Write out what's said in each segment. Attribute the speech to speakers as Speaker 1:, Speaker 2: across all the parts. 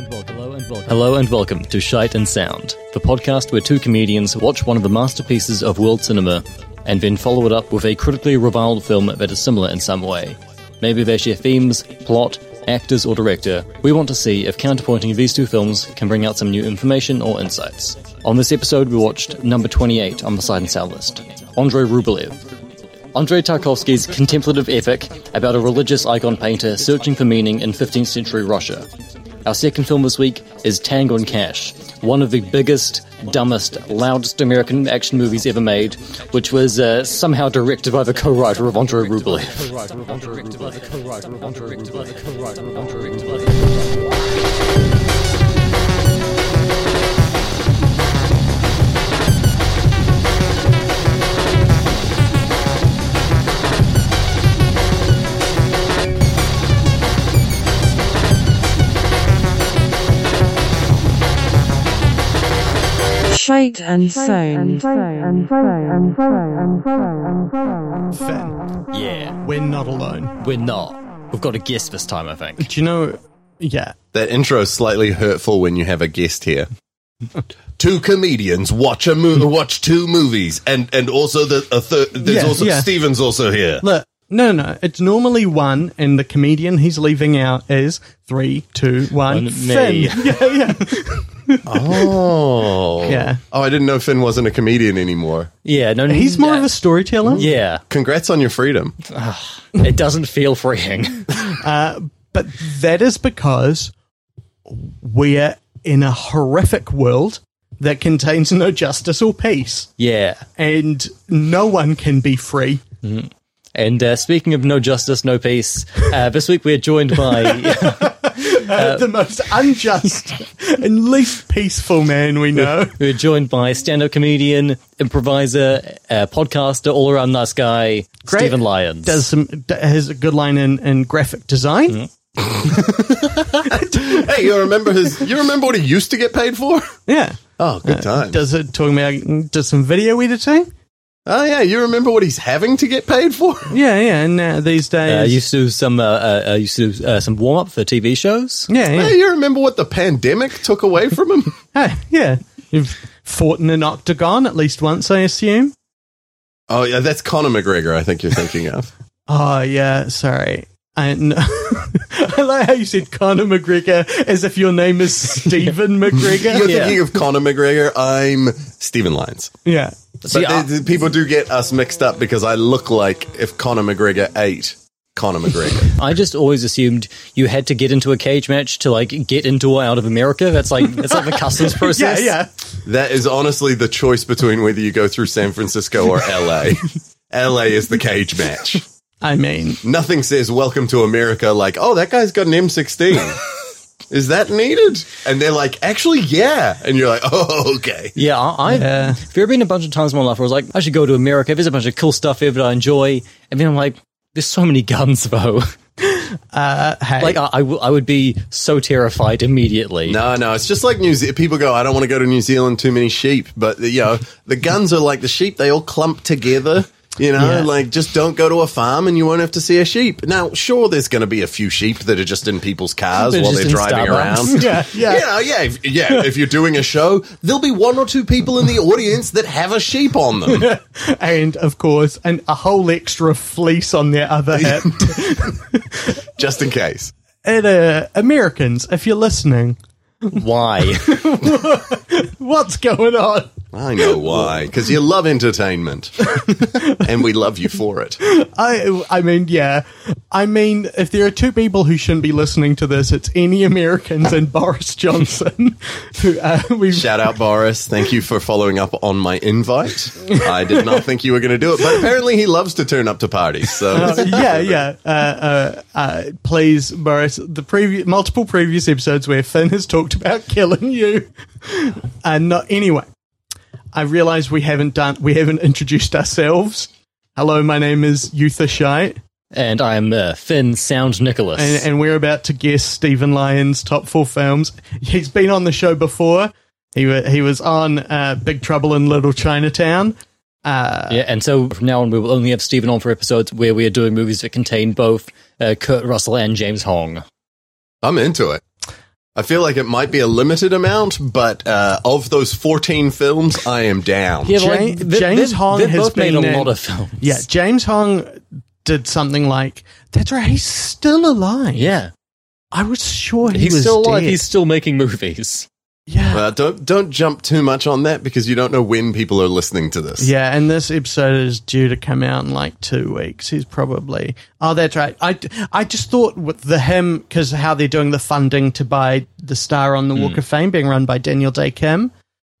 Speaker 1: and welcome.
Speaker 2: Hello and welcome to Shite and Sound, the podcast where two comedians watch one of the masterpieces of world cinema and then follow it up with a critically reviled film that is similar in some way. Maybe they share themes, plot, actors, or director. We want to see if counterpointing these two films can bring out some new information or insights. On this episode, we watched number 28 on the Sight and Sound list Andrei Rublev. Andrei Tarkovsky's contemplative epic about a religious icon painter searching for meaning in 15th century Russia. Our second film this week is Tango and Cash, one of the biggest, dumbest, loudest American action movies ever made, which was uh, somehow directed by the co writer of Andrei Rublev.
Speaker 3: Shite and sound.
Speaker 4: Fen,
Speaker 2: Yeah,
Speaker 4: we're not alone.
Speaker 2: we're not. We've got a guest this time, I think.
Speaker 4: Do you know? Yeah.
Speaker 5: That intro is slightly hurtful when you have a guest here. two comedians watch a mo- watch two movies, and and also the a third. There's
Speaker 4: Yeah,
Speaker 5: also
Speaker 4: yeah.
Speaker 5: Steven's also here.
Speaker 4: Look, no, no, it's normally one, and the comedian he's leaving out is three, two, one.
Speaker 2: On
Speaker 4: Finn.
Speaker 2: me.
Speaker 4: Yeah, yeah.
Speaker 5: Oh,
Speaker 4: Yeah.
Speaker 5: Oh, I didn't know Finn wasn't a comedian anymore.
Speaker 2: Yeah, no,
Speaker 4: He's more of a storyteller,
Speaker 2: Yeah,
Speaker 5: Congrats on your freedom.
Speaker 2: it doesn't feel freeing.
Speaker 4: Uh, but that is because we're in a horrific world that contains no justice or peace,
Speaker 2: yeah.
Speaker 4: and no one can be free.
Speaker 2: And uh, speaking of no justice, no peace, uh, this week we're joined by
Speaker 4: the most unjust and least peaceful man we know.
Speaker 2: we're joined by stand-up comedian, improviser, uh, podcaster, all-around nice guy,
Speaker 4: Great.
Speaker 2: Stephen Lyons.
Speaker 4: does some d- has a good line in, in graphic design.
Speaker 5: Mm-hmm. hey, you remember his? You remember what he used to get paid for?
Speaker 4: Yeah,
Speaker 5: Oh, good time.
Speaker 4: does it talking about does some video editing.
Speaker 5: oh yeah, you remember what he's having to get paid for?
Speaker 4: Yeah, yeah, and uh, these
Speaker 2: Uh,
Speaker 4: days,
Speaker 2: used to do some uh, uh, uh, used to do, uh, some warm up for TV shows.
Speaker 4: yeah, yeah,
Speaker 5: Hey, you remember what the pandemic took away from him?
Speaker 4: Hey, yeah. You've fought in an octagon at least once, I assume.
Speaker 5: oh yeah, that's Conor McGregor. I think you're thinking of.
Speaker 4: Oh yeah, sorry. I, n- I like how you said Conor McGregor as if your name is Stephen
Speaker 5: You're
Speaker 4: McGregor.
Speaker 5: thinking of Conor McGregor. I'm Stephen Lyons.
Speaker 4: Yeah,
Speaker 2: See,
Speaker 5: but
Speaker 2: I-
Speaker 5: they- they- people do get us mixed up because I look like if Conor McGregor ate Conor McGregor.
Speaker 2: I just always assumed you had to get into a cage match to like get into or out of America. That's like that's like the customs
Speaker 4: yeah,
Speaker 2: process.
Speaker 4: yeah.
Speaker 5: that is honestly the choice between whether you go through San Francisco or LA. LA is the cage match.
Speaker 4: I mean,
Speaker 5: Nothing says welcome to America like, oh, that guy's got an M16. Is that needed? And they're like, actually, yeah. And you're like, oh, okay.
Speaker 2: Yeah, I, I've
Speaker 4: Yeah.
Speaker 2: there have been a bunch of times in my life where I was like, I should go to America. There's a bunch of cool stuff here that I enjoy, and then I'm like, there's so many guns though.
Speaker 4: Uh, hey,
Speaker 2: like I, I, w- I would be so terrified immediately.
Speaker 5: No, no, it's just like New Zealand. People go, I don't want to go to New Zealand, too many sheep. But, you know, the guns are like the sheep, they all clump together. You
Speaker 4: Yeah.
Speaker 5: know, like just don't go to a farm and you won't have to see a sheep. Now, sure, there's going to be a few sheep that are just in people's cars
Speaker 2: They're
Speaker 5: while
Speaker 2: just
Speaker 5: they're
Speaker 2: in
Speaker 5: driving
Speaker 2: Starbucks.
Speaker 5: around.
Speaker 4: yeah, yeah.
Speaker 5: You know, yeah, if, yeah. If you're doing a show, there'll be one or two people in the audience that have a sheep on them.
Speaker 4: and of course, and a whole extra fleece on their other hip.
Speaker 5: just in case.
Speaker 4: and, uh, Americans, if you're listening,
Speaker 2: Why?
Speaker 4: what's going on?
Speaker 5: I know why. Because you love entertainment. and we love you for it.
Speaker 4: I, I mean, yeah, I mean, if there are two people who shouldn't be listening to this, it's any Americans and Boris Johnson, who uh, we
Speaker 5: Shout out, Boris. Thank you for following up on my invite. I did not think you were going to do it, but apparently he loves to turn up to parties. So,
Speaker 4: yeah, yeah. Uh, uh, uh, please, Boris. The previous multiple previous episodes where Finn has talked about killing you, and not anyway. I realise we haven't done we haven't introduced ourselves. Hello, my name is Yutha Shite,
Speaker 2: and I'm uh, Finn Sound Nicholas.
Speaker 4: and, and we're about to guess Stephen Lyon's top four films. He's been on the show before. He wa- he was on uh, Big Trouble in Little Chinatown.
Speaker 2: yeah, Uh, and so from now on, we will only have Stephen on for episodes where we are doing movies that contain both uh, Kurt Russell and James Hong.
Speaker 5: I'm into it. I feel like it might be a limited amount, but uh, of those 14 films, I am down.
Speaker 4: but like, James- they- James they- Hong they has both made
Speaker 2: made
Speaker 4: been
Speaker 2: a
Speaker 4: a in-
Speaker 2: lot
Speaker 4: lot
Speaker 2: of
Speaker 4: of
Speaker 2: films.
Speaker 4: Yeah, James Hong did something like that's right. He's still alive.
Speaker 2: yeah.
Speaker 4: I was sure he
Speaker 2: He's
Speaker 4: was
Speaker 2: still alive.
Speaker 4: dead.
Speaker 2: He's still making movies.
Speaker 4: yeah,
Speaker 5: Uh, don't don't jump too much on that because you don't know when people are listening to this.
Speaker 4: yeah. And this episode is due to come out in like two weeks. He's probably oh, that's right. I I just thought with the him because how they're doing the funding to buy the star on the Walk of Fame being run by Daniel Day Kim.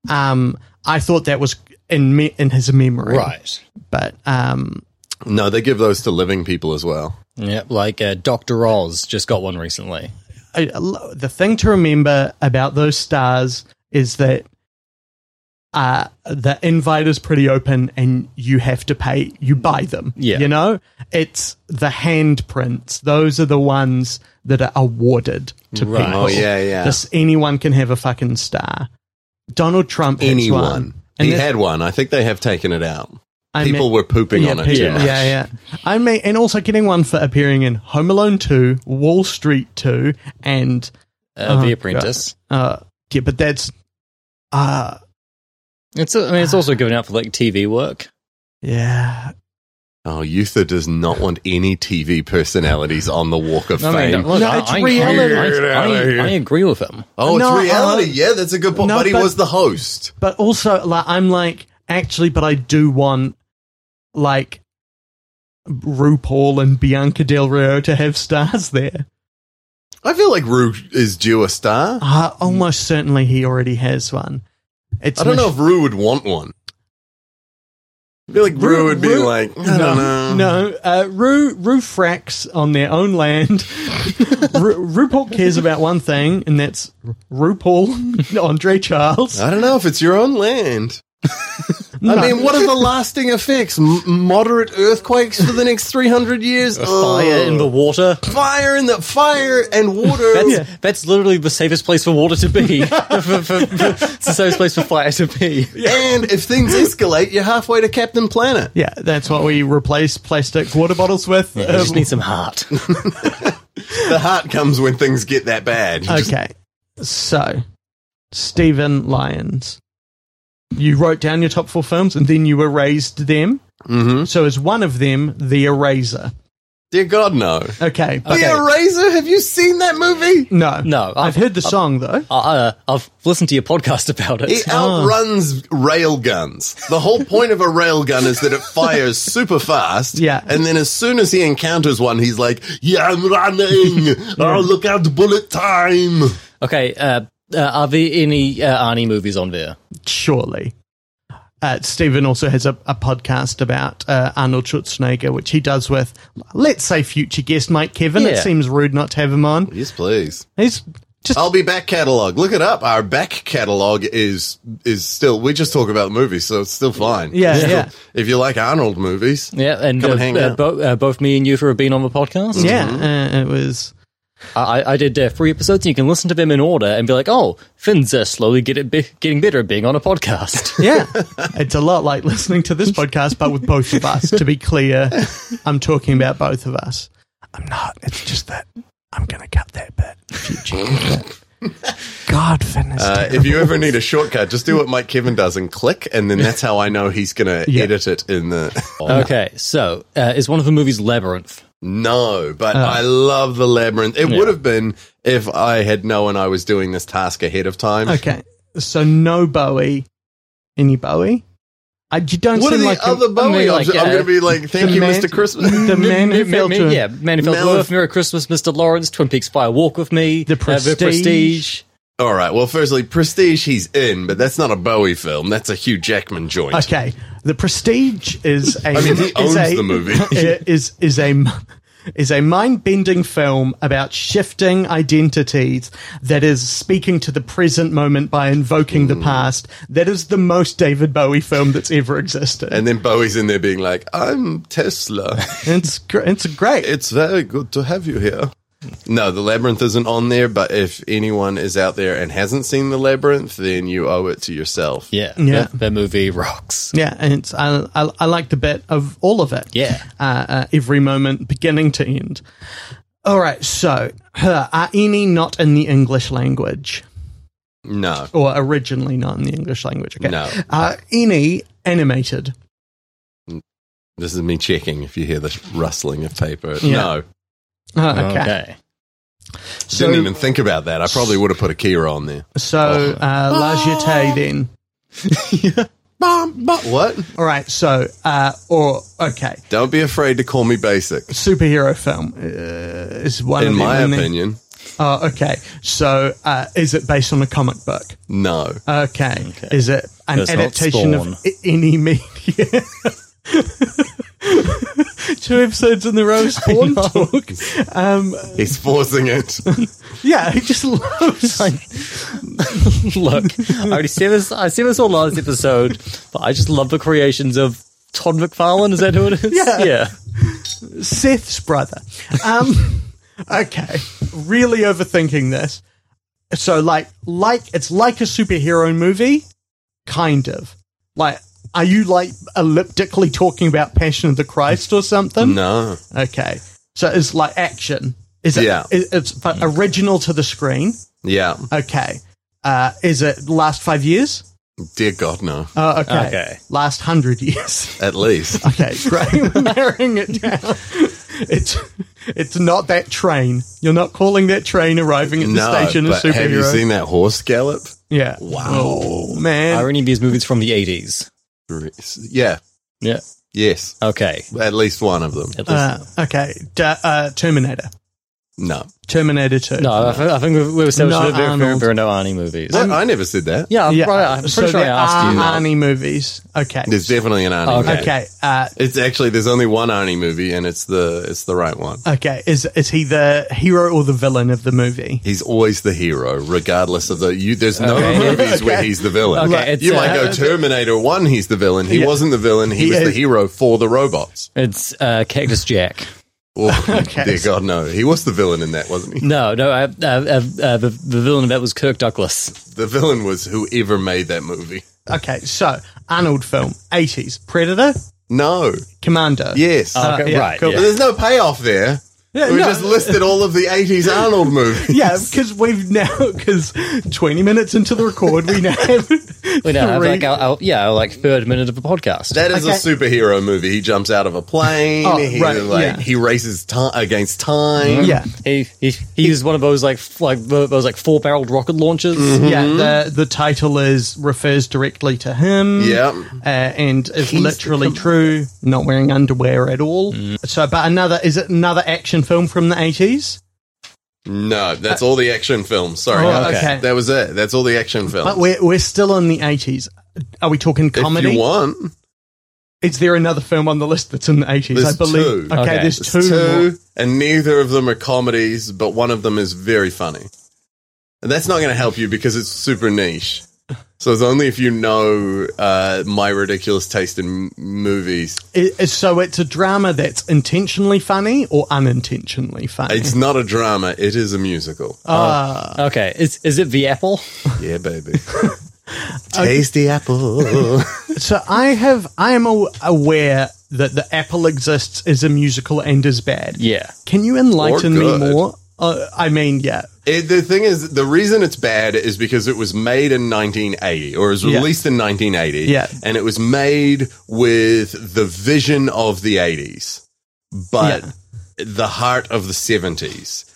Speaker 4: Um, I thought that was in me in his memory, But um,
Speaker 5: No, they give those to living people as well.
Speaker 2: Yeah, like uh, Doctor Oz just got one recently.
Speaker 4: I- I lo- the thing to remember about those stars is that uh, the invite is pretty open and you have to pay, you buy them.
Speaker 2: Yeah.
Speaker 4: You know, it's the handprints. Those are the ones that are awarded to
Speaker 2: Right.
Speaker 4: people.
Speaker 5: Oh yeah, yeah.
Speaker 4: This, anyone can have a fucking star. Donald Trump has
Speaker 5: Anyone.
Speaker 4: one.
Speaker 5: He
Speaker 4: that-
Speaker 5: had one. I think they have taken it out.
Speaker 4: I mean-
Speaker 5: people were pooping on it
Speaker 4: people-
Speaker 5: too much.
Speaker 4: Yeah, yeah. I mean, and also getting one for appearing in Home Alone 2, Wall Street 2, and
Speaker 2: Uh,
Speaker 4: Oh,
Speaker 2: the Apprentice.
Speaker 4: Uh, yeah, but that's uh
Speaker 2: It's I mean it's also given out for like TV work.
Speaker 4: yeah.
Speaker 5: Oh, Uther does not want any TV personalities on the Walk of
Speaker 2: I mean,
Speaker 5: Fame.
Speaker 2: look,
Speaker 4: No,
Speaker 2: I-
Speaker 4: it's
Speaker 2: I,
Speaker 4: reality.
Speaker 2: I, I, I agree with him.
Speaker 5: oh, it's
Speaker 4: No,
Speaker 5: reality.
Speaker 4: uh,
Speaker 5: yeah, that's a good point.
Speaker 4: no,
Speaker 5: but he
Speaker 4: but-
Speaker 5: was the host.
Speaker 4: But also like I'm like actually but I do want like RuPaul and Bianca Del Rio to have stars there.
Speaker 5: I feel like Rue is due a star.
Speaker 4: Uh, almost certainly he already has one. It's
Speaker 5: I don't know
Speaker 4: Mich-
Speaker 5: if Rue would want one. I feel like Rue,
Speaker 4: Rue-
Speaker 5: would be
Speaker 4: Rue-
Speaker 5: like, I don't know.
Speaker 4: No, uh, Ru Ru fracks on their own land. Ru, RuPaul cares about one thing, and that's RuPaul, Andre Charles.
Speaker 5: I don't know if it's your own land.
Speaker 4: No.
Speaker 5: I mean, what are the lasting effects? M- moderate earthquakes for the next 300 years? Oh,
Speaker 2: Fire in the water.
Speaker 5: fire in the fire and water.
Speaker 2: That's, that's literally the safest place for water to be. For- for- for- it's the safest place for fire to be.
Speaker 5: And if things escalate, you're halfway to Captain Planet.
Speaker 4: Yeah, that's what we replace plastic water bottles with.
Speaker 2: I
Speaker 4: Um,
Speaker 2: just need some heart.
Speaker 5: The heart comes when things get that bad. You just-
Speaker 4: okay, so Stephen Lyons, you wrote down your top four films and then you erased them.
Speaker 2: Mm-hmm.
Speaker 5: Mhm.
Speaker 4: So is one of them the Eraser?
Speaker 5: Dear God, no.
Speaker 4: Okay, but-
Speaker 5: The Eraser, have you seen that movie?
Speaker 4: no,
Speaker 2: Oh, No,
Speaker 4: I've
Speaker 2: I've-
Speaker 4: heard the song though.
Speaker 2: Uh, I've listened to your podcast about it.
Speaker 5: He outruns railguns. The whole point of a railgun is that it fires super fast.
Speaker 4: Yeah.
Speaker 5: And then as soon as he encounters one, he's like, Yeah, I'm running. Oh, look out, bullet time.
Speaker 2: Okay, uh, uh, are there any uh, Arnie movies on there?
Speaker 4: surely. Uh, Stephen also has a, a podcast about uh, Arnold Schwarzenegger, which he does with, let's say, future guest Mike Kevin. It
Speaker 2: Yeah.
Speaker 4: seems rude not to have him on.
Speaker 5: Yes, please.
Speaker 4: He's just
Speaker 5: I'll be back catalog. Look it up. Our back catalog is is still. We just talk about movies, so it's still fine.
Speaker 4: Yeah,
Speaker 5: It's still-
Speaker 4: yeah.
Speaker 5: If you like Arnold movies,
Speaker 2: Yeah, and,
Speaker 5: Come
Speaker 2: uh,
Speaker 5: and hang
Speaker 2: uh,
Speaker 5: out.
Speaker 2: bo- uh, both me and you have been on the podcast.
Speaker 4: yeah, uh, it was
Speaker 2: I, I did uh, three episodes, and you can listen to them in order and be like, "Oh, Finn's uh, slowly get it be- getting better at being on a podcast."
Speaker 4: yeah. it's a lot like listening to this podcast, but with both of us. To be clear, I'm talking about both of us. I'm not. It's just that I'm going to cut that bit. Future. God, Finn is
Speaker 5: uh,
Speaker 4: terrible.
Speaker 5: if you ever need a shortcut, just do what Mike Kevin does and click, and then that's how I know he's gonna
Speaker 4: Yeah.
Speaker 5: edit it in the. Oh,
Speaker 2: okay, so uh, is one of the movies Labyrinth?
Speaker 5: No, but
Speaker 4: Ah.
Speaker 5: I love the labyrinth. It would have been if I had known I was doing this task ahead of time.
Speaker 4: Okay, so no Bowie. Any Bowie? I, you don't
Speaker 5: What are
Speaker 4: seem
Speaker 5: the
Speaker 4: like a-
Speaker 5: other Bowie?
Speaker 2: mean,
Speaker 5: I'm,
Speaker 2: like,
Speaker 5: just- I'm
Speaker 2: uh,
Speaker 5: gonna be like, thank
Speaker 4: the
Speaker 5: you,
Speaker 4: man-
Speaker 5: Mr. Christmas.
Speaker 4: the man who
Speaker 2: Ma-
Speaker 4: fell
Speaker 2: ma-
Speaker 4: to
Speaker 2: yeah, Man Who Fell to
Speaker 5: Mel-
Speaker 2: Earth, Merry Christmas, Mr. Lawrence, Twin Peaks Fire, Walk with Me,
Speaker 4: The
Speaker 2: uh,
Speaker 4: Prestige.
Speaker 2: Prestige.
Speaker 5: All right. Well, firstly, Prestige, he's in, but that's not a Bowie film. That's a Hugh Jackman joint.
Speaker 4: Okay, the Prestige is a.
Speaker 5: I mean, he owns
Speaker 4: is a,
Speaker 5: the movie.
Speaker 4: Is is a is a mind bending film about shifting identities that is speaking to the present moment by invoking
Speaker 5: Hmm.
Speaker 4: the past. That is the most David Bowie film that's ever existed.
Speaker 5: And then Bowie's in there being like, I'm Tesla.
Speaker 4: it's gr- it's great.
Speaker 5: It's very good to have you here. No, the labyrinth isn't on there, but if anyone is out there and hasn't seen the labyrinth, then you owe it to yourself.
Speaker 2: Yeah,
Speaker 4: Yeah.
Speaker 2: That, that movie rocks.
Speaker 4: Yeah, and it's I, I I like the bit of all of it.
Speaker 2: Yeah.
Speaker 4: uh, uh, every moment, beginning to end. All right, so huh, are any not in the English language?
Speaker 5: No.
Speaker 4: Or originally not in the English language? Okay.
Speaker 5: No.
Speaker 4: Are any E animated?
Speaker 5: This is me checking if you hear the rustling of paper.
Speaker 4: Yeah.
Speaker 5: No.
Speaker 4: Uh,
Speaker 2: Oh,
Speaker 4: okay. So,
Speaker 5: Didn't even think about that. I probably would have put Akira on there.
Speaker 4: so uh, La Jetée then.
Speaker 5: Bum, bu- what?
Speaker 4: All right, so, uh, or, okay,
Speaker 5: Don't be afraid to call me basic.
Speaker 4: superhero film uh, is one
Speaker 5: In
Speaker 4: of eh? them,
Speaker 5: my
Speaker 4: and then-
Speaker 5: opinion,
Speaker 4: Oh, okay. So, uh, is it based on a comic book?
Speaker 5: no.
Speaker 4: Okay. Is it an
Speaker 2: It's not
Speaker 4: adaptation of
Speaker 2: Spawn.
Speaker 4: i- any media? Two episodes in a row, Spawn talk.
Speaker 5: He's forcing it.
Speaker 4: Yeah, he just loves.
Speaker 2: Look, I already see this. I see this all last episode, but I just love the creations of Todd McFarlane. Is that who it is?
Speaker 4: Yeah.
Speaker 2: yeah.
Speaker 4: Seth's brother. Um, okay, really overthinking this. So, like, like it's like a superhero movie, kind of. Like, are you like elliptically talking about Passion of the Christ or something?
Speaker 5: No.
Speaker 4: Okay, so it's like action. Is it?
Speaker 5: Yeah. Mm.
Speaker 4: it- it's fu- original to the screen.
Speaker 5: Yeah.
Speaker 4: Okay. Uh, is it last five years?
Speaker 5: Dear God, no.
Speaker 4: Uh, okay.
Speaker 2: Okay.
Speaker 4: Last hundred years.
Speaker 5: At least.
Speaker 4: Okay, great. We're narrowing it down. It's it's not that train. You're not calling that train arriving at the
Speaker 5: No.
Speaker 4: station a
Speaker 5: but
Speaker 4: superhero.
Speaker 5: have you seen that horse gallop?
Speaker 4: yeah.
Speaker 5: Wow.
Speaker 4: Oh man.
Speaker 2: Are any of these movies from the eighties?
Speaker 5: Yeah.
Speaker 2: Yeah.
Speaker 5: Yes.
Speaker 2: Okay.
Speaker 5: At least one of them.
Speaker 2: At least-
Speaker 4: Uh, okay. D- uh, Terminator.
Speaker 5: No.
Speaker 4: Terminator Two.
Speaker 2: no, I, thi- I think we've, we've established
Speaker 4: No,
Speaker 2: that there, there,
Speaker 4: Arnold.
Speaker 2: there are no Arnie movies.
Speaker 5: What? I never said that.
Speaker 2: yeah,
Speaker 4: Yeah.
Speaker 2: right. I'm pretty
Speaker 4: so
Speaker 2: sure I
Speaker 4: there
Speaker 2: asked
Speaker 4: are
Speaker 2: you.
Speaker 4: Arnie movies. Okay.
Speaker 5: There's definitely an Arnie.
Speaker 2: Okay.
Speaker 5: movie.
Speaker 4: Okay. Uh,
Speaker 5: It's actually there's only one Arnie movie, and it's the it's the right one.
Speaker 4: okay. Is is he the hero or the villain of the movie?
Speaker 5: He's always the hero, regardless of the you. There's no
Speaker 2: Okay.
Speaker 5: movies where he's the villain.
Speaker 2: Okay, it's,
Speaker 5: you might
Speaker 2: uh,
Speaker 5: go Terminator One. He's the villain. He
Speaker 4: Yeah.
Speaker 5: wasn't the villain. He,
Speaker 4: He
Speaker 5: was the
Speaker 4: is-
Speaker 5: hero for the robots.
Speaker 2: It's uh, Cactus Jack.
Speaker 5: Oh,
Speaker 4: Okay.
Speaker 5: dear God, no! He was the villain in that, wasn't he?
Speaker 2: No, no. I, uh, uh, uh, the, the villain of that was Kirk Douglas.
Speaker 5: The villain was whoever made that movie.
Speaker 4: Okay. So Arnold film, eighties Predator,
Speaker 5: No,
Speaker 4: Commando.
Speaker 5: yes,
Speaker 4: Uh,
Speaker 2: Okay,
Speaker 4: yeah,
Speaker 2: right.
Speaker 4: cool.
Speaker 5: but
Speaker 2: yeah.
Speaker 5: there's no payoff there.
Speaker 4: Yeah,
Speaker 5: we
Speaker 4: no.
Speaker 5: just listed all of the '80s Arnold movies.
Speaker 4: Yeah, because we've now because twenty minutes into the record, we now have
Speaker 2: We now have
Speaker 4: three-
Speaker 2: like our, our, yeah, our, like third minute of a podcast.
Speaker 5: That is
Speaker 4: Okay.
Speaker 5: a superhero movie. He jumps out of a plane.
Speaker 4: Oh,
Speaker 5: he,
Speaker 4: right,
Speaker 5: like,
Speaker 4: yeah.
Speaker 5: he races ti against time.
Speaker 4: yeah,
Speaker 2: he he he used one of those like f- like tho- those like four barreled rocket launchers.
Speaker 4: yeah.
Speaker 5: Mm-hmm.
Speaker 4: The the title is refers directly to him.
Speaker 5: Yep.
Speaker 4: uh, and is
Speaker 5: He's the
Speaker 4: literally true. Not wearing underwear at all.
Speaker 2: Mm.
Speaker 4: So, but another is it another action film from the eighties?
Speaker 5: No, that's all the action films. Sorry,
Speaker 4: Oh,
Speaker 5: guys.
Speaker 4: okay.
Speaker 5: that was it. That's all the action films.
Speaker 4: But we're we're still on the eighties. Are we talking comedy?
Speaker 5: If you want,
Speaker 4: Is there another film on the list that's in the eighties? I
Speaker 5: There's
Speaker 4: believe.
Speaker 5: two.
Speaker 4: Okay,
Speaker 2: Okay.
Speaker 4: there's
Speaker 5: it's
Speaker 4: two. more.
Speaker 5: two, and neither of them are comedies, but one of them is very funny. And that's not going to help you because it's super niche. So it's only if you know uh, my ridiculous taste in m- movies.
Speaker 4: It- it's- so it's a drama that's intentionally funny or unintentionally funny.
Speaker 5: It's not a drama; it is a musical.
Speaker 4: Oh.
Speaker 2: Okay, is is it the apple?
Speaker 5: yeah, baby. Tasty apple.
Speaker 4: So I have I am aw- aware that the Apple exists as a musical and is bad.
Speaker 2: Yeah.
Speaker 4: Can you enlighten
Speaker 5: Or
Speaker 4: me
Speaker 5: good.
Speaker 4: more? Uh, I mean, yeah.
Speaker 5: It, the thing is, the reason it's bad is because it was made in 1980, or is
Speaker 4: Yeah.
Speaker 5: released in 1980,
Speaker 4: Yeah.
Speaker 5: and it was made with the vision of the 80s, but
Speaker 4: Yeah.
Speaker 5: the heart of the 70s.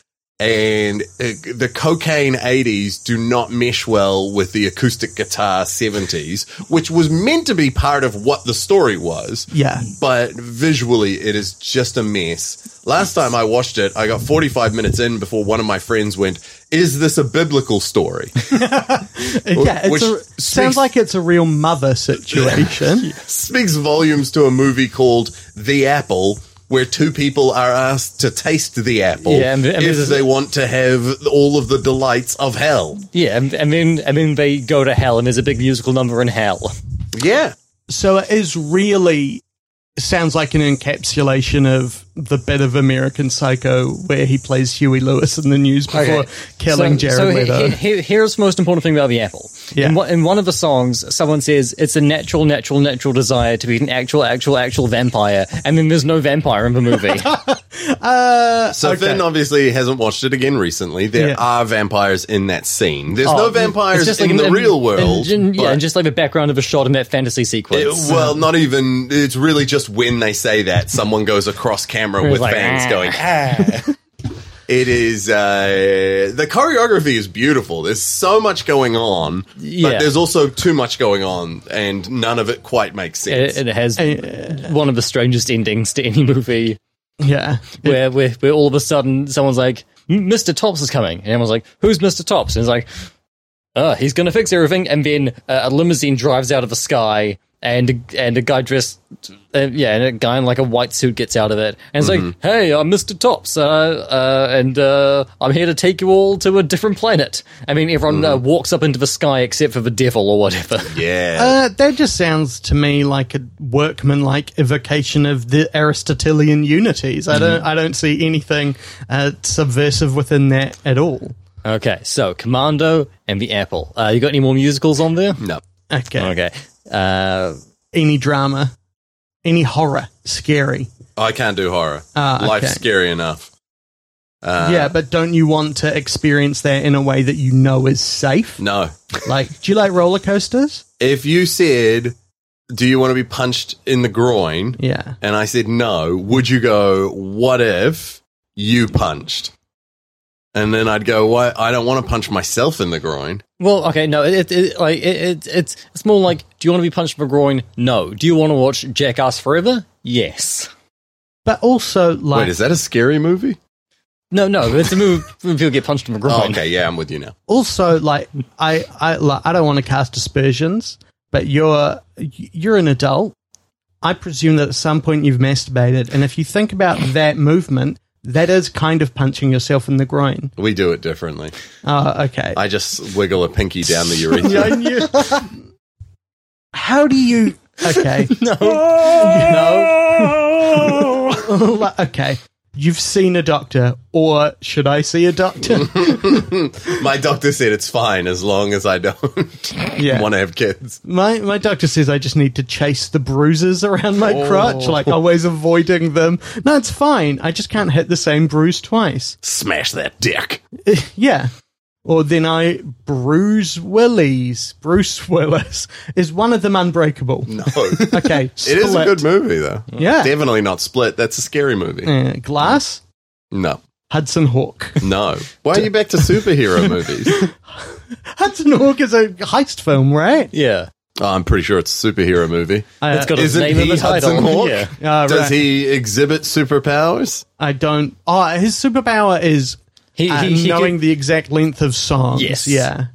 Speaker 5: And uh, the cocaine 80s do not mesh well with the acoustic guitar 70s, which was meant to be part of what the story was
Speaker 4: Yeah.
Speaker 5: but visually it is just a mess. Last time I watched it, I got 45 minutes in before one of my friends went, "Is this a biblical story?"
Speaker 4: yeah it's
Speaker 5: which
Speaker 4: a,
Speaker 5: speaks-
Speaker 4: sounds like it's a real mother situation.
Speaker 5: Speaks volumes to a movie called The Apple. Where two people are asked to taste the apple
Speaker 2: Yeah, and- and
Speaker 5: if
Speaker 2: this is-
Speaker 5: they want to have all of the delights of hell.
Speaker 2: Yeah, and, and then and then they go to hell, and there's a big musical number in hell.
Speaker 5: Yeah,
Speaker 4: So it is really sounds like an encapsulation of the bit of American Psycho where he plays Huey Lewis in the news before killing
Speaker 2: so,
Speaker 4: Jared
Speaker 2: so he-
Speaker 4: Leto.
Speaker 2: he- he- here's the most important thing about the apple.
Speaker 4: Yeah.
Speaker 2: In, one, in one of the songs, someone says it's a natural, natural, natural desire to be an actual, actual, actual vampire, and then there's no vampire in the movie.
Speaker 4: Uh,
Speaker 5: So
Speaker 4: okay.
Speaker 5: Finn obviously hasn't watched it again recently. There
Speaker 4: Yeah.
Speaker 5: are vampires in that scene. There's
Speaker 4: Oh.
Speaker 5: no
Speaker 2: Oh, It's
Speaker 5: vampires
Speaker 2: just
Speaker 5: in
Speaker 2: like
Speaker 5: the
Speaker 2: an-
Speaker 5: real
Speaker 2: an-
Speaker 5: world.
Speaker 2: an- yeah,
Speaker 5: but-
Speaker 2: and just like the background of a shot in that fantasy
Speaker 5: It-
Speaker 2: sequence.
Speaker 5: well, not even. It's really just when they say that someone goes across camera
Speaker 2: It's
Speaker 5: with
Speaker 2: like,
Speaker 5: fans
Speaker 2: "Ah."
Speaker 5: going. "Ah." it is uh, the choreography is beautiful. There's so much going on,
Speaker 2: Yeah.
Speaker 5: but there's also too much going on, and none of it quite makes sense.
Speaker 2: it, it has
Speaker 4: Uh,
Speaker 2: one of the strangest endings to any movie,
Speaker 4: yeah.
Speaker 2: where, where where all of a sudden someone's like, "M- "Mr. Tops is coming," and everyone's like, "Who's Mr. Tops?" And it's like, "Uh, he's gonna fix everything." And then uh, a limousine drives out of the sky, and and a guy dressed, uh, yeah, and a guy in like a white suit gets out of it, and it's like, "Hey, I'm Mr. Tops, uh, uh, and uh, I'm here to take you all to a different planet." I mean, everyone uh, walks up into the sky except for the devil or whatever.
Speaker 5: yeah,
Speaker 4: Uh, that just sounds to me like a workman-like evocation of the Aristotelian unities. I
Speaker 5: Mm-hmm.
Speaker 4: don't, I don't see anything uh, subversive within that at all.
Speaker 2: Okay, so Commando and the Apple. Uh, you got any more musicals on there?
Speaker 5: no.
Speaker 4: Okay.
Speaker 2: Okay. Uh,
Speaker 4: Any drama, any horror, scary.
Speaker 2: Uh,
Speaker 5: I can't do horror.
Speaker 4: Ah,
Speaker 5: Life's
Speaker 4: okay.
Speaker 5: scary enough. Uh,
Speaker 4: yeah, but don't you want to experience that in a way that you know is safe?
Speaker 5: No.
Speaker 4: Like, do you like roller coasters?
Speaker 5: If you said, "Do you want to be punched in the groin?"
Speaker 4: Yeah.
Speaker 5: and I said no, would you go, what if you punched? And then I'd go, why? I don't want to punch myself in the groin.
Speaker 2: well, okay, no, it, it like it, it, it's it's more like, do you want to be punched in the groin? No. Do you want to watch Jackass Forever? Yes.
Speaker 4: But also, like,
Speaker 5: Wait, is that a scary movie?
Speaker 2: No, no, it's a movie where people get punched in the groin.
Speaker 5: Oh, okay. Yeah, I'm with you now.
Speaker 4: also like I I like, I don't want to cast aspersions, but you're you're an adult. I presume that at some point you've masturbated, and if you think about that movement, that is kind of punching yourself in the groin.
Speaker 5: We do it differently.
Speaker 4: Oh, okay.
Speaker 5: I just wiggle a pinky down the urethra.
Speaker 4: I knew. How do you? Okay,
Speaker 2: No.
Speaker 4: Like, okay. You've seen a doctor, or should I see a doctor?
Speaker 5: My doctor said it's fine as long as I don't
Speaker 4: Yeah.
Speaker 5: want to have kids.
Speaker 4: My my doctor says I just need to chase the bruises around my crotch,
Speaker 2: Oh.
Speaker 4: like always avoiding them. No, it's fine. I just can't hit the same bruise twice.
Speaker 5: Smash that dick.
Speaker 4: Yeah. Or then I bruise Willies. Bruce Willis. Is one of them unbreakable?
Speaker 5: No.
Speaker 4: Okay.
Speaker 5: It is a good movie, though.
Speaker 4: Yeah.
Speaker 5: Definitely not split. That's a scary movie.
Speaker 4: Uh, glass?
Speaker 5: No.
Speaker 4: Hudson Hawk.
Speaker 5: No. Why are you back to superhero movies?
Speaker 4: Hudson Hawk is a heist film, right?
Speaker 2: Yeah.
Speaker 5: Oh, I'm pretty sure it's a superhero movie.
Speaker 2: It's got a
Speaker 5: Isn't
Speaker 2: name
Speaker 5: he
Speaker 2: of the title.
Speaker 5: Hudson Hawk?
Speaker 2: Yeah.
Speaker 4: Ah,
Speaker 5: Does
Speaker 4: right.
Speaker 5: he exhibit superpowers?
Speaker 4: I don't. Oh, his superpower is
Speaker 2: He,
Speaker 4: uh,
Speaker 2: he, he
Speaker 4: knowing
Speaker 2: can-
Speaker 4: the exact length of songs.
Speaker 2: Yes.
Speaker 4: Yeah.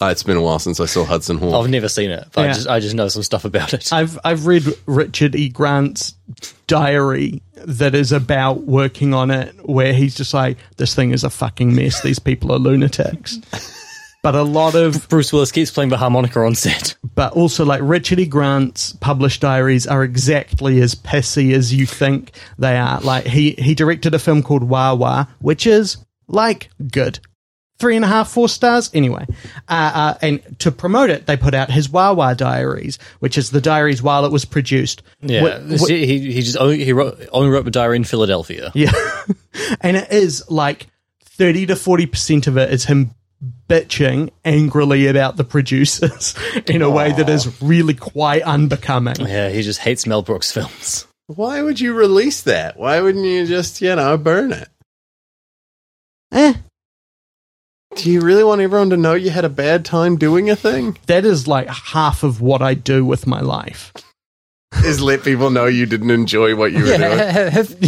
Speaker 5: Uh, it's been a while since I saw Hudson Hawk.
Speaker 2: I've never seen it, but I
Speaker 4: Yeah. Uh,
Speaker 2: just I just know some stuff about it.
Speaker 4: I've I've read Richard E. Grant's diary that is about working on it, where he's just like, "This thing is a fucking mess. These people are lunatics." but a lot of,
Speaker 2: Bruce Willis keeps playing the harmonica on set.
Speaker 4: but also like Richard E. Grant's published diaries are exactly as pissy as you think they are. Like he he directed a film called Wah Wah, which is like good. Three and a half, four stars. Anyway, uh, uh, and to promote it, they put out his Wah Wah Diaries, which is the diaries while it was produced.
Speaker 2: Yeah,
Speaker 4: Wh- wh-
Speaker 2: he he just only, he wrote, only wrote the diary in Philadelphia.
Speaker 4: Yeah. and it is like 30 to 40% of it is him bitching angrily about the producers in a way that is really quite unbecoming.
Speaker 2: Yeah, he just hates Mel Brooks films.
Speaker 5: Why would you release that? Why wouldn't you just, you know, burn it?
Speaker 4: Eh,
Speaker 5: Do you really want everyone to know you had a bad time doing a thing?
Speaker 4: that is like half of what I do with my life.
Speaker 5: Is let people know you didn't enjoy what you were doing?
Speaker 2: have,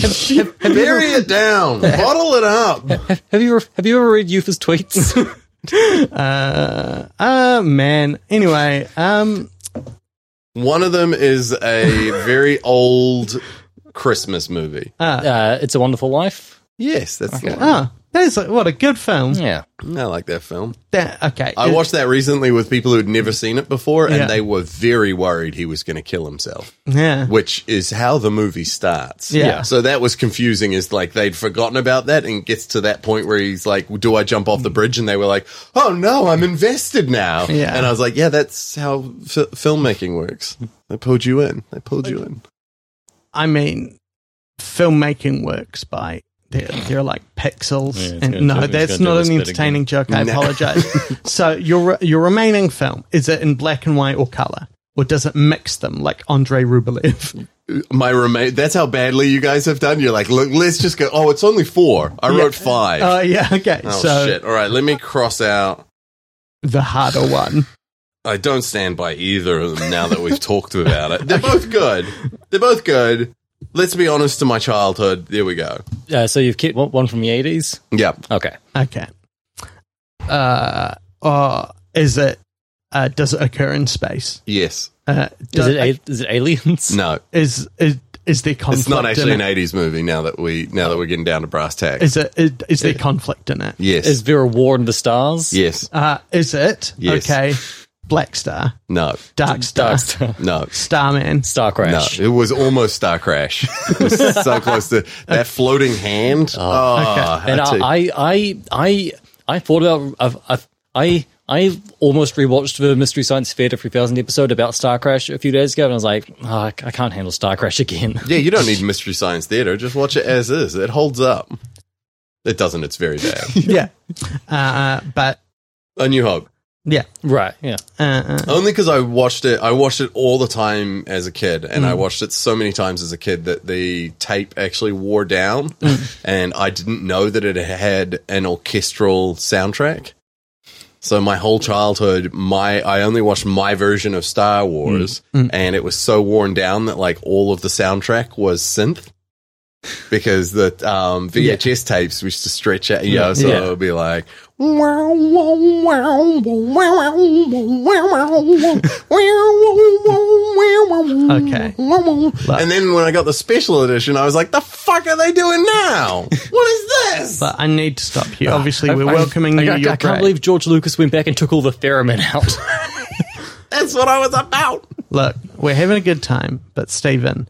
Speaker 5: Bury it down. Bottle it up.
Speaker 2: you ever, have you ever read Eufa's tweets?
Speaker 4: Uh, uh man. Anyway, um
Speaker 5: One of them is a very old Christmas movie.
Speaker 2: uh, it's a Wonderful Life.
Speaker 5: Yes, that's the one.
Speaker 4: oh, that is what a good film.
Speaker 2: Yeah,
Speaker 5: I like that film.
Speaker 4: That okay.
Speaker 5: I watched that recently with people who'd never seen it before, and
Speaker 4: Yeah.
Speaker 5: they were very worried he was going to kill himself.
Speaker 4: Yeah.
Speaker 5: which is how the movie starts.
Speaker 4: Yeah. Yeah.
Speaker 5: So that was confusing. Is like they'd forgotten about that and gets to that point where he's like, "Do I jump off the bridge?" And they were like, "Oh no, I'm invested now."
Speaker 4: Yeah.
Speaker 5: And I was like, "Yeah, that's how f- filmmaking works. They pulled you in. They pulled you in."
Speaker 4: I mean, filmmaking works by they're, they're like
Speaker 2: Yeah,
Speaker 4: pixels
Speaker 2: it's
Speaker 4: and
Speaker 2: gonna do-
Speaker 4: no
Speaker 2: it's gonna
Speaker 4: that's
Speaker 2: do
Speaker 4: not
Speaker 2: this
Speaker 4: an
Speaker 2: bit
Speaker 4: entertaining joke i
Speaker 5: No.
Speaker 4: apologize so your your remaining film is it in black and white or color or does it mix them like andre rublev
Speaker 5: My roommate, that's how badly you guys have done. You're like, look, let's just go. Oh, it's only four. I wrote five.
Speaker 4: oh yeah okay
Speaker 5: oh,
Speaker 4: so
Speaker 5: shit. All right, let me cross out.
Speaker 4: the harder one
Speaker 5: I don't stand by either of them now that we've talked about it. They're both good. They're both good. Let's be honest to my childhood. There we go.
Speaker 2: Uh, so you've kept one one from the 80s?
Speaker 5: Yeah.
Speaker 2: Okay.
Speaker 4: okay uh uh is it uh does it occur in space
Speaker 5: Yes.
Speaker 4: uh
Speaker 2: Is
Speaker 4: does
Speaker 2: it, a- is it Aliens?
Speaker 5: No.
Speaker 4: is is is there conflict
Speaker 5: It's not actually
Speaker 4: in
Speaker 5: an
Speaker 4: it?
Speaker 5: eighties movie now that we now that we're getting down to brass tacks.
Speaker 4: is it is, is there conflict in it
Speaker 5: yes.
Speaker 2: Is there a war in the stars?
Speaker 5: yes.
Speaker 4: Uh, is it?
Speaker 5: Yes.
Speaker 4: Okay. Black Star,
Speaker 5: No.
Speaker 4: Dark Star,
Speaker 2: Dark Star,
Speaker 5: No.
Speaker 4: Starman.
Speaker 2: Star Crash.
Speaker 5: No. It was almost Star Crash. It was so close to that floating hand. Oh,
Speaker 2: And
Speaker 5: I too-
Speaker 2: I, I, I, I thought about I've, I've, I, I almost rewatched the Mystery Science Theater 3000 episode about Star Crash a few days ago, and I was like, oh, I I can't handle Star Crash again.
Speaker 5: Yeah, you don't need Mystery Science Theater. Just watch it as is. It holds up. It doesn't. It's very bad.
Speaker 4: Yeah. Uh, but
Speaker 5: A New Hope.
Speaker 4: yeah.
Speaker 2: right? Yeah.
Speaker 4: Uh, uh,
Speaker 5: Only because I watched it. I watched it all the time as a kid, and
Speaker 2: Mm.
Speaker 5: I watched it so many times as a kid that the tape actually wore down,
Speaker 2: Mm.
Speaker 5: and I didn't know that it had an orchestral soundtrack. So my whole childhood, my I only watched my version of Star
Speaker 2: Mm.
Speaker 5: Wars, and it was so worn down that like all of the soundtrack was synth. Because the um, VHS tapes used to stretch out, you know, so
Speaker 2: Yeah.
Speaker 5: it would be like,
Speaker 4: uh,
Speaker 5: okay. And then when I got the special edition, I was like, the fuck are they doing now? What is this?
Speaker 4: but I need to stop you. Obviously, we're
Speaker 2: I- I-
Speaker 4: welcoming
Speaker 2: I,
Speaker 4: you.
Speaker 2: I, I
Speaker 4: You're
Speaker 2: can't
Speaker 4: great.
Speaker 2: believe George Lucas went back and took all the theremin out.
Speaker 5: That's what I was about.
Speaker 4: Look, we're having a good time, but Stephen,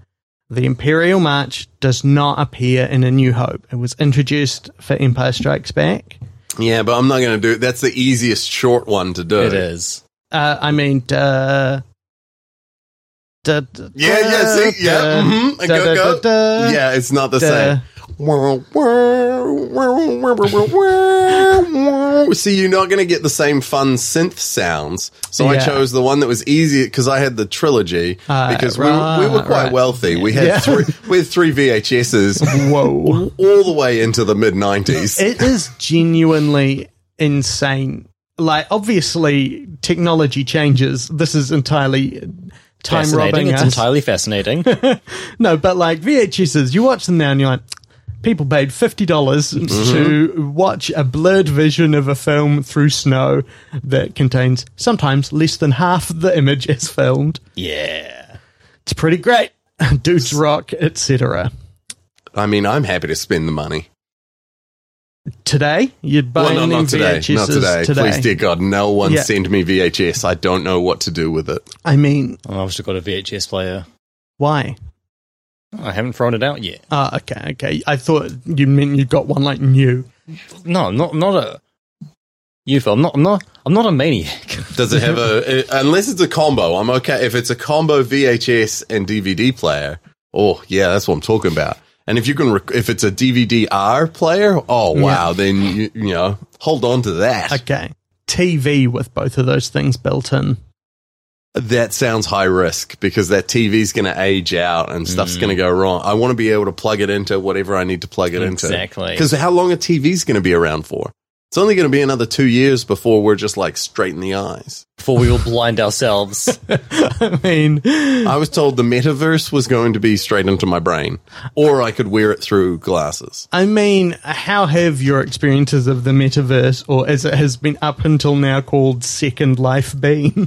Speaker 4: the Imperial March does not appear in A New Hope. It was introduced for Empire Strikes Back.
Speaker 5: Yeah, but I'm not going to do it. That's the easiest short one to do.
Speaker 2: it is.
Speaker 4: Uh, I mean, duh. Duh, duh,
Speaker 5: Yeah, yeah, see? Yeah.
Speaker 4: duh,
Speaker 5: hmm
Speaker 4: duh,
Speaker 5: Go,
Speaker 4: duh,
Speaker 5: go.
Speaker 4: duh, duh.
Speaker 5: Yeah, it's not the
Speaker 4: Duh.
Speaker 5: same. See, you're not going to get the same fun synth sounds. So I
Speaker 4: Yeah.
Speaker 5: chose the one that was easy because I had the trilogy
Speaker 4: Ah,
Speaker 5: because we, were, we were
Speaker 4: right,
Speaker 5: quite
Speaker 4: right.
Speaker 5: wealthy. We had
Speaker 4: Yeah.
Speaker 5: three we had three VHSs
Speaker 4: Whoa.
Speaker 5: all the way into the mid 90s.
Speaker 4: it is genuinely insane. Like, obviously, technology changes. This is entirely time
Speaker 2: Fascinating.
Speaker 4: robbing
Speaker 2: It's
Speaker 4: us.
Speaker 2: entirely fascinating.
Speaker 4: no, but like VHSs, you watch them now and you're like, people paid fifty dollars
Speaker 5: Mm-hmm.
Speaker 4: to watch a blurred vision of a film through snow that contains sometimes less than half the image as filmed.
Speaker 2: yeah.
Speaker 4: It's pretty great. Dudes rock, etc.
Speaker 5: I mean, I'm happy to spend the money.
Speaker 4: Today, you'd buy
Speaker 5: Well, no,
Speaker 4: any
Speaker 5: not today.
Speaker 4: VHSs
Speaker 5: Not today. Please, dear God, no one
Speaker 4: Yeah.
Speaker 5: send me VHS. I don't know what to do with it.
Speaker 4: I mean,
Speaker 2: Oh, I've still got a VHS player.
Speaker 4: why?
Speaker 2: I haven't thrown it out yet.
Speaker 4: Ah, okay, okay. I thought you meant you got one like new.
Speaker 2: No, I'm not not a. You, Phil. I'm not. I'm not. I'm not a maniac.
Speaker 5: Does it have a? uh, unless it's a combo, I'm okay. If it's a combo VHS and DVD player, oh yeah, that's what I'm talking about. And if you can, rec- if it's a DVD-R player, oh wow, then you, you know, hold on to that.
Speaker 4: Okay. TV with both of those things built in.
Speaker 5: that sounds high risk because that TV's going to age out and stuff's going to go wrong. I want to be able to plug it into whatever I need to plug it into.
Speaker 2: Exactly.
Speaker 5: Because how long a TV's going to be around for? It's only going to be another two years before we're just like straight in the eyes.
Speaker 2: Before we all blind ourselves.
Speaker 4: I mean,
Speaker 5: I was told the metaverse was going to be straight into my brain, or I could wear it through glasses.
Speaker 4: I mean, how have your experiences of the metaverse, or as it has been up until now called Second Life, been?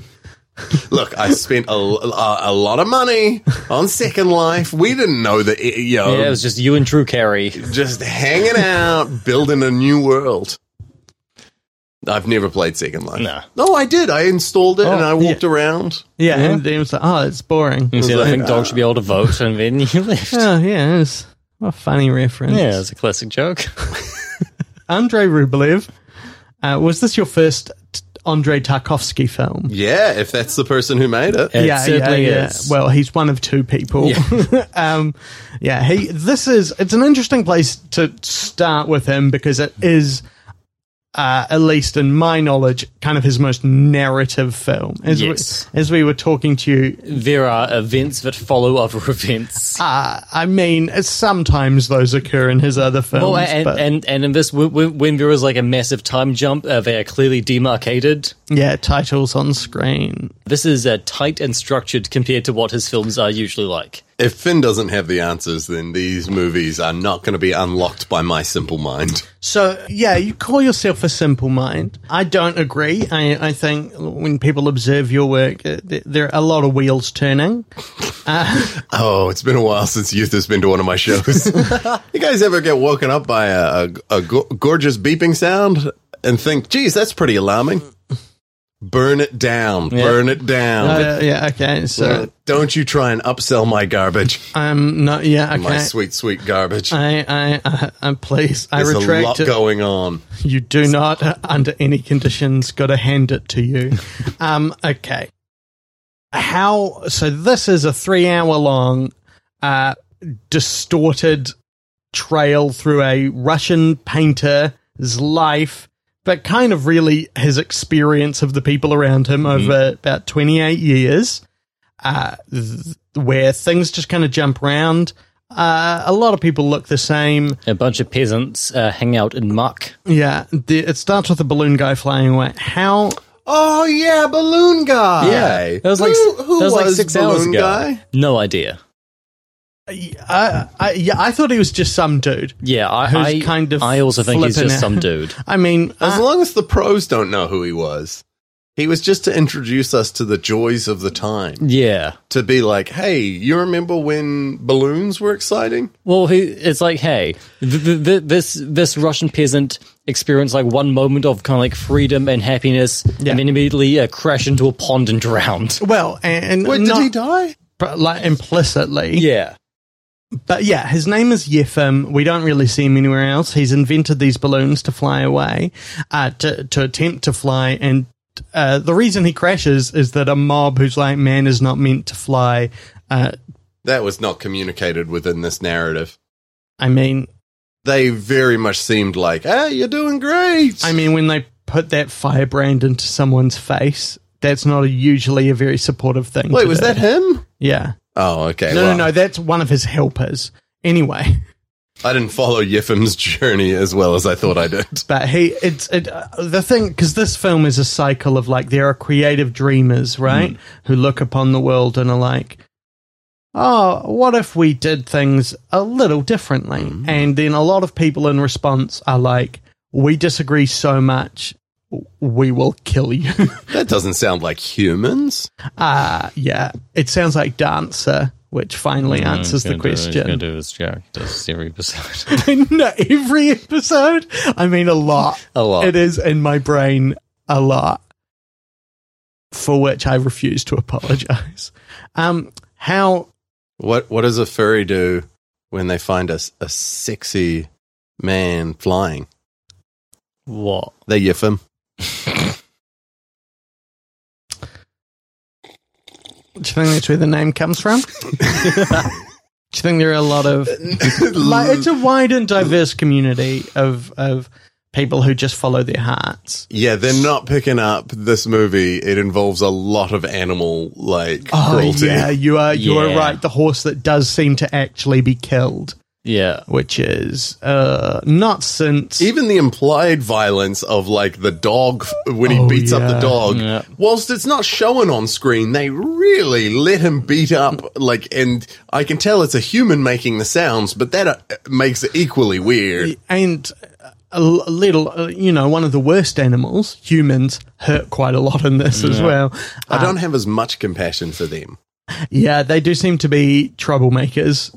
Speaker 5: Look, I spent a, a, a lot of money on Second Life. We didn't know that, it, you know,
Speaker 2: Yeah, it was just you and Drew Carey.
Speaker 5: just hanging out, building a new world. I've never played Second Life.
Speaker 2: No.
Speaker 5: No, I did. I installed it
Speaker 2: Oh,
Speaker 5: and I walked around.
Speaker 4: Yeah, and then it's like, oh, it's boring.
Speaker 2: You said, I
Speaker 5: like,
Speaker 2: think dogs should be able to vote, and then you left.
Speaker 4: Oh, yeah, it's what a funny reference.
Speaker 2: Yeah, it's a classic joke.
Speaker 4: Andrei Rublev, uh, was this your first t- Andrei Tarkovsky film.
Speaker 5: Yeah, if that's the person who made it.
Speaker 2: It certainly is.
Speaker 4: Well, he's one of two people. Yeah. um, yeah, he. This is. It's an interesting place to start with him because it is, uh, at least in my knowledge, kind of his most narrative film. As
Speaker 2: Yes.
Speaker 4: We, as we were talking to you
Speaker 2: There are events that follow other events.
Speaker 4: Uh, I mean, sometimes those occur in his other films.
Speaker 2: Well, Oh, and,
Speaker 4: but
Speaker 2: and and in this, when- when, when there is like a massive time jump, uh, they are clearly demarcated.
Speaker 4: yeah, titles on screen.
Speaker 2: This is uh, tight and structured compared to what his films are usually like.
Speaker 5: If Finn doesn't have the answers, then these movies are not going to be unlocked by my simple mind.
Speaker 4: So yeah, you call yourself a simple mind. I don't agree. I, I think when people observe your work, uh, th- there are a lot of wheels turning.
Speaker 5: Oh, it's been a while since Youth has been to one of my shows. you guys ever get woken up by a, a, a go- gorgeous beeping sound and think, geez, that's pretty alarming? Burn it down. Burn it down.
Speaker 4: Uh, yeah, okay. So
Speaker 5: Don't you try and upsell my garbage,
Speaker 4: um, no, yeah,
Speaker 5: my
Speaker 4: okay.
Speaker 5: sweet, sweet garbage.
Speaker 4: I, I, I, I, please, I
Speaker 5: There's a lot
Speaker 4: retract it.
Speaker 5: going on.
Speaker 4: You do not, uh, under any conditions, got to hand it to you. um, okay. How? So this is a three-hour-long, uh, distorted trail through a Russian painter's life, but kind of really his experience of the people around him over about twenty-eight years, uh, th- where things just kind of jump around. Uh, a lot of people look the same.
Speaker 2: A bunch of peasants uh, hang out in muck.
Speaker 4: Yeah, the, it starts with a balloon guy flying away. How?
Speaker 5: Oh yeah, balloon guy.
Speaker 2: Yeah, that was like
Speaker 5: who, who
Speaker 2: that was, like
Speaker 5: was
Speaker 2: six
Speaker 5: balloon
Speaker 2: hours ago.
Speaker 5: guy?
Speaker 2: No idea.
Speaker 4: I, I, yeah, I thought he was just some dude.
Speaker 2: Yeah, I,
Speaker 4: Who's
Speaker 2: I
Speaker 4: kind of
Speaker 2: I also think he's
Speaker 4: flipping
Speaker 2: just
Speaker 4: out.
Speaker 2: some dude.
Speaker 4: I mean,
Speaker 5: As
Speaker 4: uh,
Speaker 5: long as the pros don't know who he was, he was just to introduce us to the joys of the time.
Speaker 2: Yeah.
Speaker 5: To be like, hey, you remember when balloons were exciting?
Speaker 2: Well, he, it's like, hey, th- th- th- this this Russian peasant experienced like one moment of kind of like freedom and happiness,
Speaker 4: Yeah.
Speaker 2: and then immediately uh, crashed into a pond and drowned.
Speaker 4: well, and, and
Speaker 5: Wait,
Speaker 4: not
Speaker 5: did he die?
Speaker 4: but, like implicitly,
Speaker 2: Yeah,
Speaker 4: but yeah, his name is Yefim. We don't really see him anywhere else. He's invented these balloons to fly away, uh, to to attempt to fly, and uh, the reason he crashes is that a mob who's like, man is not meant to fly. Uh,
Speaker 5: That was not communicated within this narrative.
Speaker 4: I mean,
Speaker 5: They very much seemed like, hey, you're doing great.
Speaker 4: I mean, when they put that firebrand into someone's face, that's not a, usually a very supportive thing.
Speaker 5: Wait,
Speaker 4: to
Speaker 5: was
Speaker 4: do.
Speaker 5: that him?
Speaker 4: Yeah.
Speaker 5: Oh, okay.
Speaker 4: No,
Speaker 5: well,
Speaker 4: no, no. That's one of his helpers. Anyway,
Speaker 5: I didn't follow Yefim's journey as well as I thought I did.
Speaker 4: but he, it's it, uh, the thing because this film is a cycle of like there are creative dreamers, right,
Speaker 5: Hmm.
Speaker 4: who look upon the world and are like, oh, what if we did things a little differently?
Speaker 5: Hmm.
Speaker 4: And then a lot of people in response are like, we disagree so much, w- we will kill you.
Speaker 5: That doesn't sound like humans.
Speaker 4: Ah, yeah. It sounds like Dancer, which finally answers the question.
Speaker 2: Mm, do this every episode.
Speaker 4: no, every episode. I mean, a lot.
Speaker 2: A lot.
Speaker 4: It is in my brain a lot, for which I refuse to apologize. Um, how?
Speaker 5: What what does a furry do when they find a, a sexy man flying?
Speaker 2: what?
Speaker 5: They yiff him.
Speaker 4: Do you think that's where the name comes from? do you think there are a lot of like? It's a wide and diverse community of of people who just follow their hearts.
Speaker 5: yeah, they're not picking up this movie. It involves a lot of animal like
Speaker 4: Oh
Speaker 5: cruelty.
Speaker 4: yeah, you are you
Speaker 2: Yeah.
Speaker 4: are right. The horse that does seem to actually be killed,
Speaker 2: Yeah,
Speaker 4: which is uh not since
Speaker 5: Even the implied violence of like the dog when he
Speaker 4: Oh,
Speaker 5: beats up the
Speaker 4: yeah.
Speaker 5: dog,
Speaker 2: Yeah.
Speaker 5: whilst it's not shown on screen, they really let him beat up. Like, and I can tell it's a human making the sounds, but that uh, makes it equally weird.
Speaker 4: and a l- little uh, you know one of the worst animals, humans hurt quite a lot in this as well. Uh,
Speaker 5: I don't have as much compassion for them.
Speaker 4: Yeah, they do seem to be troublemakers.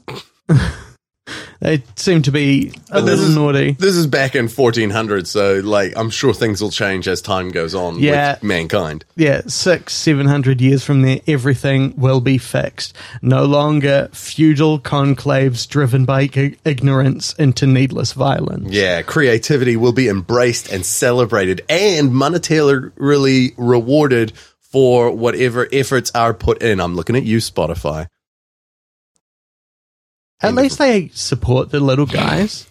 Speaker 4: It seemed to be a
Speaker 5: this
Speaker 4: little
Speaker 5: is-
Speaker 4: naughty.
Speaker 5: This is back in 1400, so like I'm sure things will change as time goes on
Speaker 4: Yeah.
Speaker 5: with mankind.
Speaker 4: Yeah, six, seven hundred years from there, everything will be fixed. No longer feudal conclaves driven by ig- ignorance into needless violence.
Speaker 5: Yeah, creativity will be embraced and celebrated and monetarily rewarded for whatever efforts are put in. I'm looking at you, Spotify.
Speaker 4: At least they support the little guys.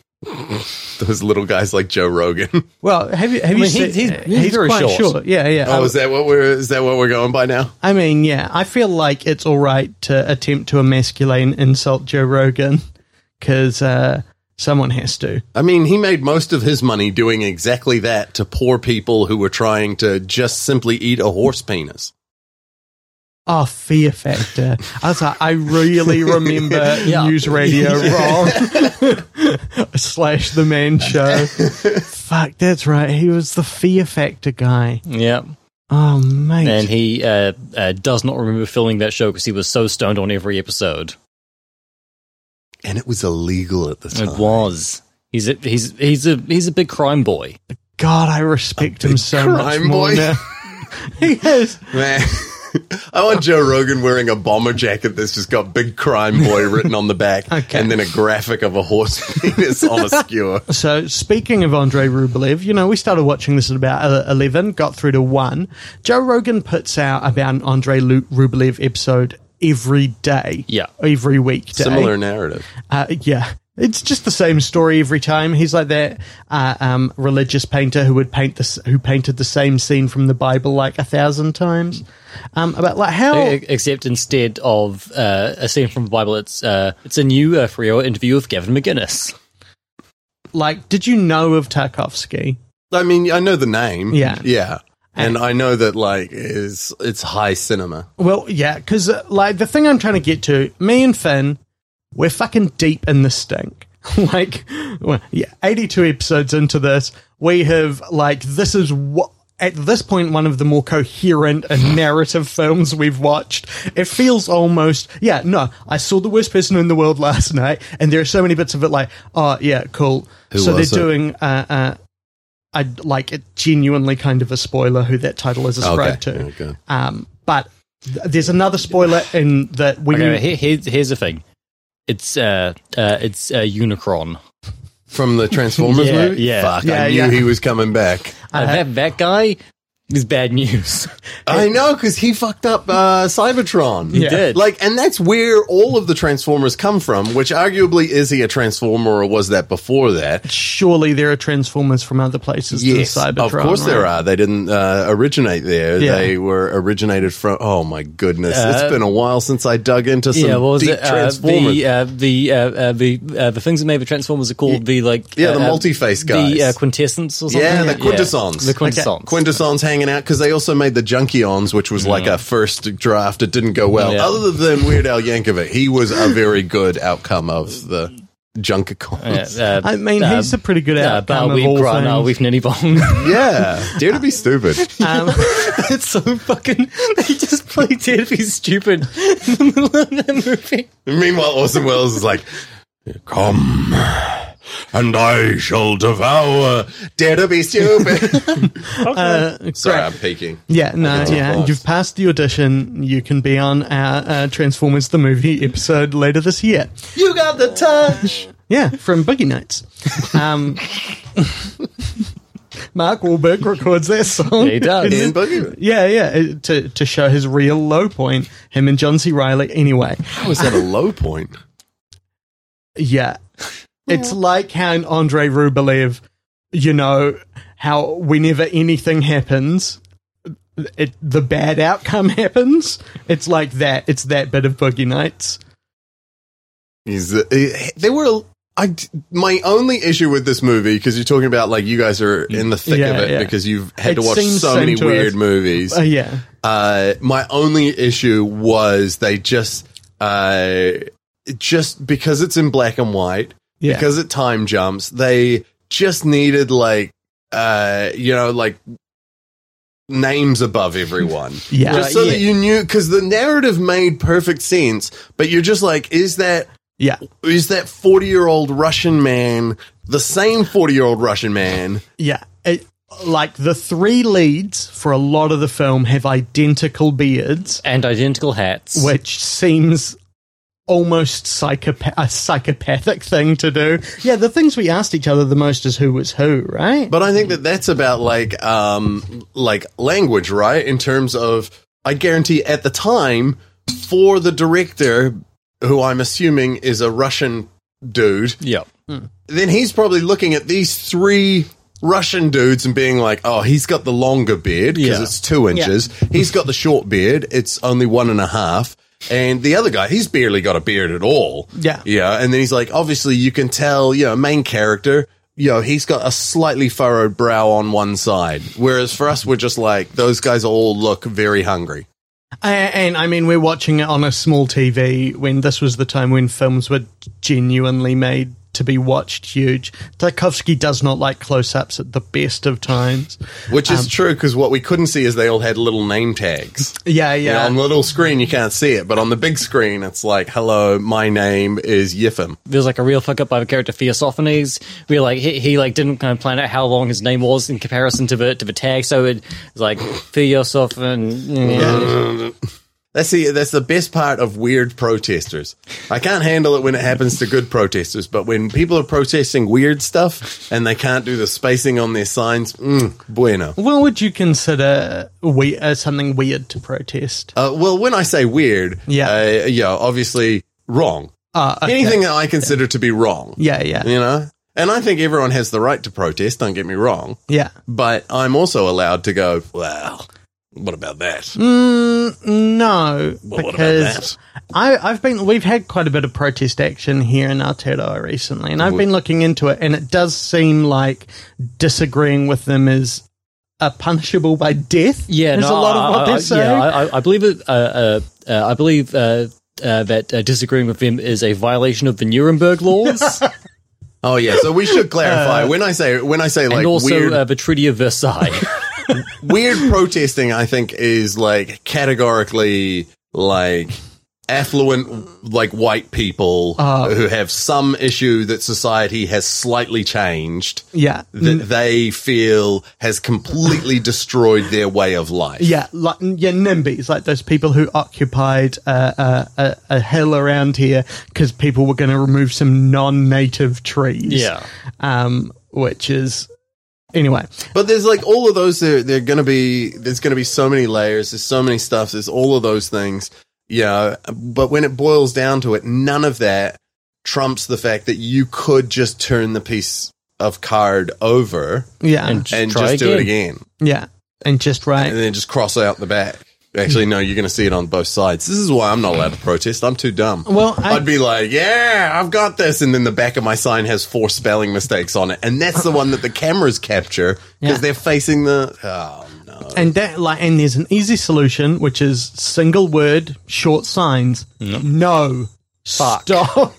Speaker 5: Those little guys like Joe Rogan.
Speaker 4: Well, have you have
Speaker 2: mean,
Speaker 4: you seen?
Speaker 2: he's- he's- he's very
Speaker 4: quite
Speaker 2: short.
Speaker 4: Yeah, yeah.
Speaker 5: Oh, is that what we're is that what we're going by now?
Speaker 4: I mean, yeah, I feel like it's all right to attempt to emasculate and insult Joe Rogan because uh, someone has to.
Speaker 5: I mean, he made most of his money doing exactly that to poor people who were trying to just simply eat a horse penis.
Speaker 4: Oh, fear factor. I was like, I really remember
Speaker 2: Yeah.
Speaker 4: news radio wrong. Slash the man show. Fuck, that's right. He was the fear factor guy.
Speaker 2: Yeah.
Speaker 4: Oh, mate.
Speaker 2: And he uh, uh, does not remember filming that show because he was so stoned on every episode.
Speaker 5: And it was illegal at the time.
Speaker 2: It was. He's a, he's he's a he's a big crime boy.
Speaker 4: God, I respect him so much
Speaker 5: crime
Speaker 4: more
Speaker 5: boy.
Speaker 4: now. he is.
Speaker 5: Man, I want Joe Rogan wearing a bomber jacket that's just got big crime boy written on the back
Speaker 4: Okay.
Speaker 5: and then a graphic of a horse penis on a skewer.
Speaker 4: So, speaking of Andrei Rublev, you know, we started watching this at about uh, 11, got through to 1. Joe Rogan puts out about an Andrei Lu- Rublev episode every day.
Speaker 2: Yeah.
Speaker 4: Every weekday.
Speaker 5: Similar narrative.
Speaker 4: Uh, yeah. It's just the same story every time. He's like that uh, um, religious painter who would paint this, who painted the same scene from the Bible like a thousand times. Um, about like how
Speaker 2: E- Except instead of uh, a scene from the Bible, it's uh, it's a new uh, three-hour interview with Gavin McGinnis.
Speaker 4: like did you know of Tarkovsky?
Speaker 5: I mean, I know the name.
Speaker 4: Yeah.
Speaker 5: Yeah. And I know that, like, is it's high cinema.
Speaker 4: Well, yeah, because uh, like the thing I'm trying to get to, me and Finn, we're fucking deep in the stink. like, well, yeah, 82 episodes into this, we have like this is what. At this point, one of the more coherent and narrative films we've watched. It feels almost, yeah, no, I saw The Worst Person in the World last night, and there are so many bits of it like, oh, yeah, cool.
Speaker 5: Who
Speaker 4: so
Speaker 5: was
Speaker 4: they're
Speaker 5: it?
Speaker 4: doing, uh, uh, I like it genuinely kind of a spoiler who that title is ascribed to.
Speaker 5: Okay.
Speaker 4: Um, but th- there's another spoiler in that we
Speaker 2: Okay, here, here, here's the thing. It's uh, uh it's uh, Unicron.
Speaker 5: From the Transformers
Speaker 2: Yeah,
Speaker 5: movie?
Speaker 2: yeah.
Speaker 5: Fuck,
Speaker 4: Yeah,
Speaker 5: I knew
Speaker 4: yeah.
Speaker 5: he was coming back.
Speaker 2: Uh, that that guy is bad news.
Speaker 5: I know, because he fucked up uh, Cybertron. He
Speaker 2: did.
Speaker 5: Like, and that's where all of the Transformers come from, which arguably is he a Transformer or was that before that?
Speaker 4: surely there are transformers from other places to the Cybertron.
Speaker 5: of course
Speaker 4: right?
Speaker 5: there are. They didn't uh, originate there.
Speaker 4: Yeah.
Speaker 5: They were originated from. Oh my goodness,
Speaker 2: Uh,
Speaker 5: it's been a while since I dug into some
Speaker 2: yeah, what was
Speaker 5: deep
Speaker 2: it? Uh,
Speaker 5: Transformers.
Speaker 2: the uh, the uh, uh, the uh, the things that made the Transformers are called the like
Speaker 5: Yeah, the
Speaker 2: uh, uh,
Speaker 5: multi-face
Speaker 2: the
Speaker 5: guys.
Speaker 2: uh, quintessence or something.
Speaker 5: Yeah, the quintessons.
Speaker 2: the quintessons.
Speaker 5: Quintessons hanging out because they also made the Junkions, which was like a first draft. It didn't go well.
Speaker 2: Yeah.
Speaker 5: Other than Weird Al Yankovic, he was a very good outcome of the Junkicons.
Speaker 2: Yeah, uh,
Speaker 4: I mean,
Speaker 2: uh,
Speaker 5: Um,
Speaker 4: he's a pretty good
Speaker 2: uh,
Speaker 4: outcome
Speaker 2: but
Speaker 4: of
Speaker 2: we've
Speaker 4: all
Speaker 2: grown up,
Speaker 4: things.
Speaker 2: we've nearly bong.
Speaker 5: Yeah, dare to be stupid.
Speaker 2: Uh,
Speaker 4: Um,
Speaker 2: it's so fucking. They just play Dare to Be Stupid in the middle of the movie.
Speaker 5: Meanwhile, Orson Welles is like, "Come." And I shall devour. Dare to be stupid.
Speaker 4: uh,
Speaker 5: Sorry,
Speaker 4: great.
Speaker 5: I'm peeking.
Speaker 4: Yeah, no,
Speaker 5: it's a
Speaker 4: yeah.
Speaker 5: boss.
Speaker 4: You've passed the audition. You can be on our uh, Transformers the movie episode later this year.
Speaker 5: You got the touch.
Speaker 4: Yeah, from Boogie Nights. Um, Mark Wahlberg records that song.
Speaker 2: He does.
Speaker 5: In Boogie.
Speaker 4: Yeah, yeah, it- to to show his real low point, him and John C. Riley. Anyway,
Speaker 5: That was at a low point.
Speaker 4: yeah, it's like how in Andre Rublev, you know, how whenever anything happens, it the bad outcome happens. It's like that. It's that bit of Boogie Nights.
Speaker 5: Is that- eh, there were I d- my only issue with this movie because you're talking about like you guys are in the thick
Speaker 4: Yeah,
Speaker 5: of it
Speaker 4: yeah.
Speaker 5: because you've had
Speaker 4: It
Speaker 5: to watch
Speaker 4: seems
Speaker 5: so
Speaker 4: same
Speaker 5: many
Speaker 4: to
Speaker 5: weird
Speaker 4: us.
Speaker 5: movies.
Speaker 4: Uh, yeah,
Speaker 5: Uh, my only issue was they just uh, just because it's in black and white
Speaker 4: yeah,
Speaker 5: because it time jumps they just needed like uh, you know like names above everyone
Speaker 4: yeah.
Speaker 5: just so
Speaker 2: yeah.
Speaker 5: that you knew because the narrative made perfect sense but you're just like is that
Speaker 4: Yeah.
Speaker 5: Is that 40 year old Russian man the same 40 year old Russian man?
Speaker 4: Yeah. It, like the three leads for a lot of the film have identical beards,
Speaker 2: and identical hats.
Speaker 4: which seems almost psychopath- a psychopathic thing to do. Yeah, the things we asked each other the most is who was who, right?
Speaker 5: But I think that that's about like, um, like language, right? In terms of, I guarantee at the time for the director, who I'm assuming is a Russian dude,
Speaker 2: yeah,
Speaker 5: then he's probably looking at these three Russian dudes and being like, oh, he's got the longer beard because
Speaker 2: Yeah.
Speaker 5: it's two inches. He's got the short beard, it's only one and a half. And the other guy, he's barely got a beard at all.
Speaker 4: Yeah.
Speaker 5: Yeah. And then he's like, obviously, you can tell, you know, main character, you know, he's got a slightly furrowed brow on one side. Whereas for us, we're just like, those guys all look very hungry.
Speaker 4: And, and I mean, we're watching it on a small TV when this was the time when films were genuinely made to be watched huge. Tarkovsky does not like close ups at the best of times.
Speaker 5: Which is true because what we couldn't see is they all had little name tags.
Speaker 4: Yeah, yeah.
Speaker 5: Yeah. on the little screen, you can't see it, but on the big screen, it's like, hello, my name is Yifim.
Speaker 2: there's like a real fuck up by the character Theosophanes. We like he, he like didn't kind of plan out how long his name was in comparison to the to the tag, so it was like Theosophan.
Speaker 5: That's the, that's the best part of weird protesters. I can't handle it when it happens to good protesters, but when people are protesting weird stuff and they can't do the spacing on their signs, mm, bueno.
Speaker 4: Well, would you consider we uh, something weird to protest?
Speaker 5: Uh, well, when I say weird,
Speaker 4: Yeah.
Speaker 5: uh, yeah, obviously wrong.
Speaker 4: Uh, okay.
Speaker 5: Anything that I consider to be wrong,
Speaker 4: Yeah, yeah,
Speaker 5: you know? And I think everyone has the right to protest, don't get me wrong,
Speaker 4: yeah.
Speaker 5: but I'm also allowed to go, well, what about that?
Speaker 4: Mm, no,
Speaker 5: Well, what about
Speaker 4: because I, I've been we've had quite a bit of protest action here in Aotearoa recently, and I've been looking into it, and it does seem like disagreeing with them is uh, punishable by death.
Speaker 2: Yeah,
Speaker 4: is
Speaker 2: no,
Speaker 4: a lot of
Speaker 2: I-
Speaker 4: what
Speaker 2: I-
Speaker 4: they're
Speaker 2: I-
Speaker 4: saying.
Speaker 2: Yeah, I- I, I believe it. Uh, uh, uh, I believe uh, uh, that uh, disagreeing with him is a violation of the Nuremberg laws
Speaker 5: Oh yeah, so we should clarify when I say when I say like
Speaker 2: Uh, and also
Speaker 5: weird
Speaker 2: uh, the Treaty of Versailles.
Speaker 5: weird protesting. I think is like categorically like affluent like white people
Speaker 2: Uh.
Speaker 5: who have some issue that society has slightly changed
Speaker 4: yeah,
Speaker 5: that
Speaker 2: Mm.
Speaker 5: they feel has completely destroyed their way of life.
Speaker 4: Yeah, like yeah, NIMBYs, like those people who occupied uh, uh, a, a hill around here because people were going to remove some non-native trees.
Speaker 2: Yeah.
Speaker 4: um, which is anyway.
Speaker 5: But there's like all of those. There, they're going to be. There's going to be so many layers. There's so many stuff. There's all of those things. Yeah. But when it boils down to it, none of that trumps the fact that you could just turn the piece of card over
Speaker 4: Yeah,
Speaker 2: And-
Speaker 5: and
Speaker 2: Try
Speaker 5: just do it again,
Speaker 4: yeah, and just
Speaker 5: and
Speaker 4: right.
Speaker 5: then just cross out the back. Actually, no, you're going to see it on both sides. This is why I'm not allowed to protest. I'm too dumb.
Speaker 4: Well, I-
Speaker 5: I'd be like, yeah, I've got this. And then the back of my sign has four spelling mistakes on it. And that's the one that the cameras capture
Speaker 4: Yeah.
Speaker 5: because they're facing the. Oh, no.
Speaker 4: And that like, and there's an easy solution, which is single word, short signs. No,
Speaker 2: Fuck.
Speaker 4: stop.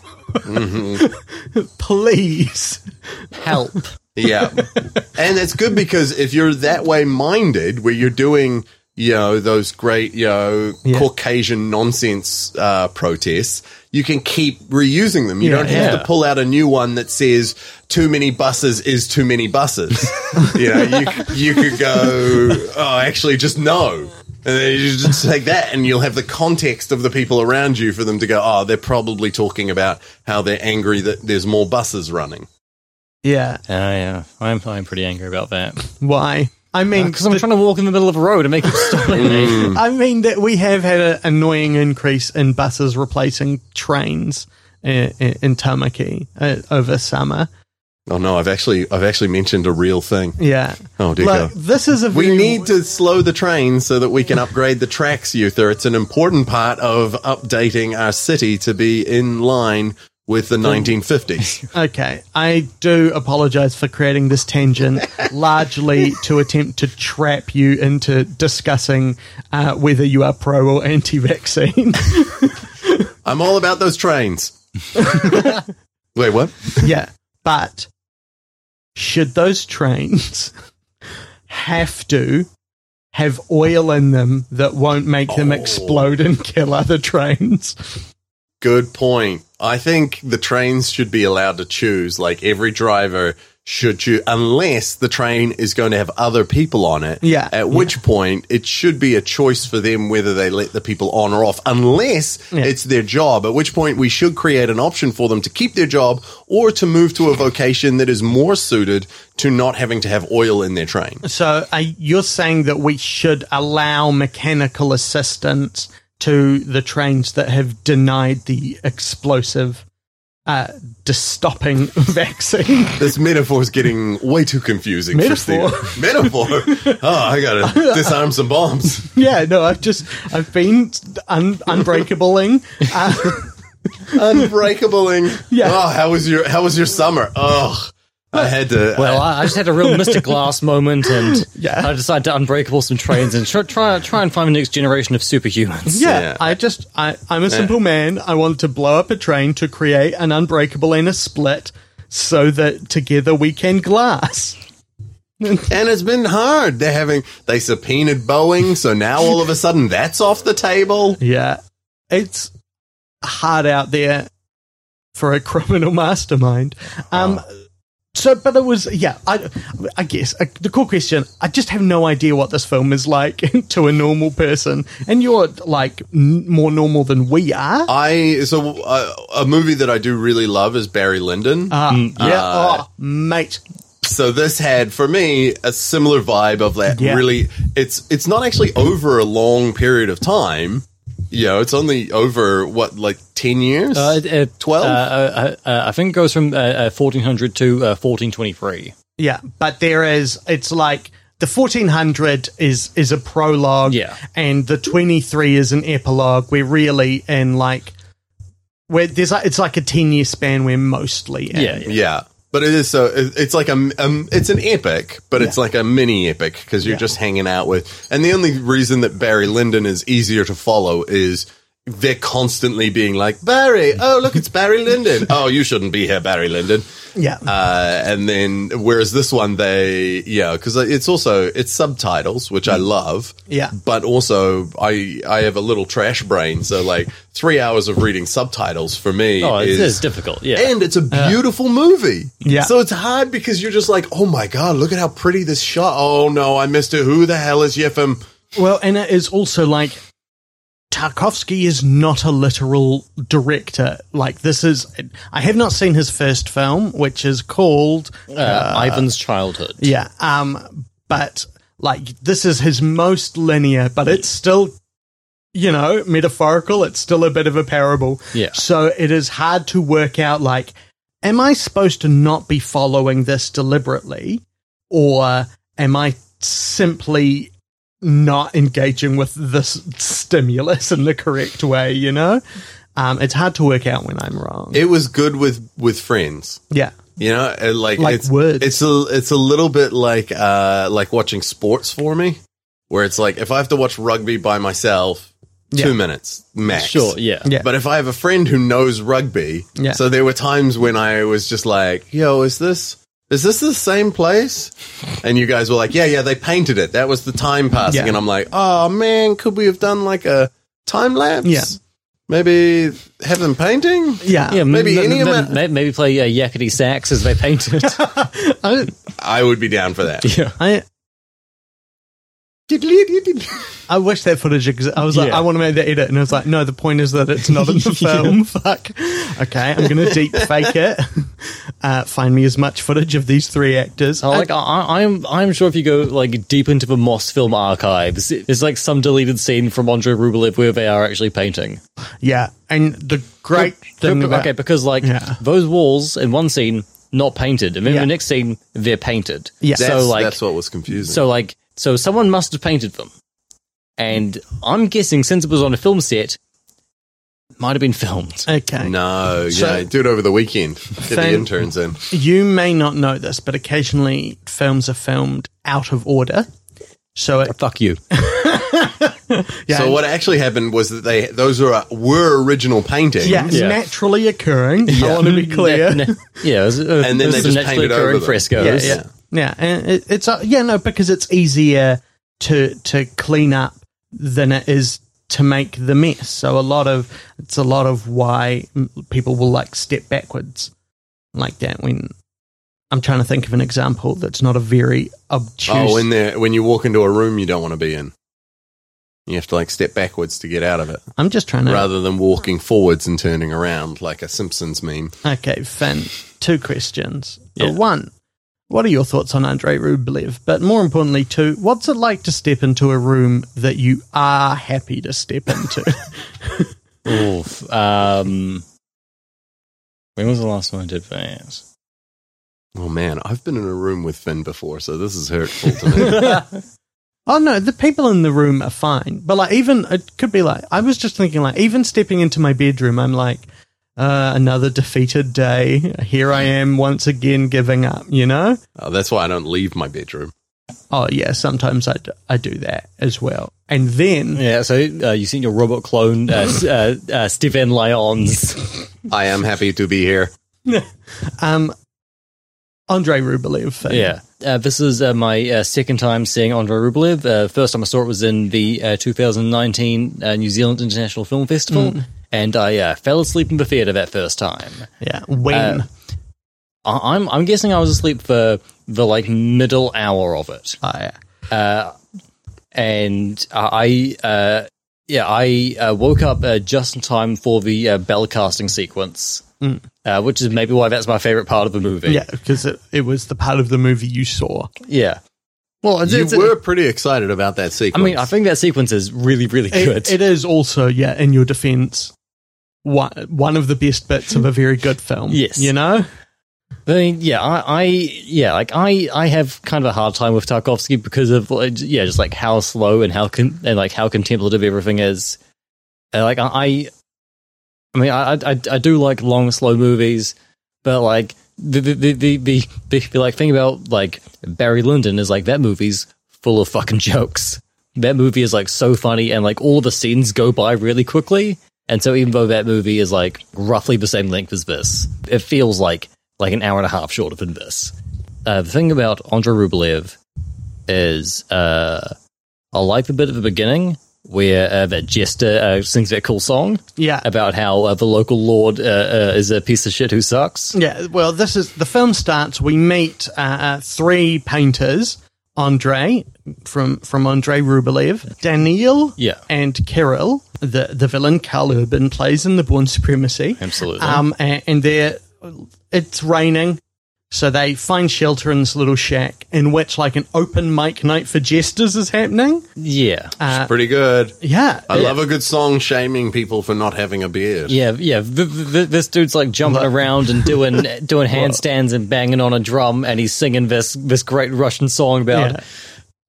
Speaker 5: Mm-hmm.
Speaker 4: Please help.
Speaker 5: Yeah. and it's good because if you're that way minded, where you're doing, you know, those great, you know,
Speaker 4: Yeah.
Speaker 5: Caucasian nonsense uh, protests, you can keep reusing them. You
Speaker 4: Yeah,
Speaker 5: don't have
Speaker 2: yeah.
Speaker 5: to pull out a new one that says too many buses is too many buses. you know, you, you could go, oh, actually, just no. And then you just take that, and you'll have the context of the people around you for them to go, oh, they're probably talking about how they're angry that there's more buses running.
Speaker 4: Yeah,
Speaker 2: Ah, yeah, I'm I'm pretty angry about that
Speaker 4: why? I mean,
Speaker 2: because I'm trying to walk in the middle of a road and make him stop at me.
Speaker 4: I mean that we have had an annoying increase in buses replacing trains in, in Tamaki uh, over summer.
Speaker 5: Oh no, I've actually I've actually mentioned a real thing.
Speaker 4: Yeah.
Speaker 5: Oh dear.
Speaker 4: Look,
Speaker 5: God.
Speaker 4: this is a
Speaker 5: we
Speaker 4: very-
Speaker 5: need to slow the train so that we can upgrade the tracks, Uther. It's an important part of updating our city to be in line with the 1950s.
Speaker 4: Okay, I do apologize for creating this tangent, largely to attempt to trap you into discussing uh, whether you are pro or anti-vaccine.
Speaker 5: I'm all about those trains. Wait, what?
Speaker 4: yeah, but should those trains have to have oil in them that won't make them explode and kill other trains?
Speaker 5: good point. I think the trains should be allowed to choose. Like every driver should choose, unless the train is going to have other people on it.
Speaker 4: Yeah.
Speaker 5: At which point, it should be a choice for them whether they let the people on or off, unless it's their job. At which point, we should create an option for them to keep their job or to move to a vocation that is more suited to not having to have oil in their train.
Speaker 4: So uh, you're saying that we should allow mechanical assistance to the trains that have denied the explosive, uh, stopping vaccine.
Speaker 5: This metaphor is getting way too confusing.
Speaker 4: Metaphor?
Speaker 5: For Steve. metaphor. Oh, I gotta disarm some bombs.
Speaker 4: yeah, no, I've just I've been un- unbreakabling. Uh,
Speaker 5: Unbreakabling.
Speaker 4: Yeah.
Speaker 5: Oh, how was your How was your summer? Oh, I had to.
Speaker 2: Well, I, I just had a real Mr. Glass moment, and
Speaker 4: Yeah.
Speaker 2: I decided to unbreakable some trains and try, try try and find the next generation of superhumans.
Speaker 4: yeah,
Speaker 5: Yeah.
Speaker 4: I just I I'm a simple man. I wanted to blow up a train to create an unbreakable and a split, so that together we can glass.
Speaker 5: and it's been hard. They're having they subpoenaed Boeing, so now all of a sudden that's off the table.
Speaker 4: Yeah. It's hard out there for a criminal mastermind. Um, So, but it was, yeah, I, I guess uh, the cool question I just have no idea what this film is like to a normal person. And you're like n- more normal than we are.
Speaker 5: I so uh, a movie that I do really love is Barry Lyndon.
Speaker 4: Uh, yeah. oh, mate.
Speaker 5: so this had for me a similar vibe of that
Speaker 4: Yeah.
Speaker 5: really it's it's not actually over a long period of time you know it's only over what like 10 years
Speaker 2: Uh, it- it-
Speaker 5: 12?
Speaker 2: Uh, uh, uh, I think it goes from uh, uh, 1400 to uh, 1423.
Speaker 4: Yeah, but there is. It's like the fourteen hundred is is a prologue.
Speaker 2: Yeah.
Speaker 4: and the twenty three is an epilogue. We're really in like where there's like, it's like a ten year span. We're mostly in.
Speaker 2: Yeah,
Speaker 5: yeah but it is so it- it's like a um, it's an epic but it's like a mini epic because you're just hanging out with and the only reason that barry lyndon is easier to follow is they're constantly being like barry oh look it's barry lyndon oh you shouldn't be here barry lyndon
Speaker 4: yeah.
Speaker 5: uh, and then whereas this one they yeah because it's also it's subtitles which
Speaker 2: Mm.
Speaker 5: i love
Speaker 4: Yeah.
Speaker 5: but also i i have a little trash brain so like three hours of reading subtitles for me
Speaker 2: Oh, it
Speaker 5: is,
Speaker 2: is, difficult. Yeah.
Speaker 5: and it's a beautiful movie
Speaker 4: Yeah.
Speaker 5: so it's hard because you're just like oh my god look at how pretty this shot oh no i missed it who the hell is yefim
Speaker 4: well, and it is also like Tarkovsky is not a literal director. Like this is, I have not seen his first film, which is called
Speaker 2: uh, Ivan's childhood.
Speaker 4: Yeah. Um, but like this is his most linear, but it's still, you know, metaphorical. It's still a bit of a parable.
Speaker 2: Yeah.
Speaker 4: So it is hard to work out like, am I supposed to not be following this deliberately, or am I simply not engaging with this stimulus in the correct way? You know, um, it's hard to work out when I'm wrong.
Speaker 5: it was good with with friends
Speaker 4: yeah.
Speaker 5: you know and like,
Speaker 4: Like
Speaker 5: it's
Speaker 4: words.
Speaker 5: it's a it's a little bit like uh like watching sports for me where it's like if i have to watch rugby by myself
Speaker 4: Yeah.
Speaker 5: two minutes max
Speaker 2: Sure, yeah.
Speaker 4: Yeah.
Speaker 5: but if i have a friend who knows rugby
Speaker 4: Yeah.
Speaker 5: so there were times when i was just like yo is this is this the same place? And you guys were like, yeah, yeah, they painted it. That was the time passing.
Speaker 4: Yeah.
Speaker 5: And I'm like, oh man, could we have done like a time lapse?
Speaker 4: Yeah.
Speaker 5: Maybe have them painting?
Speaker 4: Yeah.
Speaker 2: Yeah,
Speaker 5: Maybe
Speaker 2: m-
Speaker 5: any
Speaker 2: m-
Speaker 5: amount-
Speaker 2: m- maybe play uh, Yakety Sax as they paint it.
Speaker 4: I,
Speaker 5: I would be down for that.
Speaker 2: yeah.
Speaker 4: I, I wish that footage existed. I was like,
Speaker 2: Yeah.
Speaker 4: I want to make that edit, and I was like, no. The point is that it's not in the film. Fuck. Okay, I'm gonna deep fake it. Uh, find me as much footage of these three actors.
Speaker 2: Oh, like I, I- I'm, I'm sure if you go like deep into the Moss film archives, there's like some deleted scene from Andre Rublev where they are actually painting.
Speaker 4: yeah, and the great thing.
Speaker 2: Okay,
Speaker 4: about-
Speaker 2: okay, because like
Speaker 4: Yeah.
Speaker 2: those walls in one scene not painted, and then
Speaker 4: Yeah.
Speaker 2: the next scene they're painted.
Speaker 4: Yeah.
Speaker 5: That's,
Speaker 2: so like
Speaker 5: that's what was confusing.
Speaker 2: so like so someone must have painted them, and I'm guessing since it was on a film set, might have been filmed.
Speaker 4: okay.
Speaker 5: No,
Speaker 4: So-
Speaker 5: yeah, do it over the weekend. Get the
Speaker 4: Thank-
Speaker 5: interns in.
Speaker 4: You may not know this, but occasionally films are filmed out of order. So it,
Speaker 2: Fuck you.
Speaker 4: yeah,
Speaker 5: So what actually happened was that they those were were original paintings,
Speaker 4: Yeah, it's
Speaker 2: Yeah.
Speaker 4: naturally occurring. I want to be clear.
Speaker 2: Ne- ne- yeah, it was, uh,
Speaker 5: And then
Speaker 2: this
Speaker 5: they
Speaker 2: is
Speaker 5: just
Speaker 2: a naturally
Speaker 5: painted over
Speaker 2: occurring
Speaker 5: them.
Speaker 2: frescoes.
Speaker 4: Yeah, yeah, yeah. And it, it's uh, yeah, no, because it's easier to to clean up than it is to make the mess. So a lot of it's a lot of why m- people will like step backwards like that when I'm trying to think of an example that's not a very obtuse.
Speaker 5: Oh, in there when you walk into a room you don't want to be in. You have to like step backwards to get out of it,
Speaker 4: I'm just trying to
Speaker 5: rather than walking forwards and turning around like a Simpsons meme.
Speaker 4: Okay, Finn, two questions.
Speaker 5: Yeah.
Speaker 4: Uh, One, what are your thoughts on Andrei Rublev? But more importantly, two, what's it like to step into a room that you are happy to step into?
Speaker 2: Oof. Um, when was the last one I did that?
Speaker 5: Oh man, I've been in a room with Finn before, so this is hurtful to me.
Speaker 4: oh no, the people in the room are fine. But like, even it could be like, I was just thinking like, even stepping into my bedroom, I'm like, uh, another defeated day. Here I am once again giving up. You know?
Speaker 5: oh, that's why I don't leave my bedroom.
Speaker 4: Oh yeah, sometimes I d- I do that as well. And then
Speaker 2: Yeah, so uh, you've seen your robot clone, uh, s- uh, uh, Stephen Lyons.
Speaker 5: I am happy to be here.
Speaker 4: um, Andre Rublev. Finn.
Speaker 2: Yeah. Uh, this is uh, my uh, second time seeing Andrei Rublev. Uh, first time I saw it was in the uh, 2019 uh, New Zealand International Film Festival,
Speaker 4: Hmm.
Speaker 2: and I uh, fell asleep in the theatre that first time.
Speaker 4: Yeah. When?
Speaker 2: Um, I- I'm I'm guessing I was asleep for the like middle hour of it. Uh,
Speaker 4: Ah, yeah.
Speaker 2: and uh, I, uh, yeah, I uh, woke up uh, just in time for the uh, bell casting sequence, uh, which is maybe why that's my favorite part of the movie.
Speaker 4: Hmm. Yeah, because it, it was the part of the movie you saw.
Speaker 2: yeah. Well, it's,
Speaker 5: You
Speaker 2: it's-
Speaker 5: were pretty excited about that
Speaker 2: I
Speaker 5: sequence.
Speaker 2: mean, I think that sequence is really, really good.
Speaker 4: It, it is also, yeah, in your defense, one, one of the best bits of a very good film.
Speaker 2: Yes.
Speaker 4: You know?
Speaker 2: I mean, yeah, I, I, yeah, like I, I have kind of a hard time with Tarkovsky because of, like, yeah, just like how slow and how con- and like how contemplative everything is. And, like I, I, I mean, I, I, I do like long, slow movies, but like the the the the, the, the, the like thing about like Barry Lyndon is like that movie's full of fucking jokes. That movie is like so funny, and like all the scenes go by really quickly. And so, even though that movie is like roughly the same length as this, it feels like like an hour and a half shorter than this. Uh, the thing about Andre Rublev is uh, I like the bit at the beginning where uh, that jester uh, sings that cool song
Speaker 4: Yeah.
Speaker 2: about how uh, the local lord uh, uh, is a piece of shit who sucks.
Speaker 4: Yeah, well, this is the film starts. We meet uh, uh, three painters Andre from, from Andre Rublev, Daniel,
Speaker 2: Yeah.
Speaker 4: and Kirill. The, the villain Carl Urban plays in The Born Supremacy.
Speaker 2: Absolutely.
Speaker 4: Um, and, and they're it's raining, so they find shelter in this little shack in which like an open mic night for jesters is happening.
Speaker 2: yeah.
Speaker 4: uh,
Speaker 5: It's pretty good.
Speaker 4: Yeah,
Speaker 5: I love a good song shaming people for not having a beard.
Speaker 2: yeah, yeah. Th- th- th- this dude's like jumping around and doing doing handstands and banging on a drum, and he's singing this this great Russian song about
Speaker 4: Yeah.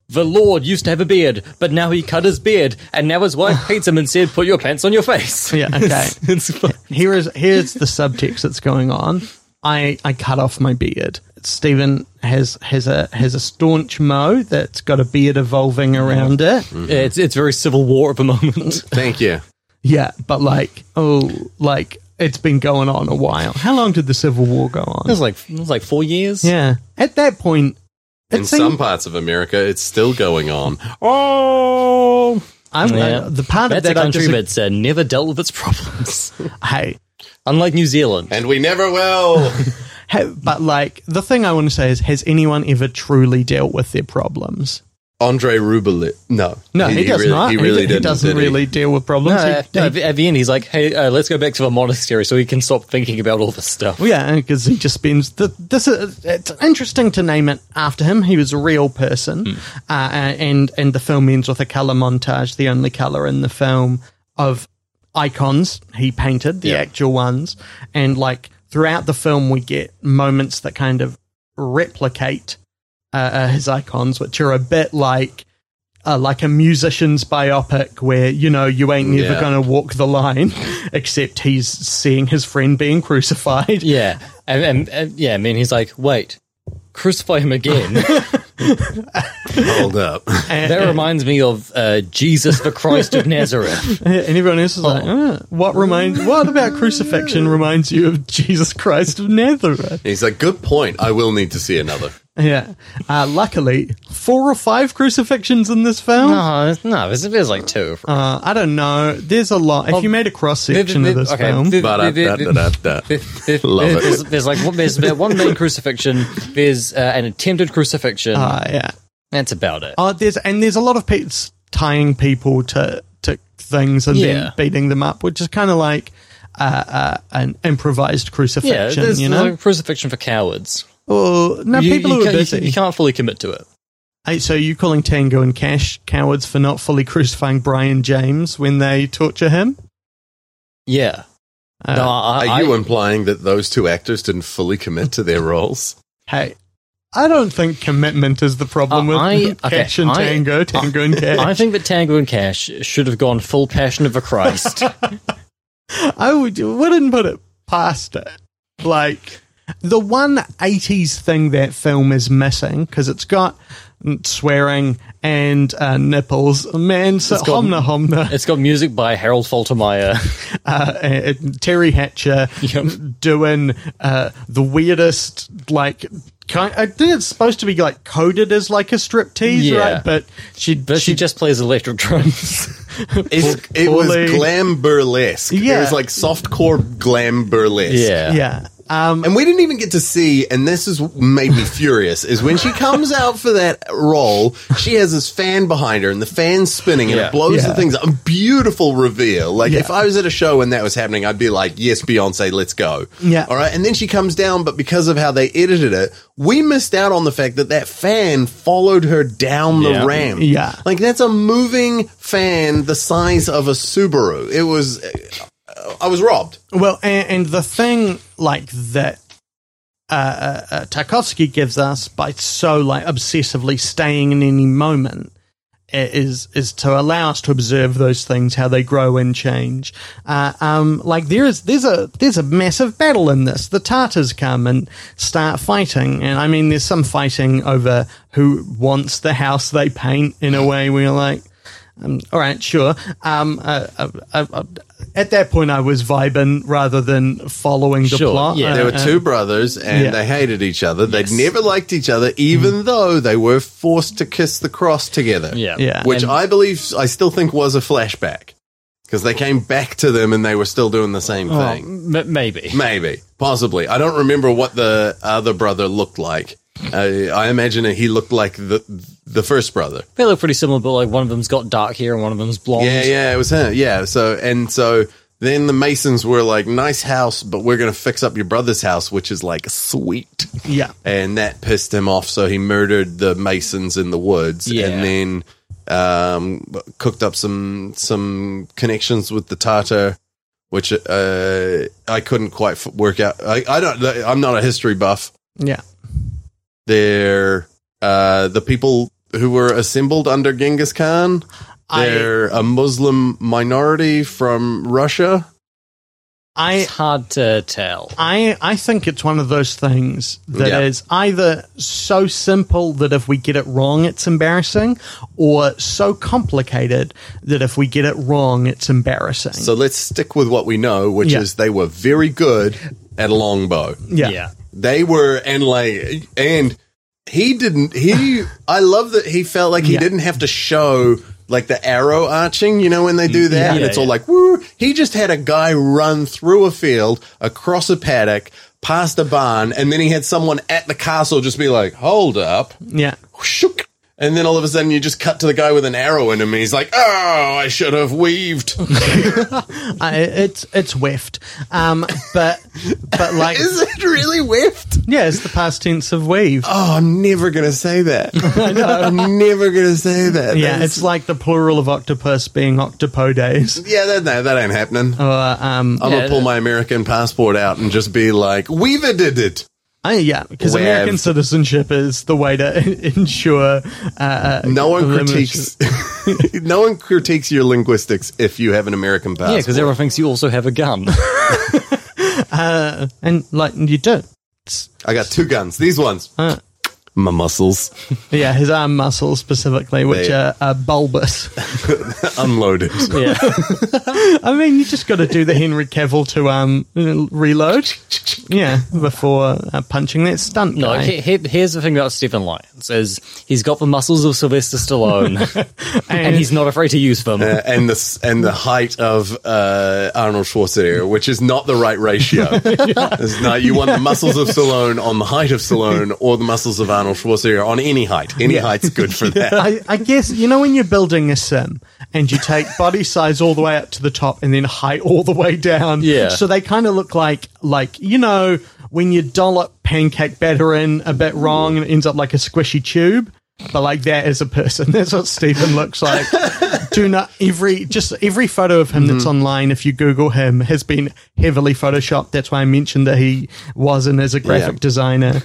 Speaker 2: the Lord used to have a beard, but now he cut his beard, and now his wife hates him and said, "Put your pants on your face."
Speaker 4: Yeah, okay.
Speaker 2: It's fu-
Speaker 4: here is here's the subtext that's going on. I, I cut off my beard. Stephen has has a has a staunch mo that's got a beard evolving around it.
Speaker 2: it's it's very civil war at the moment.
Speaker 5: Thank you.
Speaker 4: Yeah, but like oh, like it's been going on a while. How long did the Civil War go
Speaker 2: It
Speaker 4: on?
Speaker 2: was like it was like four years.
Speaker 4: Yeah, at that point, it
Speaker 5: In
Speaker 4: seemed-
Speaker 5: some parts of America, it's still going on.
Speaker 2: Oh,
Speaker 4: I'm,
Speaker 2: yeah.
Speaker 4: uh, the part
Speaker 2: that's
Speaker 4: of that
Speaker 2: a
Speaker 4: I
Speaker 2: country
Speaker 4: disag-
Speaker 2: that's uh, never dealt with its problems,
Speaker 4: hey,
Speaker 2: unlike New Zealand.
Speaker 5: And we never will.
Speaker 4: ha- but like the thing I want to say is, has anyone ever truly dealt with their problems?
Speaker 5: Andre Rublev. No.
Speaker 4: No, he, does
Speaker 5: really,
Speaker 4: not.
Speaker 5: He really
Speaker 4: he,
Speaker 5: didn't.
Speaker 4: doesn't
Speaker 5: did he?
Speaker 4: really deal with problems.
Speaker 2: No, uh,
Speaker 4: he,
Speaker 2: no, at, the- at the end, he's like, "Hey, uh, let's go back to the monastery so he can stop thinking about all this stuff."
Speaker 4: Well, yeah, because he just spends. The, this is, it's interesting to name it after him. He was a real person, uh, and and the film ends with a color montage, the only color in the film of icons he painted, the
Speaker 2: Yeah.
Speaker 4: actual ones, and like throughout the film we get moments that kind of replicate uh, uh, his icons, which are a bit like. Uh, like a musician's biopic where you know you ain't never
Speaker 5: Yeah.
Speaker 4: gonna walk the line except he's seeing his friend being crucified
Speaker 2: Yeah, and, and, and yeah, I mean, he's like, "Wait, crucify him again."
Speaker 5: Hold up.
Speaker 2: that reminds me of uh, Jesus the Christ of Nazareth.
Speaker 4: And everyone else is like,
Speaker 2: Oh.
Speaker 4: "Uh, what reminds? What about crucifixion reminds you of Jesus Christ of Nazareth?
Speaker 5: He's like, good point. I will need to see another.
Speaker 4: Yeah. Uh, luckily, four or five crucifixions in this film.
Speaker 2: No, it's- no, it feels like two. for-
Speaker 4: Uh, I don't know. There's a lot. If
Speaker 2: Oh,
Speaker 4: you made a cross section of this film,
Speaker 5: uh, Ba-da-da-da-da-da. Love it.
Speaker 2: There's, there's like one- there's one main crucifixion. There's uh, an attempted crucifixion.
Speaker 4: uh, yeah.
Speaker 2: That's about it.
Speaker 4: Uh, there's and there's a lot of pe- tying people to to things and
Speaker 2: Yeah.
Speaker 4: then beating them up, which is kind of like uh, uh, an improvised
Speaker 2: yeah,
Speaker 4: crucifixion.
Speaker 2: there's
Speaker 4: you know,
Speaker 2: like crucifixion for cowards.
Speaker 4: or no
Speaker 2: You-
Speaker 4: people
Speaker 2: you
Speaker 4: who are
Speaker 2: can't- you
Speaker 4: busy.
Speaker 2: can't- You, can't fully commit to it.
Speaker 4: Hey, so you calling Tango and Cash cowards for not fully crucifying Brian James when they torture him?
Speaker 2: Yeah.
Speaker 4: Uh,
Speaker 2: no, I,
Speaker 5: Are
Speaker 2: I-
Speaker 5: you implying that those two actors didn't fully commit to their roles?
Speaker 4: Hey, I don't think commitment is the problem
Speaker 2: Uh,
Speaker 4: with
Speaker 2: I-
Speaker 4: Cash
Speaker 2: okay,
Speaker 4: and
Speaker 2: I-
Speaker 4: Tango, Tango and Cash.
Speaker 2: I think that Tango and Cash should have gone full Passion of the Christ.
Speaker 4: I would, wouldn't put it past it. Like the one eighties thing that film is missing because it's got mm, swearing and uh, nipples. Man, so
Speaker 2: got-
Speaker 4: homna homna.
Speaker 2: it's got music by Harold Faltermeyer.
Speaker 4: Uh, and Terry Hatcher
Speaker 2: Yep.
Speaker 4: doing uh, the weirdest like. Kind, I think it's supposed to be like coded as like a striptease,
Speaker 2: Yeah.
Speaker 4: right? But she,
Speaker 2: But she just plays electric drums.
Speaker 5: It's, it was
Speaker 4: fully-
Speaker 5: glam burlesque. It
Speaker 4: Yeah.
Speaker 5: was like softcore glam burlesque.
Speaker 2: yeah.
Speaker 4: yeah. Uh,
Speaker 5: And we didn't even get to see, and this is what made me furious, is when she comes out for that role, she has this fan behind her, and the fan's spinning, and
Speaker 2: Yeah.
Speaker 5: it blows
Speaker 4: Yeah.
Speaker 5: the things. A beautiful reveal. Like
Speaker 4: Yeah.
Speaker 5: if I was at a show and that was happening, I'd be like, "Yes, Beyonce, let's go."
Speaker 4: Yeah.
Speaker 5: All right. And then she comes down, but because of how they edited it, we missed out on the fact that that fan followed her down
Speaker 2: Yeah.
Speaker 5: the ramp.
Speaker 4: Yeah.
Speaker 5: Like that's a moving fan the size of a Subaru. It was. uh, I was robbed.
Speaker 4: Well, and, and the thing like that uh, uh, uh, Tarkovsky gives us by so like obsessively staying in any moment i- is is to allow us to observe those things how they grow and change. Uh, um, like there is there's a there's a massive battle in this. The Tartars come and start fighting, and I mean there's some fighting over who wants the house they paint in a way where you're like. Um, all right, sure. Um, uh, uh, uh, uh, at that point, I was vibing rather than following the
Speaker 2: Sure,
Speaker 4: plot.
Speaker 2: yeah.
Speaker 4: Uh,
Speaker 5: There were
Speaker 4: uh,
Speaker 5: two brothers and
Speaker 4: yeah.
Speaker 5: they hated each other. They'd never liked each other, even though they were forced to kiss the cross together.
Speaker 2: Yeah.
Speaker 4: Yeah.
Speaker 5: Which
Speaker 2: And-
Speaker 5: I believe, I still think was a flashback because they came back to them and they were still doing the same thing.
Speaker 2: M- maybe.
Speaker 5: Maybe, possibly. I don't remember what the other brother looked like. Uh, I imagine he looked like the the first brother.
Speaker 2: They look pretty similar, but like one of them's got dark hair and one of them's blonde.
Speaker 5: Yeah, yeah, it was him. Yeah, so and so then the Masons were like, "Nice house, but we're going to fix up your brother's house, which is like sweet."
Speaker 4: Yeah.
Speaker 5: and that pissed him off. So he murdered the masons in the woods,
Speaker 2: Yeah.
Speaker 5: and then um, cooked up some some connections with the Tatar, which uh, I couldn't quite f- work out. I, I don't. I'm not a history buff.
Speaker 4: Yeah.
Speaker 5: They're uh, the people who were assembled under Genghis Khan.
Speaker 4: I,
Speaker 5: They're a Muslim minority from Russia.
Speaker 4: I,
Speaker 2: It's hard to tell.
Speaker 4: I, I think it's one of those things that is
Speaker 5: Yeah.
Speaker 4: either so simple that if we get it wrong, it's embarrassing, or so complicated that if we get it wrong, it's embarrassing.
Speaker 5: So let's stick with what we know, which
Speaker 4: Yeah.
Speaker 5: is they were very good at longbow.
Speaker 4: yeah.
Speaker 5: they were and like and he didn't he i love that he felt like he
Speaker 4: Yeah.
Speaker 5: didn't have to show like the arrow arching you know when they do that and
Speaker 2: Yeah,
Speaker 5: it's
Speaker 2: yeah.
Speaker 5: all like woo he just had a guy run through a field across a paddock past a barn and then he had someone at the castle just be like hold up
Speaker 4: Yeah.
Speaker 5: shook and then all of a sudden you just cut to the guy with an arrow in him and he's like oh i should have weaved
Speaker 4: I, it's, it's whiffed. Um, but, but like,
Speaker 5: is it really whiffed
Speaker 4: yeah, it's the past tense of weave.
Speaker 5: oh i'm never gonna say that i'm never gonna say that
Speaker 4: Yeah,
Speaker 5: That's-
Speaker 4: it's like the plural of octopus being octopodes.
Speaker 5: Yeah, that, that, that ain't happening.
Speaker 4: Or um,
Speaker 5: I'm
Speaker 2: Yeah,
Speaker 5: gonna pull
Speaker 2: that-
Speaker 5: my American passport out and just be like, "Weaver did it."
Speaker 4: I, yeah, because
Speaker 5: Wev.
Speaker 4: American citizenship is the way to ensure. Uh,
Speaker 5: No one
Speaker 4: elimination.
Speaker 5: critiques. no one critiques your linguistics if you have an American passport.
Speaker 2: Yeah, because everyone thinks you also have a gun.
Speaker 4: and like you do.
Speaker 5: I got two guns. These ones. My muscles
Speaker 4: Yeah, his arm muscles specifically, which
Speaker 5: They-
Speaker 4: are, are bulbous.
Speaker 5: unloaded.
Speaker 2: Yeah.
Speaker 4: I mean, you just got to do the Henry Cavill to um reload. Yeah, before uh, punching that stunt
Speaker 2: No,
Speaker 4: guy.
Speaker 2: he, he, here's the thing about Stephen Lyons is he's got the muscles of Sylvester Stallone, and he's not afraid to use them.
Speaker 5: Uh, and the s- and the height of uh, Arnold Schwarzenegger, which is not the right ratio. It's not- you want the muscles of Stallone on the height of Stallone, or the muscles of Arnold Schwarzenegger on any height. Any height's good for that.
Speaker 4: I, I guess you know when you're building a sim and you take body size all the way up to the top and then height all the way down.
Speaker 2: Yeah.
Speaker 4: So they kind of look like like you know when you dollop pancake batter in a bit wrong and it ends up like a squishy tube. But like that as a person, that's what Stephen looks like. Do not every just every photo of him that's online, if you Google him, has been heavily photoshopped. That's why I mentioned that he wasn't as a graphic
Speaker 5: Yeah.
Speaker 4: designer.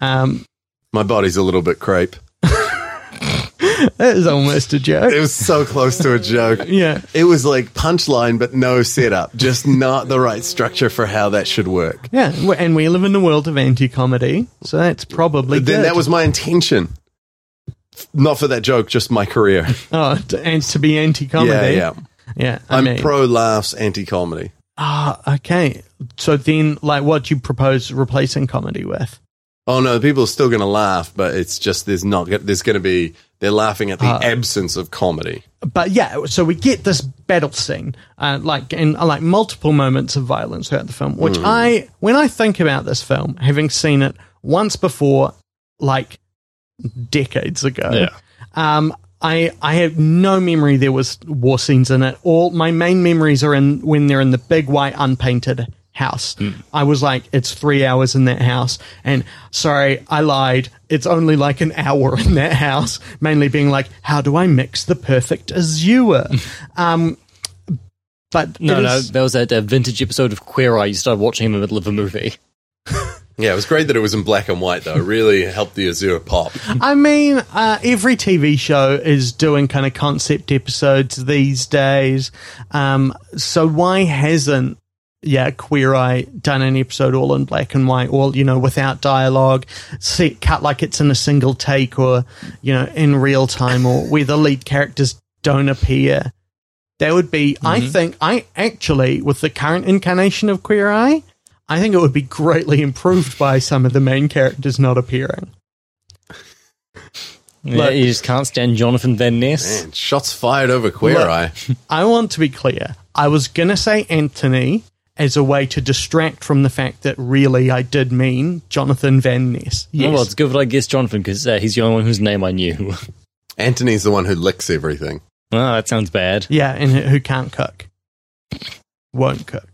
Speaker 4: Um,
Speaker 5: My body's a little bit crepe.
Speaker 4: that is almost a
Speaker 5: It
Speaker 4: joke.
Speaker 5: was so close to a joke.
Speaker 4: Yeah.
Speaker 5: It was like punchline, but no setup. Just not the right structure for how that should work.
Speaker 4: Yeah, w- and we live in the world of anti-comedy, so that's probably
Speaker 5: Then
Speaker 4: good.
Speaker 5: that was my intention. Not for that joke, just my career.
Speaker 4: oh, t- and to be
Speaker 5: Yeah,
Speaker 4: anti-comedy.
Speaker 5: yeah.
Speaker 4: Yeah, I
Speaker 5: I'm
Speaker 4: mean,
Speaker 5: pro laughs, anti comedy.
Speaker 4: ah, okay. So then, like, what do you propose replacing comedy with?
Speaker 5: Oh no, people are still going to laugh, but it's just there's not go- there's going to be they're laughing at the
Speaker 4: Ah.
Speaker 5: absence of comedy.
Speaker 4: But yeah, so we get this battle scene, uh, like, and uh, like multiple moments of violence throughout the film.
Speaker 5: Hmm.
Speaker 4: Which I, when I think about this film, having seen it once before, like decades ago,
Speaker 2: Yeah.
Speaker 4: Um, I I have no memory there was war scenes in it. All my main memories are in when they're in the big white unpainted house.
Speaker 2: Hmm.
Speaker 4: I was like, it's three hours in that house, and sorry, I lied. It's only like an hour in that house, mainly being like, how do I mix the perfect azure? um, but
Speaker 2: No,
Speaker 4: it
Speaker 2: no,
Speaker 4: is-
Speaker 2: there was that, that vintage episode of Queer Eye. You started watching in the middle of a movie.
Speaker 5: Yeah, it was great that it was in black and white though. It really helped the Azure pop.
Speaker 4: I mean, uh, every TV show is doing kind of concept episodes these days. Um, so why hasn't yeah Queer Eye done an episode all in black and white, all you know, without dialogue, set cut like it's in a single take, or you know, in real time, or where the lead characters don't appear? That would be, I think, I actually with the current incarnation of Queer Eye. I think it would be greatly improved by some of the main characters not appearing.
Speaker 2: Yeah, you just can't stand Jonathan Van Ness.
Speaker 5: Man, shots fired over Queer
Speaker 4: Look.
Speaker 5: Eye.
Speaker 4: I want to be clear. I was going to say Anthony as a way to distract from the fact that really I did mean Jonathan Van Ness.
Speaker 2: Oh,
Speaker 4: Yes.
Speaker 2: well, it's good that I guessed Jonathan because uh, he's the only one whose name I knew.
Speaker 5: Anthony's the one who licks everything.
Speaker 2: oh, that sounds bad.
Speaker 4: yeah, and who who can't cook. Won't cook.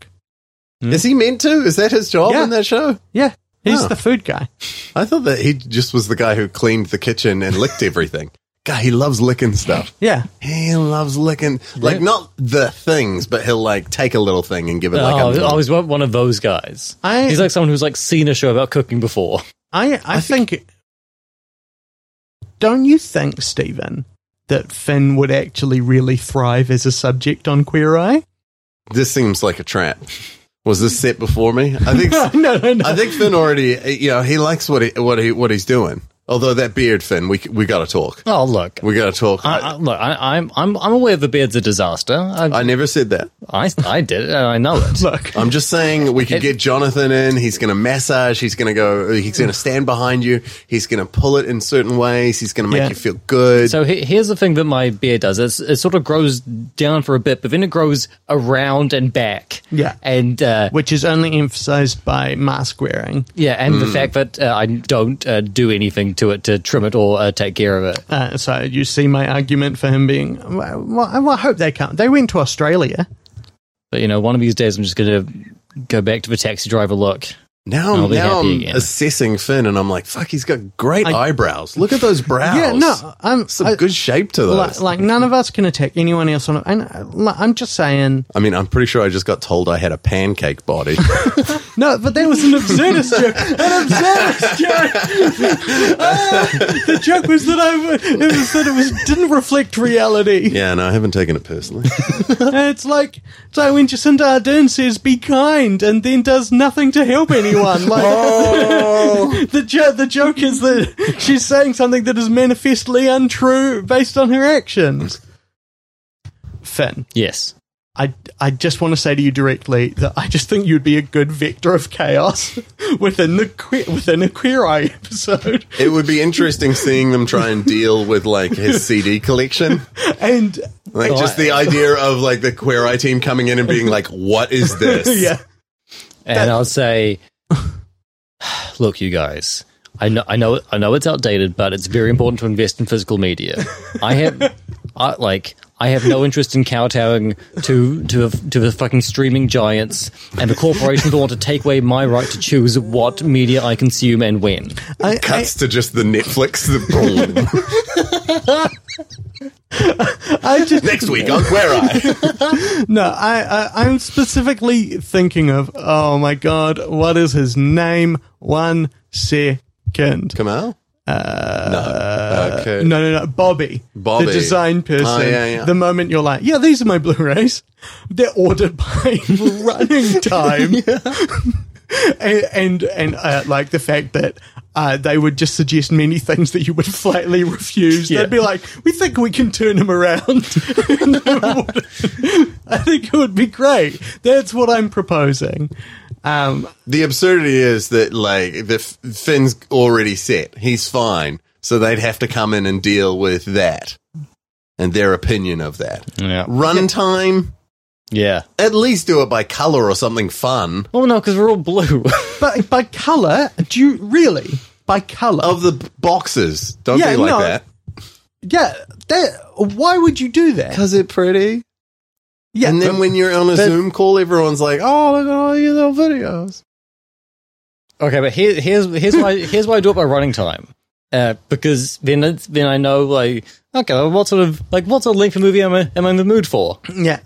Speaker 5: Is he meant to? Is that his job
Speaker 4: Hmm? Yeah.
Speaker 5: in that show?
Speaker 4: Yeah. He's
Speaker 5: Oh.
Speaker 4: the food guy.
Speaker 5: I thought that he just was the guy who cleaned the kitchen and licked everything. God, he loves licking stuff.
Speaker 4: Yeah.
Speaker 5: He loves licking like not the things, but he'll like take a little thing and give it
Speaker 2: Oh,
Speaker 5: like a
Speaker 2: I was one one of those guys.
Speaker 4: I-
Speaker 2: he's like someone who's like seen a show about cooking before.
Speaker 4: I, I, think, Don't you think, Stephen, that Finn would actually really thrive as a subject on Queer Eye?
Speaker 5: this seems like a trap. Was this set before me? I think
Speaker 4: no, no, no.
Speaker 5: I think Finn already, you know, he likes what he what he what he's doing. Although that beard, Finn, we we got to talk.
Speaker 2: Oh, look.
Speaker 5: We got to talk.
Speaker 2: I,
Speaker 4: Uh,
Speaker 5: I,
Speaker 2: I, look, I, I'm I'm I'm aware the beard's a disaster. I,
Speaker 5: I never said that.
Speaker 2: I I did it. and I know it.
Speaker 4: Look.
Speaker 5: I'm just saying we could
Speaker 2: It-
Speaker 5: get Jonathan in. He's going to massage. He's going to go. He's going to stand behind you. He's going to pull it in certain ways. He's going to make
Speaker 4: Yeah.
Speaker 5: you feel good.
Speaker 2: So he- here's the thing that my beard does. It's, it sort of grows down for a bit, but then it grows around and back.
Speaker 4: Yeah.
Speaker 2: And uh,
Speaker 4: Which is only emphasized by mask wearing.
Speaker 2: yeah, and the fact that uh, I don't uh, do anything to it to trim it or uh, take care of it.
Speaker 4: Uh, so you see my argument for him being. Well, well, I hope they come. They went to Australia.
Speaker 2: But you know, one of these days I'm just going to go back to the taxi driver look.
Speaker 5: now,
Speaker 2: I'll
Speaker 5: I'm
Speaker 2: be
Speaker 5: now
Speaker 2: happy
Speaker 5: I'm
Speaker 2: again.
Speaker 5: assessing Finn, and I'm like, fuck, he's got great eyebrows. Look at those brows.
Speaker 4: Yeah, no, I'm
Speaker 5: some
Speaker 4: I-
Speaker 5: good shape to
Speaker 4: Like,
Speaker 5: those.
Speaker 4: like none of us can attack anyone else on it. And uh, like, I'm just saying,
Speaker 5: I mean, I'm pretty sure I just got told I had a pancake body.
Speaker 4: no, but that was an absurdist joke. An absurdist joke. Ah, the joke was that I it was that it was didn't reflect reality.
Speaker 5: yeah, no, I haven't taken it personally.
Speaker 4: And it's like it's like when Jacinda Ardern says "be kind" and then does nothing to help anyone. one. Like, the jo- the joke is that she's saying something that is manifestly untrue based on her actions. Finn,
Speaker 2: Yes.
Speaker 4: I I just want to say to you directly that I just think you'd be a good vector of chaos within the que- within a Queer Eye episode.
Speaker 5: It would be interesting seeing them try and deal with like his CD collection.
Speaker 4: And
Speaker 5: Like just the idea of like the queer eye team coming in and being like, "What is this?"
Speaker 4: yeah,
Speaker 2: and I'll say, look, you guys, I know, I know, I know it's outdated, but it's very important to invest in physical media. I have, I, like, I have no interest in kowtowing to to to the fucking streaming giants and the corporations that want to take away my right to choose what media I consume and when.
Speaker 4: I, I,
Speaker 5: Cuts to just the Netflix. The
Speaker 4: I just
Speaker 5: next week on Queer Eye.
Speaker 4: No, I, I I'm specifically thinking of oh my god, what is his name? One second.
Speaker 5: Kamal. Uh, no. Okay.
Speaker 4: No, no, no, Bobby,
Speaker 5: Bobby.
Speaker 4: the design person.
Speaker 5: Oh, yeah, yeah.
Speaker 4: The moment you're like, yeah, these are my Blu-rays. They're ordered by running time, and and, and uh, like the fact that. Uh, they would just suggest many things that you would flatly refuse.
Speaker 2: Yeah.
Speaker 4: They'd be like, "We think we can turn him around." I think it would be great. That's what I'm proposing. Um,
Speaker 5: The absurdity is that like the F- Finn's already set. He's fine, so they'd have to come in and deal with that and their opinion of that.
Speaker 2: Yeah.
Speaker 5: Runtime.
Speaker 2: Yeah.
Speaker 5: At least do it by color or something fun.
Speaker 2: Well, no, because we're all blue.
Speaker 4: but by color, do you really? By color,
Speaker 5: Of the b- boxes. Don't
Speaker 4: Yeah,
Speaker 5: be like
Speaker 4: no.
Speaker 5: that.
Speaker 4: yeah. That. Why would you do that?
Speaker 5: Because it's pretty.
Speaker 4: Yeah,
Speaker 5: and then when you're on a
Speaker 2: but-
Speaker 5: Zoom call, everyone's like, oh, look at all your little videos.
Speaker 2: Okay, but here, here's here's why here's why I do it by running time, uh, because then it's, then I know like okay, well, what sort of like what sort of length of movie am I am I in the mood for?
Speaker 4: yeah,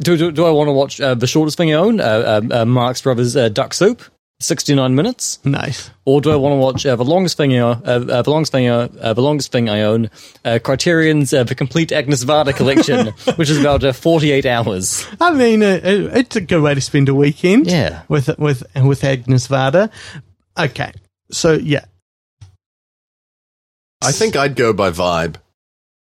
Speaker 2: Do do, do I want to watch uh, the shortest thing I own, uh, uh, uh, Marx Brothers uh, Duck Soup, sixty nine minutes,
Speaker 4: nice.
Speaker 2: or do I want to watch uh, the longest thing I uh, uh, the longest thing I, uh, the longest thing I own, uh, Criterion's uh, the complete Agnes Varda collection, which is about uh, forty eight hours.
Speaker 4: I mean, uh, uh, it's a good way to spend a weekend.
Speaker 2: Yeah.
Speaker 4: with with with Agnes Varda. Okay, so yeah,
Speaker 5: I think I'd go by vibe.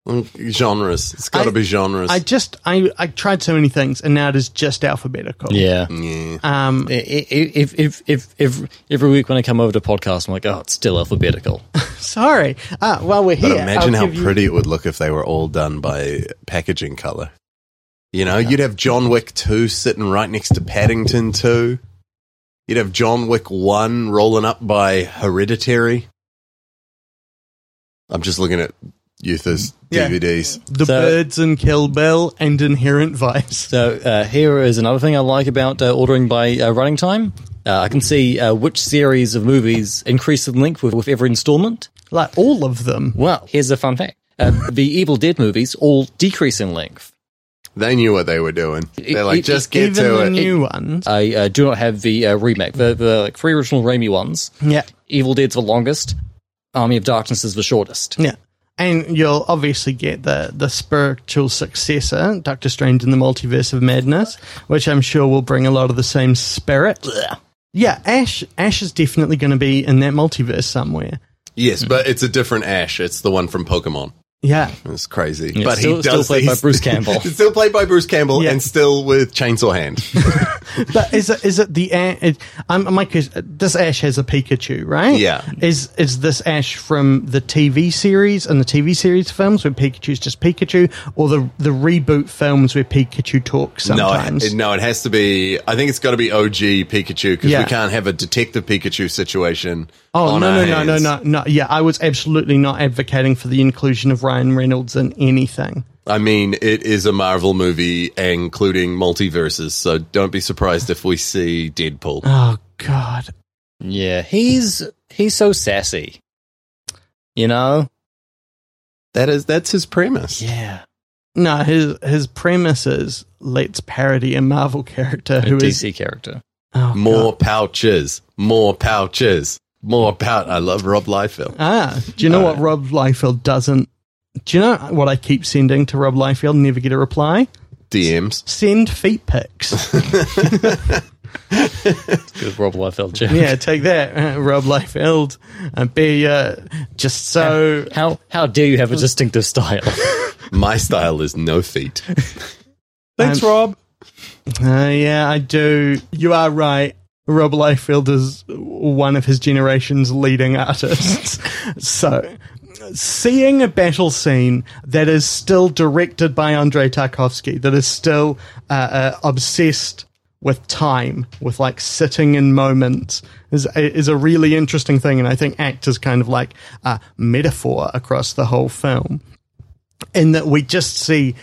Speaker 5: Mm, Genres. It's got to
Speaker 4: I-
Speaker 5: be genres.
Speaker 4: I just I I tried so many things, and now it is just alphabetical.
Speaker 2: Yeah.
Speaker 5: yeah.
Speaker 4: Um,
Speaker 2: I- I- If if if if every week when I come over to podcast, I'm like, oh, it's still alphabetical.
Speaker 4: sorry. Ah, well, we're
Speaker 5: But
Speaker 4: here.
Speaker 5: imagine
Speaker 4: I'll
Speaker 5: how
Speaker 4: give you-
Speaker 5: pretty it would look if they were all done by packaging color. You know, you'd have John Wick 2 sitting right next to Paddington 2. You'd have John Wick 1 rolling up by Hereditary. I'm just looking at Utha's
Speaker 4: Yeah.
Speaker 5: DVDs.
Speaker 4: the
Speaker 2: So-
Speaker 4: birds in Kill Bill and Inherent Vice.
Speaker 2: So uh, here is another thing I like about uh, ordering by uh, running time. Uh, I can see uh, which series of movies increase in length with, with every installment.
Speaker 4: Like all of them.
Speaker 2: Well, here's a fun fact: uh, the Evil Dead movies all decrease in length.
Speaker 5: They knew what they were doing. They're like,
Speaker 2: it-
Speaker 5: just
Speaker 4: E-, Even
Speaker 5: get
Speaker 4: the
Speaker 5: to it.
Speaker 4: new ones.
Speaker 2: I uh, do not have the uh, remake, the, the like, three original Raimi ones.
Speaker 4: Yeah.
Speaker 2: Evil Dead's the longest. Army of Darkness is the shortest.
Speaker 4: Yeah. And you'll obviously get the, the spiritual successor, Doctor Strange in the Multiverse of Madness, which I'm sure will bring a lot of the same spirit. Yeah, Ash Ash is definitely going to be in that multiverse somewhere.
Speaker 5: Yes, but it's a different Ash. It's the one from Pokemon.
Speaker 4: Yeah,
Speaker 5: It's crazy.
Speaker 2: Yeah,
Speaker 5: but
Speaker 2: still-
Speaker 5: he
Speaker 2: still
Speaker 5: does
Speaker 2: played by
Speaker 5: these-
Speaker 2: Bruce Campbell.
Speaker 5: still played by Bruce Campbell
Speaker 4: Yeah.
Speaker 5: and still with Chainsaw Hand.
Speaker 4: but is it is it the A- it, I'm my question, this Ash has a Pikachu, right?
Speaker 5: Yeah.
Speaker 4: Is is this Ash from the TV series and the TV series films where Pikachu's just Pikachu, or the the reboot films where Pikachu talks sometimes?
Speaker 5: No, it, no, it has to be. I think it's got to be OG Pikachu because
Speaker 4: Yeah.
Speaker 5: we can't have a Detective Pikachu situation.
Speaker 4: Oh
Speaker 5: on
Speaker 4: no no
Speaker 5: our
Speaker 4: no no
Speaker 5: hands.
Speaker 4: no no! Yeah, I was absolutely not advocating for the inclusion of Ryan Reynolds in anything.
Speaker 5: I mean, it is a Marvel movie, including multiverses. So don't be surprised if we see Deadpool.
Speaker 4: Oh God!
Speaker 2: Yeah, he's he's so sassy. You know.
Speaker 5: That is that's his premise.
Speaker 2: Yeah.
Speaker 4: No, his his premise is let's parody a Marvel character
Speaker 2: A
Speaker 4: who is
Speaker 2: DC character.
Speaker 4: oh,
Speaker 5: More
Speaker 4: God.
Speaker 5: pouches, more pouches, more pout. I love Rob Liefeld.
Speaker 4: Ah, do you know what
Speaker 5: Uh,
Speaker 4: Rob Liefeld doesn't? Do you know what I keep sending to Rob Liefeld and never get a reply?
Speaker 5: DMs.
Speaker 4: Send feet pics.
Speaker 2: Good Rob Liefeld joke.
Speaker 4: Yeah, take that, uh, Rob Liefeld, and be uh, just so.
Speaker 2: How how dare you have a distinctive style?
Speaker 5: My style is no feet.
Speaker 1: Thanks,
Speaker 4: Um,
Speaker 1: Rob.
Speaker 4: Uh, yeah, I do. You are right. Rob Liefeld is one of his generation's leading artists. so, seeing a battle scene that is still directed by Andrei Tarkovsky, that is still uh, uh, obsessed with time, with like sitting in moments, is is a really interesting thing, and I think act as kind of like a metaphor across the whole film, in that we just see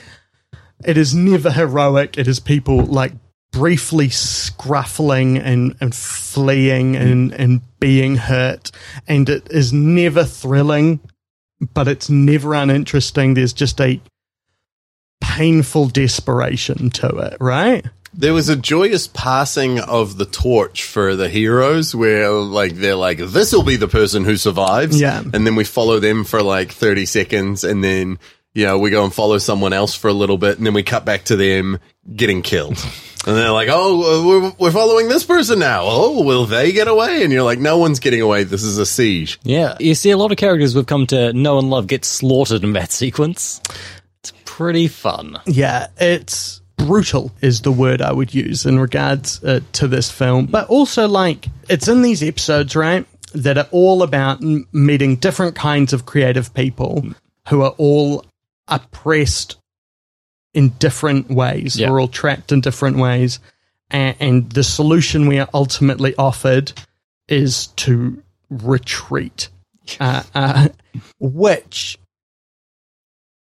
Speaker 4: it is never heroic. It is people like briefly scruffling and, and fleeing and, and being hurt. And it is never thrilling, but it's never uninteresting. There's just a painful desperation to it, right?
Speaker 5: There was a joyous passing of the torch for the heroes where like they're like, This'll be the person who survives.
Speaker 4: Yeah.
Speaker 5: And then we follow them for like thirty seconds and then you know, we go and follow someone else for a little bit and then we cut back to them getting killed. And they're like, Oh, we're, we're following this person now. Oh, will they get away? And you're like, No one's getting away. This is a siege.
Speaker 2: yeah, you see a lot of characters we've come to know and love get slaughtered in that sequence. It's pretty fun.
Speaker 4: Yeah, it's brutal is the word I would use in regards uh, to this film. But also, like, it's in these episodes, right, that are all about m- meeting different kinds of creative people who are all oppressed in different ways.
Speaker 2: Yeah.
Speaker 4: We're all trapped in different ways. And, and the solution we are ultimately offered is to retreat. Uh, uh, which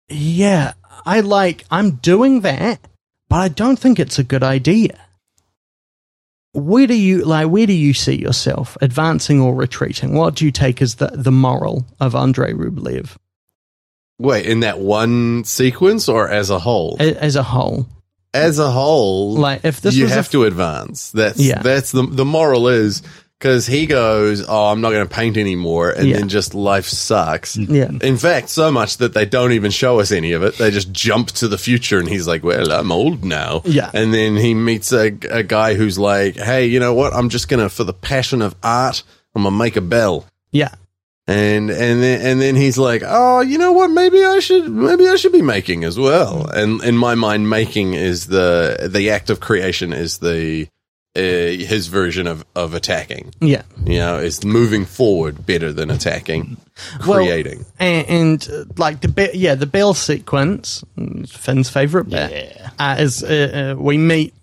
Speaker 4: yeah, I like, I'm doing that, but I don't think it's a good idea. Where do you like? Where do you see yourself advancing or retreating? What do you take as the, the moral of Andrei Rublev
Speaker 5: Wait, in that one sequence or as a whole?
Speaker 4: a- as a whole?
Speaker 5: as a whole,
Speaker 4: Like, if this
Speaker 5: you
Speaker 4: was a
Speaker 5: have
Speaker 4: f-
Speaker 5: to advance. That's
Speaker 4: Yeah.
Speaker 5: that's the the moral is because he goes, oh, I'm not going to paint anymore, and
Speaker 4: Yeah.
Speaker 5: then just life sucks.
Speaker 4: Yeah,
Speaker 5: In fact, so much that they don't even show us any of it. They just jump to the future, and he's like, "Well, I'm old now."
Speaker 4: Yeah.
Speaker 5: and then he meets a, a guy who's like, "Hey, you know what? I'm just gonna, for the passion of art, I'm gonna make a bell."
Speaker 4: yeah,
Speaker 5: and and then and then he's like, "Oh, you know what? Maybe I should maybe I should be making as well." And in my mind, making is the the act of creation is the uh, his version of of attacking.
Speaker 4: yeah.
Speaker 5: You know, it's moving forward better than attacking,
Speaker 4: Well,
Speaker 5: creating.
Speaker 4: and, and uh, like the be- yeah the bell sequence, mm, Finn's favorite bit.
Speaker 2: Yeah.
Speaker 4: uh, is uh, uh, we meet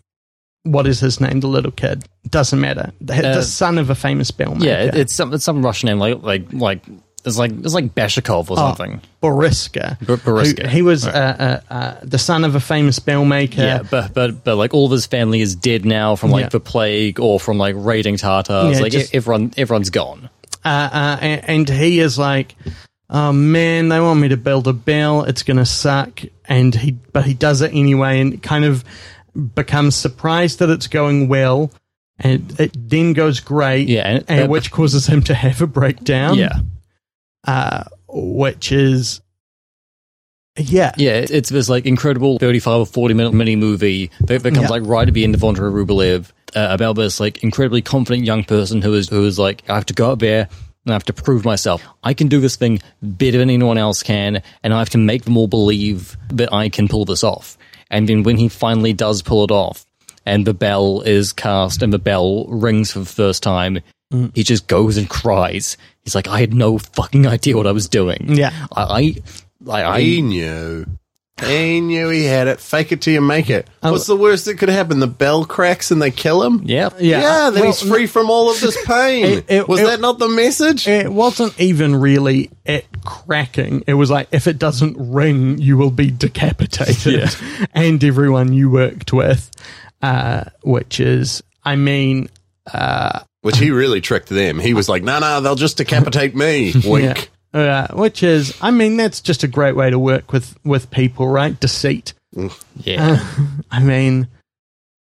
Speaker 4: what is his name, the little kid. Doesn't matter. The, the
Speaker 2: Uh,
Speaker 4: son of a famous bellman.
Speaker 2: Yeah, it- it's some it's some Russian name like like like it's like it's like Bashikov or something.
Speaker 4: Boriska.
Speaker 2: Bo- Boriska.
Speaker 4: Who- He was uh, uh, uh, the son of a famous bell maker.
Speaker 2: Yeah, but but but like all of his family is dead now from like
Speaker 4: Yeah.
Speaker 2: the plague or from like raiding Tartars.
Speaker 4: Yeah,
Speaker 2: like
Speaker 4: just-
Speaker 2: e- everyone everyone's gone.
Speaker 4: uh, uh, and, and he is like, "Oh man, they want me to build a bell. It's gonna suck." And he, but he does it anyway, and kind of becomes surprised that it's going well, and it then goes great.
Speaker 2: Yeah, and-
Speaker 4: and
Speaker 2: but-
Speaker 4: which causes him to have a breakdown.
Speaker 2: yeah,
Speaker 4: uh, which is, yeah,
Speaker 2: yeah. it- It's this like incredible thirty-five or forty-minute mini movie that becomes
Speaker 4: Yeah.
Speaker 2: like right at the end of Andrei Rublev uh, about this like incredibly confident young person who is who is like I have to go out there and I have to prove myself. I can do this thing better than anyone else can, and I have to make them all believe that I can pull this off. And then when he finally does pull it off, and the bell is cast and the bell rings for the first time. He just goes and cries. He's like, I had no fucking idea what I was doing.
Speaker 4: Yeah.
Speaker 2: I, I, I, I
Speaker 5: He knew. He knew he had it. Fake it till you make it. What's the worst that could happen? The bell cracks and they kill him.
Speaker 2: yeah,
Speaker 5: Yeah, then
Speaker 4: Well,
Speaker 5: he's free from all of this pain.
Speaker 4: It- it-
Speaker 5: Was
Speaker 4: it-
Speaker 5: that not the message?
Speaker 4: It wasn't even really it cracking. It was like, if it doesn't ring, you will be decapitated. And everyone you worked with, uh, which is, I mean,
Speaker 5: Which he really tricked them. He was like, "No, no, they'll just decapitate me." Wink.
Speaker 4: yeah, uh, which is, I mean, that's just a great way to work with, with people, right? Deceit.
Speaker 2: yeah.
Speaker 4: Uh, I mean,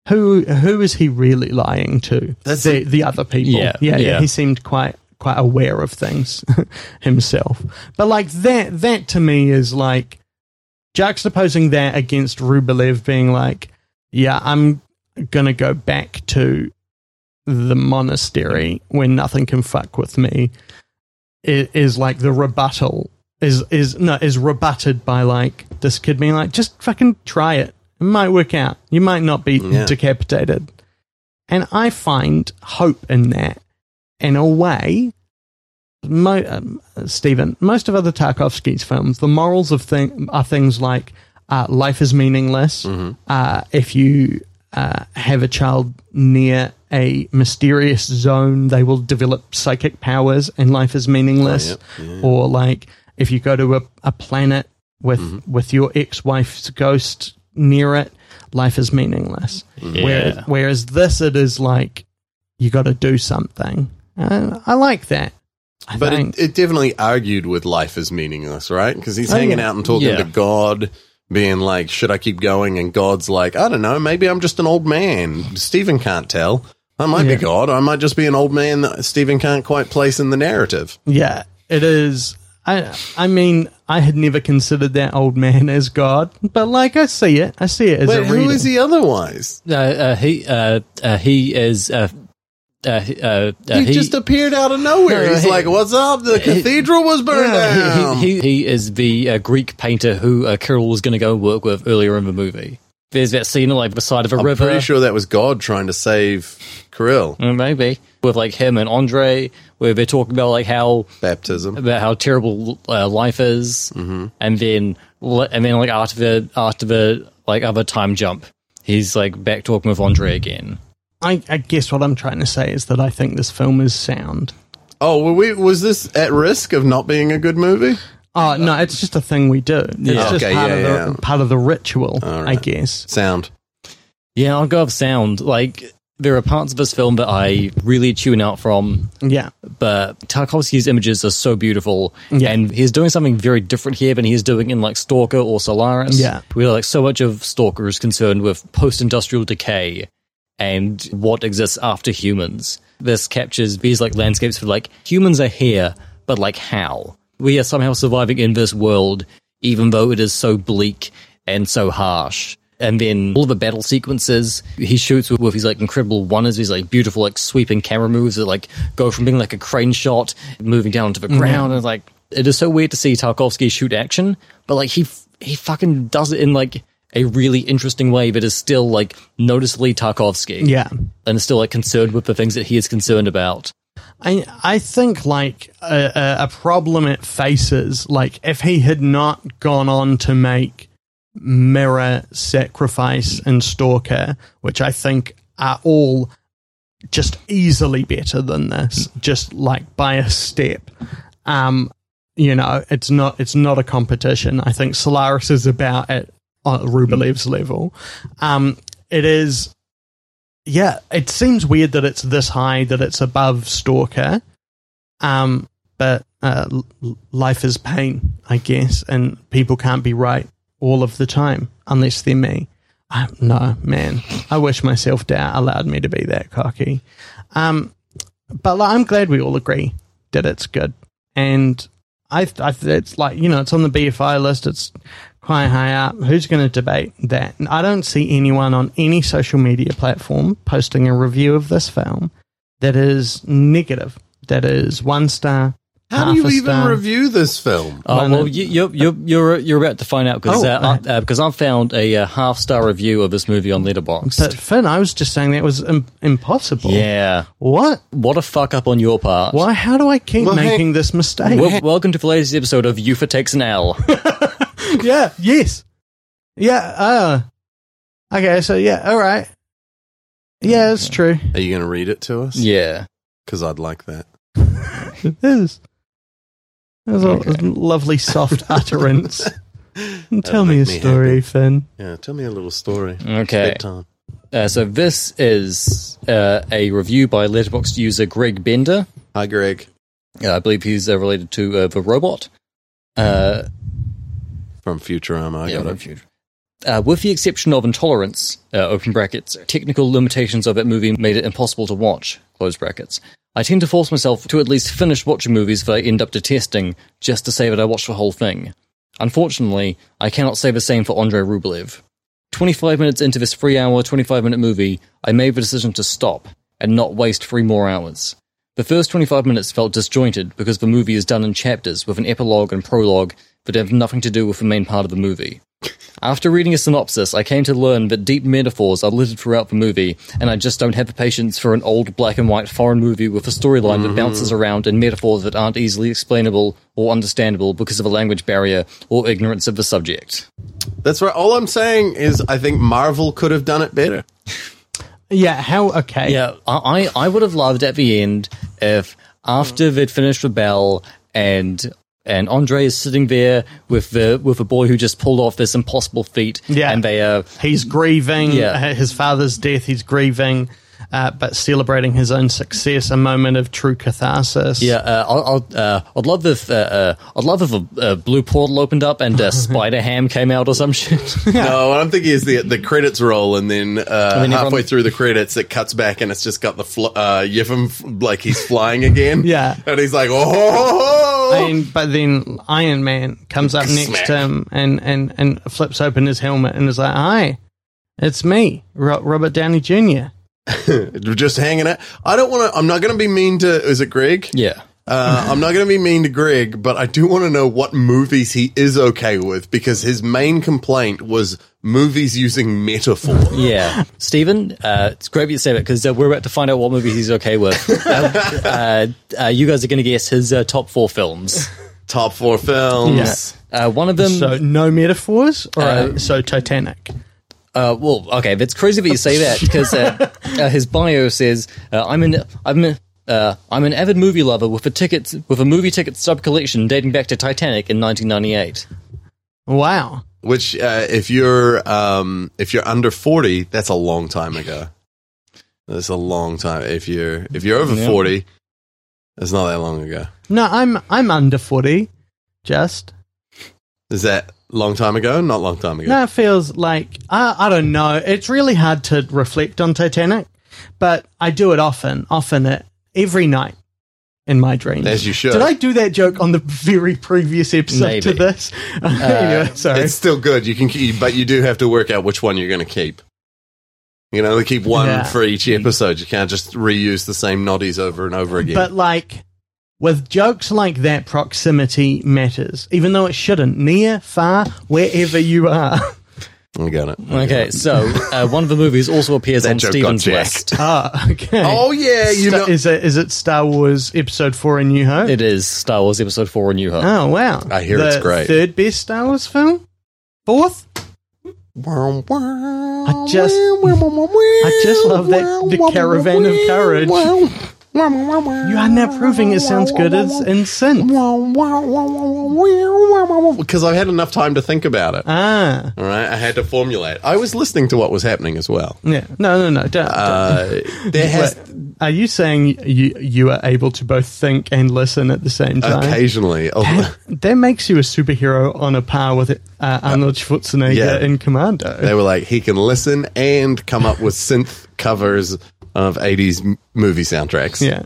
Speaker 4: who who is he really lying to?
Speaker 5: That's
Speaker 4: the, the other people.
Speaker 2: Yeah,
Speaker 4: yeah,
Speaker 2: yeah.
Speaker 4: He seemed quite quite aware of things himself. But like that that to me is like juxtaposing that against Rublev being like, yeah, I'm gonna go back to the monastery where nothing can fuck with me i- is like the rebuttal is is no is rebutted by like this kid being like just fucking try it it might work out you might not be
Speaker 5: Yeah.
Speaker 4: decapitated and i find hope in that in a way mo- um, Stephen, most of other Tarkovsky's films, the morals of thing are things like uh, life is meaningless. Uh, if you uh, have a child near a mysterious zone, they will develop psychic powers, and life is meaningless. Or like if you go to a, a planet with with your ex wife's ghost near it, life is meaningless.
Speaker 2: Uh,
Speaker 4: Whereas,
Speaker 2: Yeah.
Speaker 4: whereas this, it is like you got to do something. And I like that. I
Speaker 5: But
Speaker 4: think.
Speaker 5: it, it definitely argued with life as meaningless, right? Because he's
Speaker 4: Oh,
Speaker 5: hanging
Speaker 4: yeah.
Speaker 5: out and talking
Speaker 2: Yeah.
Speaker 5: to God, being like, should I keep going? And God's like, I don't know, maybe I'm just an old man. Stephen can't tell. I might
Speaker 4: Yeah.
Speaker 5: be God. I might just be an old man that Stephen can't quite place in the narrative.
Speaker 4: yeah, it is. I I mean, I had never considered that old man as God, but like I see it, I see it as
Speaker 5: But
Speaker 4: a
Speaker 5: who
Speaker 4: reader.
Speaker 5: is he otherwise?
Speaker 2: Uh, uh, he uh, uh, he is uh, uh, he- uh, uh,
Speaker 5: He,
Speaker 2: he,
Speaker 5: just appeared out of nowhere.
Speaker 2: No,
Speaker 5: he's
Speaker 2: he-
Speaker 5: like, what's up? The cathedral was burned
Speaker 2: he,
Speaker 5: down.
Speaker 2: he, he is the uh, Greek painter who uh, Kirill was going to go work with earlier in the movie. There's that scene like beside of a
Speaker 5: I'm
Speaker 2: river,
Speaker 5: pretty sure that was God trying to save Kirill.
Speaker 2: Uh, maybe with like him and Andre, where they're talking about like how
Speaker 5: Baptism.
Speaker 2: about how terrible uh, life is, and then li- and then like after the after the like other time jump, he's like back talking with Andre again.
Speaker 4: I, I guess what I'm trying to say is that I think this film is sound.
Speaker 5: Oh, were we, was this at risk of not being a good movie?
Speaker 4: Oh no, it's just a thing we do. It's
Speaker 2: Yeah.
Speaker 4: just
Speaker 5: Okay,
Speaker 4: part
Speaker 5: yeah,
Speaker 4: of the
Speaker 5: yeah.
Speaker 4: part of the ritual,
Speaker 5: All
Speaker 4: I
Speaker 5: right.
Speaker 4: guess.
Speaker 5: Sound.
Speaker 2: Yeah, I'll go with sound. Like there are parts of this film that I really tune out from,
Speaker 4: Yeah,
Speaker 2: but Tarkovsky's images are so beautiful,
Speaker 4: Yeah.
Speaker 2: and he's doing something very different here than he's doing in like Stalker or Solaris.
Speaker 4: Yeah.
Speaker 2: where like so much of Stalker is concerned with post-industrial decay and what exists after humans. This captures these like landscapes for like humans are here, but like how we are somehow surviving in this world, even though it is so bleak and so harsh. And then all the battle sequences he shoots with, with these like incredible oneers, these like beautiful like sweeping camera moves that like go from being like a crane shot, moving down to the ground, and like it is so weird to see Tarkovsky shoot action, but like he f- he fucking does it in like a really interesting way that is still like noticeably Tarkovsky.
Speaker 4: yeah.
Speaker 2: And is still like concerned with the things that he is concerned about.
Speaker 4: I I think like a, a, a problem it faces, like if he had not gone on to make Mirror, Sacrifice, and Stalker, which I think are all just easily better than this, just like by a step. Um, you know, it's not it's not a competition. I think Solaris is about at uh, Rubilev's level. Um, it is yeah, it seems weird that it's this high, that it's above Stalker. Um, but uh, l- l- life is pain, I guess, and people can't be right all of the time unless they're me. I, no, man, I wish my self doubt allowed me to be that cocky. Um, but like, I'm glad we all agree that it's good, and I, th- I th- it's like you know, it's on the BFI list. It's quite high up. Who's going to debate that? And I don't see anyone on any social media platform posting a review of this film that is negative. That is one star.
Speaker 5: How
Speaker 4: half
Speaker 5: do you
Speaker 4: a
Speaker 5: even
Speaker 4: star.
Speaker 5: review this film?
Speaker 2: Oh
Speaker 4: Mine
Speaker 2: well,
Speaker 4: is-
Speaker 2: you, you're you're you're you're about to find out because
Speaker 4: Oh,
Speaker 2: uh, uh, because I've found a uh, half star review of this movie on
Speaker 4: But
Speaker 2: Letterboxd.
Speaker 4: Finn, I was just saying that was Im- impossible.
Speaker 2: Yeah,
Speaker 4: What?
Speaker 2: what a fuck up on your part.
Speaker 4: Why? How do I keep
Speaker 5: Well, hey-
Speaker 4: making this mistake?
Speaker 2: Wel- welcome to the latest episode of Ufa Takes an L.
Speaker 4: yeah. Yes. Yeah. Uh. Okay. So yeah. All right. Yeah, it's true.
Speaker 5: Are you going to read it to us?
Speaker 2: yeah,
Speaker 5: Because I'd like that.
Speaker 4: It is. It was a it was a lovely, soft utterance. And Tell me a
Speaker 5: make me
Speaker 4: story,
Speaker 5: happy.
Speaker 4: Finn.
Speaker 5: Yeah, tell me a little story.
Speaker 2: okay.
Speaker 5: Bedtime.
Speaker 2: Uh, so this is uh, a review by Letterboxd user Greg Bender.
Speaker 5: Hi, Greg.
Speaker 2: Uh, I believe he's uh, related to uh, the robot. Uh,
Speaker 5: From Futurama. I
Speaker 2: Yeah,
Speaker 5: got
Speaker 2: no
Speaker 5: it.
Speaker 2: feud. Uh, with the exception of intolerance, uh, open brackets, technical limitations of that movie made it impossible to watch, close brackets. I tend to force myself to at least finish watching movies that I end up detesting, just to say that I watched the whole thing. Unfortunately, I cannot say the same for Andrei Rublev. 25 minutes into this three hour, 25 minute movie, I made the decision to stop and not waste three more hours. The first 25 minutes felt disjointed because the movie is done in chapters with an epilogue and prologue that have nothing to do with the main part of the movie. After reading a synopsis, I came to learn that deep metaphors are littered throughout the movie, and I just don't have the patience for an old black and white foreign movie with a storyline that bounces around and metaphors that aren't easily explainable or understandable because of a language barrier or ignorance of the subject.
Speaker 5: That's right. All I'm saying is, I think Marvel could have done it better.
Speaker 4: Yeah, how okay.
Speaker 2: Yeah, I, I I would have loved at the end if
Speaker 4: Mm.
Speaker 2: after they'd finished with Bell and and Andre is sitting there with the with a boy who just pulled off this impossible feat.
Speaker 4: Yeah.
Speaker 2: and they uh, are
Speaker 4: He's grieving
Speaker 2: Yeah.
Speaker 4: uh, his father's death, he's grieving, uh, but celebrating his own success, a moment of true catharsis.
Speaker 2: yeah. Uh, I'll, I'll uh, I'd love if uh, uh, I'd love if a, a blue portal opened up and uh, Spider Ham came out or some shit.
Speaker 5: No, what I'm thinking is the the credits roll, and then uh,
Speaker 2: then
Speaker 5: halfway
Speaker 2: everyone-
Speaker 5: through the credits, it cuts back, and it's just got the fl- uh, Yevon f- like he's flying again.
Speaker 4: Yeah.
Speaker 5: and he's like, oh,
Speaker 4: And, but then Iron Man comes up next to him and, and, and flips open his helmet and is like, Hi, it's me, Ro- Robert Downey Jr.
Speaker 5: just hanging out. I don't want to. I'm not going to be mean to. Is it Greg?
Speaker 2: yeah,
Speaker 5: Uh, I'm not going to be mean to Greg, but I do want to know what movies he is okay with because his main complaint was movies using metaphor.
Speaker 2: yeah. Stephen, uh, it's great that you say that because uh, we're about to find out what movies he's okay with. Um, uh, uh, you guys are going to guess his uh, top four films.
Speaker 5: Top four films.
Speaker 2: Uh, one of them.
Speaker 4: So no metaphors? Or
Speaker 2: Uh,
Speaker 4: so Titanic.
Speaker 2: Uh, well, okay, that's crazy that you say that because uh, uh, his bio says uh, I'm an I'm an, uh, I'm an avid movie lover with a tickets with a movie ticket sub collection dating back to Titanic in 1998.
Speaker 4: Wow.
Speaker 5: Which, uh, if you're um, if you're under forty, that's a long time ago. That's a long time. If you're if you're over
Speaker 2: Yeah.
Speaker 5: forty, that's not that long ago.
Speaker 4: No, I'm I'm under forty. Just
Speaker 5: Is that long time ago? Not long time ago.
Speaker 4: no, it feels like I I don't know. It's really hard to reflect on Titanic, but I do it often, often it every night in my dreams.
Speaker 5: As you should.
Speaker 4: Did I do that joke on the very previous episode to
Speaker 2: Maybe.
Speaker 4: this? anyway, sorry.
Speaker 5: It's still good. You can keep, but you do have to work out which one you're going to keep. You know, they keep one
Speaker 4: Yeah.
Speaker 5: for each episode. You can't just reuse the same noddies over and over again.
Speaker 4: But like with jokes like that, proximity matters, even though it shouldn't. Near, far, wherever you are.
Speaker 5: I got it.
Speaker 2: Okay, so uh, one of the movies also appears
Speaker 5: That
Speaker 2: on
Speaker 5: joke got
Speaker 2: Stephen's
Speaker 5: jacked.
Speaker 2: list.
Speaker 4: ah, okay.
Speaker 5: Oh yeah, you
Speaker 4: Sta-
Speaker 5: know.
Speaker 4: is it is it Star Wars Episode Four: A New Hope?
Speaker 2: It is Star Wars Episode Four: A New Hope.
Speaker 4: Oh wow!
Speaker 5: I hear
Speaker 4: The
Speaker 5: it's great.
Speaker 4: Third best Star Wars film. Fourth.
Speaker 5: I
Speaker 4: just-
Speaker 5: I
Speaker 4: just love that- the caravan of courage. You
Speaker 5: You
Speaker 4: are now proving it sounds good as in synth.
Speaker 5: because I had enough time to think about it.
Speaker 4: Ah,
Speaker 5: All right, I had to formulate. I was listening to what was happening as well.
Speaker 4: yeah. No, no, no. Don't.
Speaker 5: Uh, there
Speaker 4: don't.
Speaker 5: has
Speaker 4: Wait, are you saying you you are able to both think and listen at the same time?
Speaker 5: occasionally. Oh,
Speaker 4: That makes you a superhero on a par with uh, Arnold Schwarzenegger
Speaker 5: yeah. Uh,
Speaker 4: in Commando.
Speaker 5: they were like, he can listen and come up with synth covers of 80s m- movie soundtracks.
Speaker 4: yeah,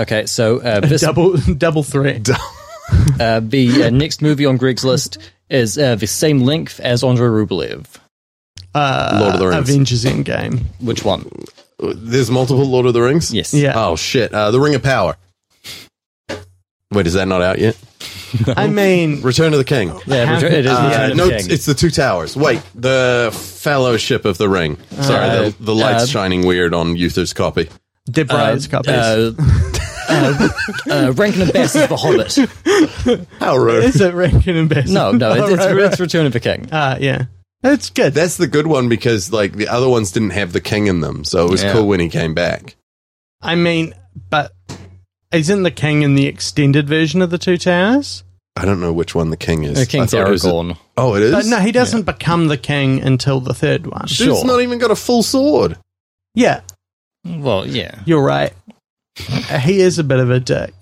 Speaker 2: Okay, so uh, this
Speaker 4: double double threat.
Speaker 2: uh, the uh, next movie on Greg's list is uh, the same length as Andrei Rublev.
Speaker 4: Uh,
Speaker 5: Lord of the Rings.
Speaker 4: Avengers Endgame.
Speaker 2: Which one?
Speaker 5: There's multiple Lord of the Rings?
Speaker 2: Yes.
Speaker 4: Yeah.
Speaker 5: Oh, shit. Uh, the Ring of Power. Wait, is that not out yet?
Speaker 4: I mean,
Speaker 5: Return of the King.
Speaker 2: Yeah,
Speaker 4: Have-
Speaker 2: Return- it is
Speaker 5: Uh,
Speaker 2: Return of
Speaker 5: no,
Speaker 2: the King.
Speaker 5: it's, it's the Two Towers. Wait, the Fellowship of the Ring. Sorry,
Speaker 2: Uh,
Speaker 5: the, the light's
Speaker 2: uh,
Speaker 5: shining weird on Uther's copy.
Speaker 4: De Bruyne's copies.
Speaker 2: uh, uh, uh, Rankin and Bass is the Hobbit.
Speaker 5: How rude.
Speaker 4: Is it Rankin and Bass?
Speaker 2: No, no, it's,
Speaker 4: All
Speaker 2: it's,
Speaker 4: right, right.
Speaker 2: it's Return of the King.
Speaker 4: Ah, yeah. That's good.
Speaker 5: That's the good one because like the other ones didn't have the king in them, so it was
Speaker 2: Yeah.
Speaker 5: cool when he came back.
Speaker 4: I mean, but isn't the king in the extended version of the Two Towers?
Speaker 5: I don't know which one the king is.
Speaker 2: Uh,
Speaker 5: I
Speaker 2: King's
Speaker 5: thought it was a-
Speaker 2: Aragorn. Uh,
Speaker 5: oh, it is.
Speaker 4: But no, he doesn't become the king until the third one.
Speaker 5: Dude's
Speaker 2: sure.
Speaker 5: not even got a full sword.
Speaker 4: Yeah,
Speaker 2: Well, yeah.
Speaker 4: you're right. Uh, he is a bit of a dick.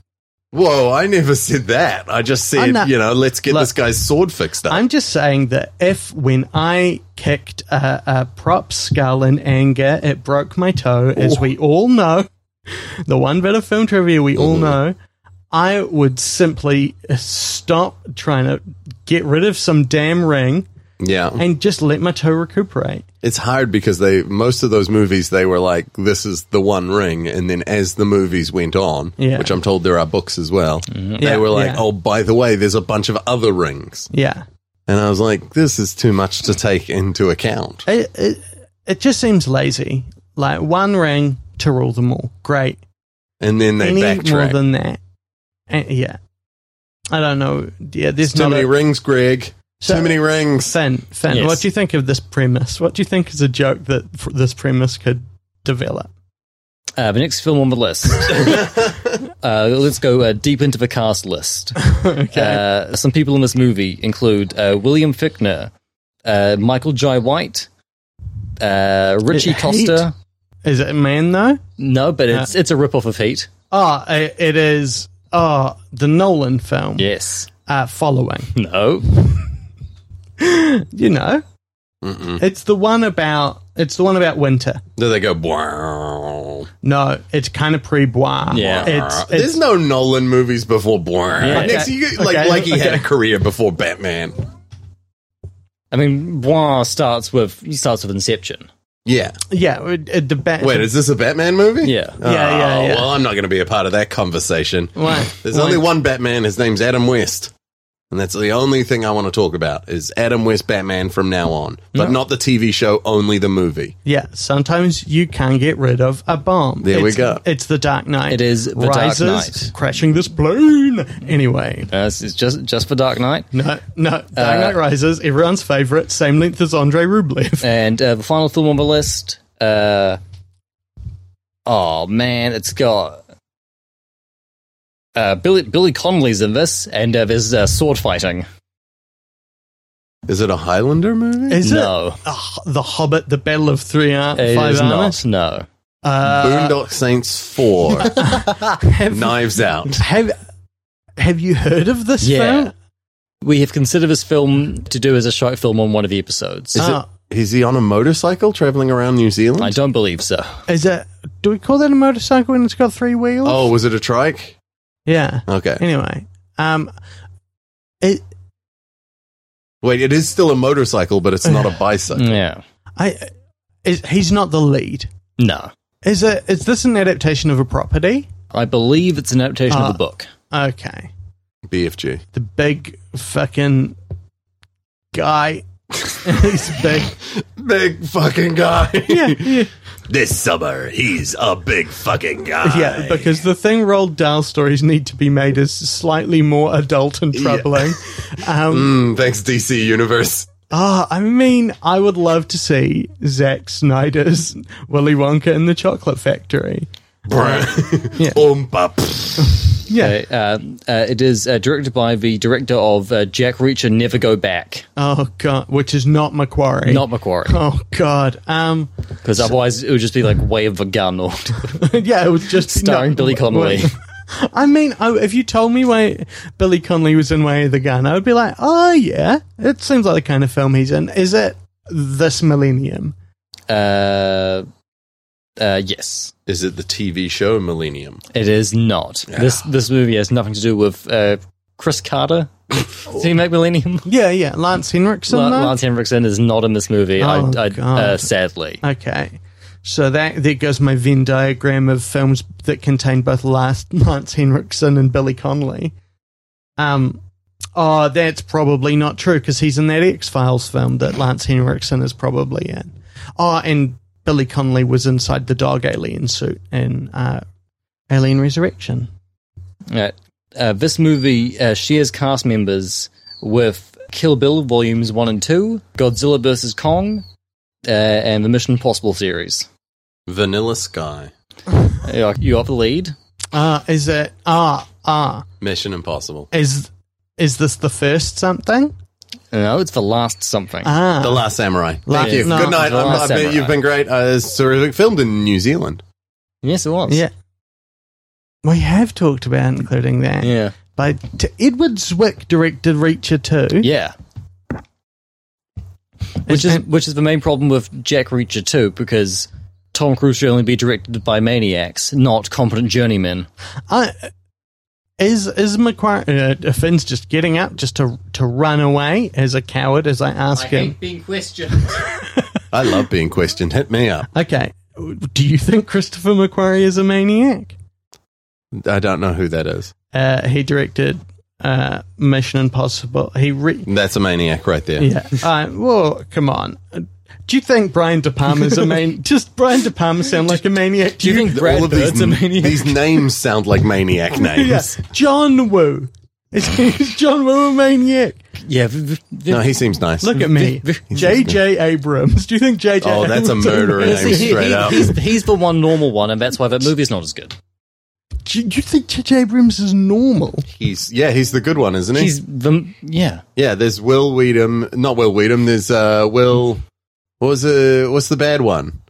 Speaker 5: Whoa, I never said that. I just
Speaker 4: I'm
Speaker 5: said,
Speaker 4: not-
Speaker 5: you know, let's get
Speaker 4: Look,
Speaker 5: this guy's sword fixed up.
Speaker 4: I'm just saying that if when I kicked a, a prop skull in anger, it broke my toe, as
Speaker 5: Oh.
Speaker 4: we all know, the one bit of film trivia we
Speaker 5: Mm-hmm.
Speaker 4: all know, I would simply stop trying to get rid of some damn ring
Speaker 5: Yeah.
Speaker 4: and just let my toe recuperate.
Speaker 5: it's hard because they most of those movies they were like this is the one ring and then as the movies went on
Speaker 4: Yeah. Mm-hmm.
Speaker 5: which i'm told there are books as well they
Speaker 4: Yeah,
Speaker 5: were like
Speaker 4: yeah.
Speaker 5: oh by the way there's a bunch of other rings
Speaker 4: Yeah.
Speaker 5: and i was like this is too much to take into account
Speaker 4: It, it, it just seems lazy. Like one ring to rule them all. Great.
Speaker 5: and then they
Speaker 4: Any more
Speaker 5: backtrack
Speaker 4: than that. And, yeah. I don't know. Yeah, there's
Speaker 5: too
Speaker 4: not
Speaker 5: many
Speaker 4: a,
Speaker 5: rings greg
Speaker 4: So-
Speaker 5: too many rings
Speaker 4: Finn, Finn,
Speaker 2: Yes.
Speaker 4: what do you think of this premise? What do you think is a joke that f- this premise could develop?
Speaker 2: Uh, the next film on the list. uh, let's go uh, deep into the cast list. Uh, some people in this movie include uh, William Fickner, uh, Michael Jai White, uh, Richie
Speaker 4: It-
Speaker 2: Costa.
Speaker 4: Is it a man though?
Speaker 2: No, but it's it's a rip off of Heat.
Speaker 4: Oh, i it is. Oh, the Nolan film.
Speaker 2: Yes.
Speaker 4: Uh, following.
Speaker 2: No.
Speaker 4: You know, it's the one about. It's the one about winter.
Speaker 5: then they go wow
Speaker 4: No, it's kind of pre Bois.
Speaker 2: Yeah.
Speaker 4: It's, it's
Speaker 5: there's no nolan movies before wow
Speaker 2: Yeah.
Speaker 5: Next, you, like,
Speaker 4: Okay.
Speaker 5: like he had a
Speaker 4: Okay.
Speaker 5: career before batman
Speaker 2: I mean, Bois starts with he starts with Inception.
Speaker 5: yeah
Speaker 4: yeah. It, it, the ba-
Speaker 5: Wait, is this a Batman movie?
Speaker 2: Yeah.
Speaker 5: Oh,
Speaker 4: Yeah, yeah, yeah.
Speaker 5: Well, I'm not going to be a part of that conversation.
Speaker 4: Why?
Speaker 5: There's
Speaker 4: Why?
Speaker 5: only one Batman. His name's Adam West. And that's the only thing I want to talk about is Adam West Batman from now on, but not the TV show, only the movie.
Speaker 4: yeah. Sometimes you can get rid of a bomb.
Speaker 5: There we
Speaker 4: It's-
Speaker 5: go.
Speaker 4: It's the Dark Knight.
Speaker 2: It is The Dark
Speaker 4: rises,
Speaker 2: Knight.
Speaker 4: crashing this balloon. Anyway,
Speaker 2: Uh, it's it's just just for Dark Knight.
Speaker 4: No, no. Dark Knight
Speaker 5: Uh,
Speaker 4: Rises, everyone's favorite, same length as Andre Rublev.
Speaker 2: And uh, the final film on the list. Uh, oh man, it's got uh, Billy Billy Connolly's in this, and uh, there's uh, sword fighting.
Speaker 5: Is it a Highlander movie?
Speaker 4: Is
Speaker 2: no,
Speaker 4: it uh, the Hobbit, the Battle of Three Arms?
Speaker 2: it
Speaker 4: Five
Speaker 2: is
Speaker 4: Armies?
Speaker 2: not. No,
Speaker 4: uh,
Speaker 5: Boondock Saints 4. Knives Out.
Speaker 4: Have Have you heard of this
Speaker 2: Yeah.
Speaker 4: film?
Speaker 2: we have considered this film to do as a short film on one of the episodes.
Speaker 5: Is,
Speaker 4: Ah.
Speaker 5: it, Uh. is he on a motorcycle traveling around New Zealand?
Speaker 2: I don't believe so.
Speaker 4: Is it? Do we call that a motorcycle when it's got three wheels?
Speaker 5: oh, was it a trike?
Speaker 4: yeah.
Speaker 5: Okay.
Speaker 4: Anyway, um, it.
Speaker 5: Wait, it is still a motorcycle, but it's not a bicycle.
Speaker 2: Yeah,
Speaker 4: I. Is, he's not the lead.
Speaker 2: no,
Speaker 4: Is it? Is this an adaptation of a property?
Speaker 2: I believe it's an adaptation
Speaker 4: Ah.
Speaker 2: of the book.
Speaker 4: Okay. Mm.
Speaker 5: BFG.
Speaker 4: the big fucking guy. He's big.
Speaker 5: Big fucking guy.
Speaker 4: Yeah, yeah,
Speaker 5: This summer, he's a big fucking guy.
Speaker 4: yeah, because the thing Roald Dahl stories need to be made is slightly more adult and troubling. Um,
Speaker 5: Mm, thanks, DC Universe.
Speaker 4: ah, I mean, I would love to see Zack Snyder's Willy Wonka in the Chocolate Factory.
Speaker 5: Bruh. Um, Boom, bop.
Speaker 4: Yeah.
Speaker 2: Uh, uh, it is uh, directed by the director of uh, Jack Reacher Never Go Back,
Speaker 4: Oh god, which is not Macquarie.
Speaker 2: not Macquarie,
Speaker 4: Oh god. Um.
Speaker 2: because otherwise it would just be like Way of the Gun or
Speaker 4: yeah, it was just
Speaker 2: starring
Speaker 4: no,
Speaker 2: Billy
Speaker 4: w-
Speaker 2: Connolly.
Speaker 4: w- I mean, I, if you told me why Billy Connolly was in Way of the Gun, I would be like, oh yeah, it seems like the kind of film he's in. Is it this millennium?
Speaker 2: Uh, uh, yes,
Speaker 5: Is it the TV show Millennium?
Speaker 2: it is not. This this movie has nothing to do with uh, Chris Carter. Did he make Millennium?
Speaker 4: Yeah, yeah, Lance Henriksen.
Speaker 2: La-
Speaker 4: though?
Speaker 2: Lance Henriksen is not in this movie.
Speaker 4: Oh,
Speaker 2: I, I uh,
Speaker 4: God.
Speaker 2: sadly,
Speaker 4: Okay, so that there goes my Venn diagram of films that contain both last Lance Henriksen and Billy Connolly. Um. Oh, that's probably not true because he's in that X Files film that Lance Henriksen is probably in. Oh, and Billy Connolly was inside the dog alien suit in uh, Alien Resurrection.
Speaker 2: uh, uh, this movie uh, shares cast members with Kill Bill Volumes One and Two, Godzilla vs Kong, uh, and the Mission Impossible series.
Speaker 5: Vanilla Sky.
Speaker 2: Uh, You are the lead.
Speaker 4: Ah, is it? Ah, ah,
Speaker 5: Mission Impossible.
Speaker 4: is is this the first something?
Speaker 2: No, it's the last something.
Speaker 4: Ah,
Speaker 5: The Last Samurai. Thank
Speaker 4: Last-
Speaker 5: you.
Speaker 4: no,
Speaker 5: Good night.
Speaker 2: The
Speaker 5: I'm-
Speaker 2: Last
Speaker 5: I bet
Speaker 2: Samurai.
Speaker 5: you've been great. Uh, it's terrific. Filmed in New Zealand.
Speaker 2: yes, it was.
Speaker 4: yeah. We have talked about including that.
Speaker 2: yeah,
Speaker 4: by t- Edward Zwick directed Reacher 2.
Speaker 2: yeah. which is which is the main problem with Jack Reacher 2 because Tom Cruise should only be directed by maniacs, not competent journeymen.
Speaker 4: I, Is is McQuarrie uh, Finn's just getting up just to to run away as a coward? As I ask him,
Speaker 2: being questioned.
Speaker 5: I love being questioned. Hit me up.
Speaker 4: okay, do you think Christopher McQuarrie is a maniac?
Speaker 5: I don't know who that is.
Speaker 4: Uh, he directed uh, Mission Impossible. He re-
Speaker 5: That's a maniac right there.
Speaker 4: yeah. Uh, well, come on. Do you think Brian De Palma's a man? Just Brian De Palma sound like a maniac?
Speaker 2: Do you think
Speaker 5: Th-
Speaker 2: Brad Bird's a maniac?
Speaker 5: these names sound like maniac names.
Speaker 4: Yeah. John Woo. Is, is John Woo a maniac?
Speaker 2: yeah, v- v- v-
Speaker 5: No, he seems nice.
Speaker 4: Look at me, J.J. Abrams. Do you think J.J.
Speaker 5: Oh, that's a
Speaker 4: Abrams is
Speaker 5: murderer
Speaker 4: man-
Speaker 5: name
Speaker 2: See, he-
Speaker 5: straight
Speaker 2: he-
Speaker 5: up.
Speaker 2: he's, he's the one normal one, and that's why that movie's not as good.
Speaker 4: Do you think J.J. Abrams is normal?
Speaker 5: He's yeah, he's the good one, isn't he?
Speaker 2: He's the yeah.
Speaker 5: yeah, there's Will Weedham, not Will Weedham. There's uh, Will. What was the what's the bad one?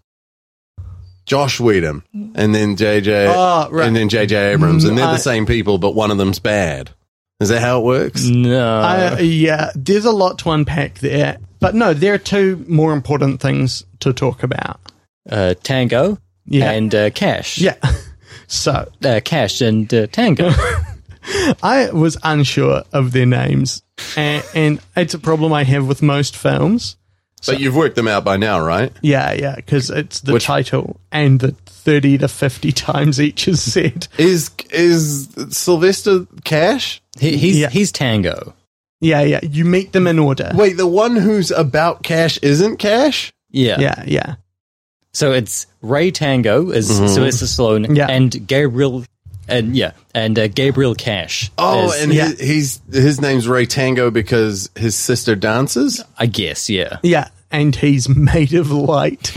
Speaker 5: Josh Weedham, and then JJ,
Speaker 4: Oh, right.
Speaker 5: and then JJ Abrams, and they're
Speaker 4: Mm, I-
Speaker 5: the same people, but one of them's bad. Is that how it
Speaker 4: Mm,
Speaker 5: works?
Speaker 2: No,
Speaker 5: Uh,
Speaker 4: I, Uh, yeah, there's a lot to unpack there. But no, there are two more important things to talk about.
Speaker 2: uh, Tango
Speaker 4: Yeah.
Speaker 2: and uh, Cash.
Speaker 4: Yeah. So
Speaker 2: uh, Cash and uh, Tango.
Speaker 4: I was unsure of their names, and, and it's a problem I have with most films.
Speaker 5: But you've worked them out by now, right?
Speaker 4: Yeah, yeah, because it's the
Speaker 5: Which-
Speaker 4: title and the 30 to 50 times each is said.
Speaker 5: Is is Sylvester Cash?
Speaker 2: He, he's
Speaker 4: Yeah.
Speaker 2: he's Tango.
Speaker 4: Yeah, yeah, you meet them in order.
Speaker 5: Wait, the one who's about Cash isn't Cash.
Speaker 2: Yeah.
Speaker 4: Yeah, yeah.
Speaker 2: So it's Ray Tango is Sylvester Stallone
Speaker 4: Mm-hmm. Yeah.
Speaker 2: and Gabriel and yeah and uh, Gabriel Cash.
Speaker 5: Oh,
Speaker 2: is-
Speaker 5: and
Speaker 4: yeah.
Speaker 5: he- he's his name's Ray Tango because his sister dances.
Speaker 2: I guess yeah.
Speaker 4: Yeah, and he's made of light.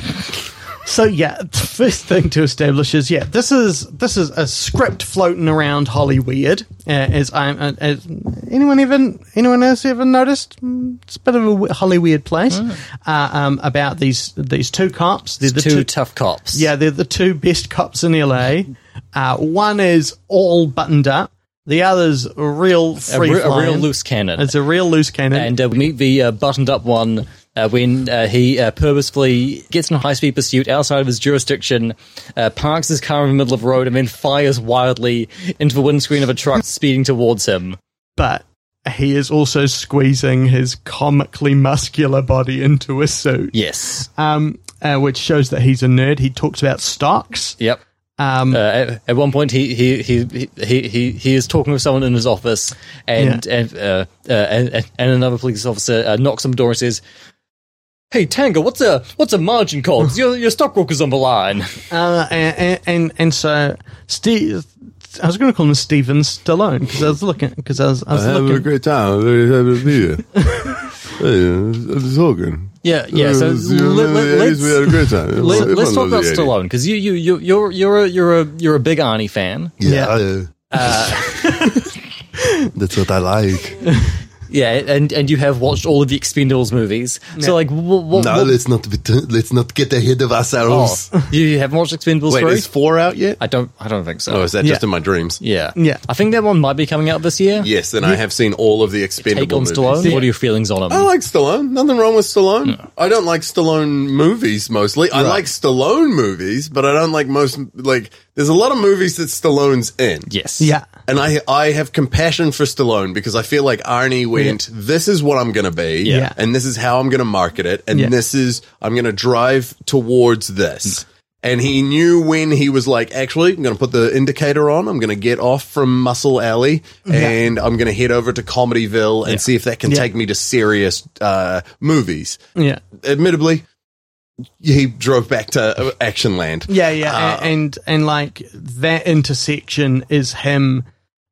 Speaker 4: so yeah, the first thing to establish is yeah, this is this is a script floating around Hollyweird. Uh, as I'm, uh, as anyone even anyone else ever noticed? Mm, It's a bit of a w- Hollyweird place. Uh, um, about these these two cops. They're the
Speaker 2: Oh. Two,
Speaker 4: two,
Speaker 2: tough cops.
Speaker 4: yeah, they're the two best cops in LA. Uh, one is all buttoned up. The other's a real
Speaker 2: a,
Speaker 4: free
Speaker 2: re- a real
Speaker 4: flying.
Speaker 2: loose cannon.
Speaker 4: It's a real loose cannon.
Speaker 2: and uh, we meet the uh, buttoned up one uh, when uh, he uh, purposefully gets in a high speed pursuit outside of his jurisdiction, uh, parks his car in the middle of the road, and then fires wildly into the windscreen of a truck speeding towards him.
Speaker 4: but he is also squeezing his comically muscular body into a suit,
Speaker 2: Yes.
Speaker 4: um, uh, which shows that he's a nerd. He talks about stocks.
Speaker 2: Yep.
Speaker 4: Um,
Speaker 2: Uh, at, at one point, he he, he he he he is talking with someone in his office, and and, uh, uh, and and another police officer uh, knocks on the door and says, "Hey, Tango, what's a what's a margin call? 'Cause Your your stockbroker's on the line."
Speaker 4: uh, and, and and so Steve, I was going to call him Steven Stallone because I was looking because I was, I was looking.
Speaker 5: great time. I'm very happy to be here. hey, I'm talking.
Speaker 2: Yeah, yeah. So let, us
Speaker 5: a great time.
Speaker 2: Let, us talk about Stallone because you you you you're you're a, you're a you're a big Arnie fan.
Speaker 4: Yeah.
Speaker 2: Uh,
Speaker 5: That's what I like.
Speaker 2: Yeah, and and you have watched all of the Expendables movies. So like, what? what,
Speaker 1: No, let's not be t- let's not get ahead of ourselves.
Speaker 2: you haven't watched Expendables
Speaker 5: Wait,
Speaker 2: three?
Speaker 5: is four out yet?
Speaker 2: Oh, I don't I don't think so.
Speaker 5: Oh, is that just
Speaker 4: Yeah.
Speaker 5: in my dreams?
Speaker 2: yeah,
Speaker 4: Yeah.
Speaker 2: I think that one might be coming out this year.
Speaker 5: Yes, and I have seen all of the Expendable
Speaker 2: Take on
Speaker 5: movies.
Speaker 2: Stallone. What are your feelings on him?
Speaker 4: Oh,
Speaker 5: I like Stallone. Nothing wrong with Stallone. I don't like Stallone movies mostly. I like Stallone movies, but I don't like most. Like, there's a lot of movies that Stallone's in.
Speaker 2: yes.
Speaker 4: Yeah,
Speaker 5: And I I have compassion for Stallone because I feel like Arnie went, this is what I'm going to be,
Speaker 4: Yeah.
Speaker 5: and this is how I'm going to market it, and
Speaker 4: Yeah.
Speaker 5: this is I'm going to drive towards this. And he knew when he was like, actually, I'm going to put the indicator on. I'm going to get off from Muscle Alley and I'm going to head over to Comedyville and see if that can
Speaker 4: Yeah.
Speaker 5: take me to serious uh, movies.
Speaker 4: yeah,
Speaker 5: Admittedly, he drove back to uh, Action Land.
Speaker 4: yeah, yeah. A- and and like that intersection is him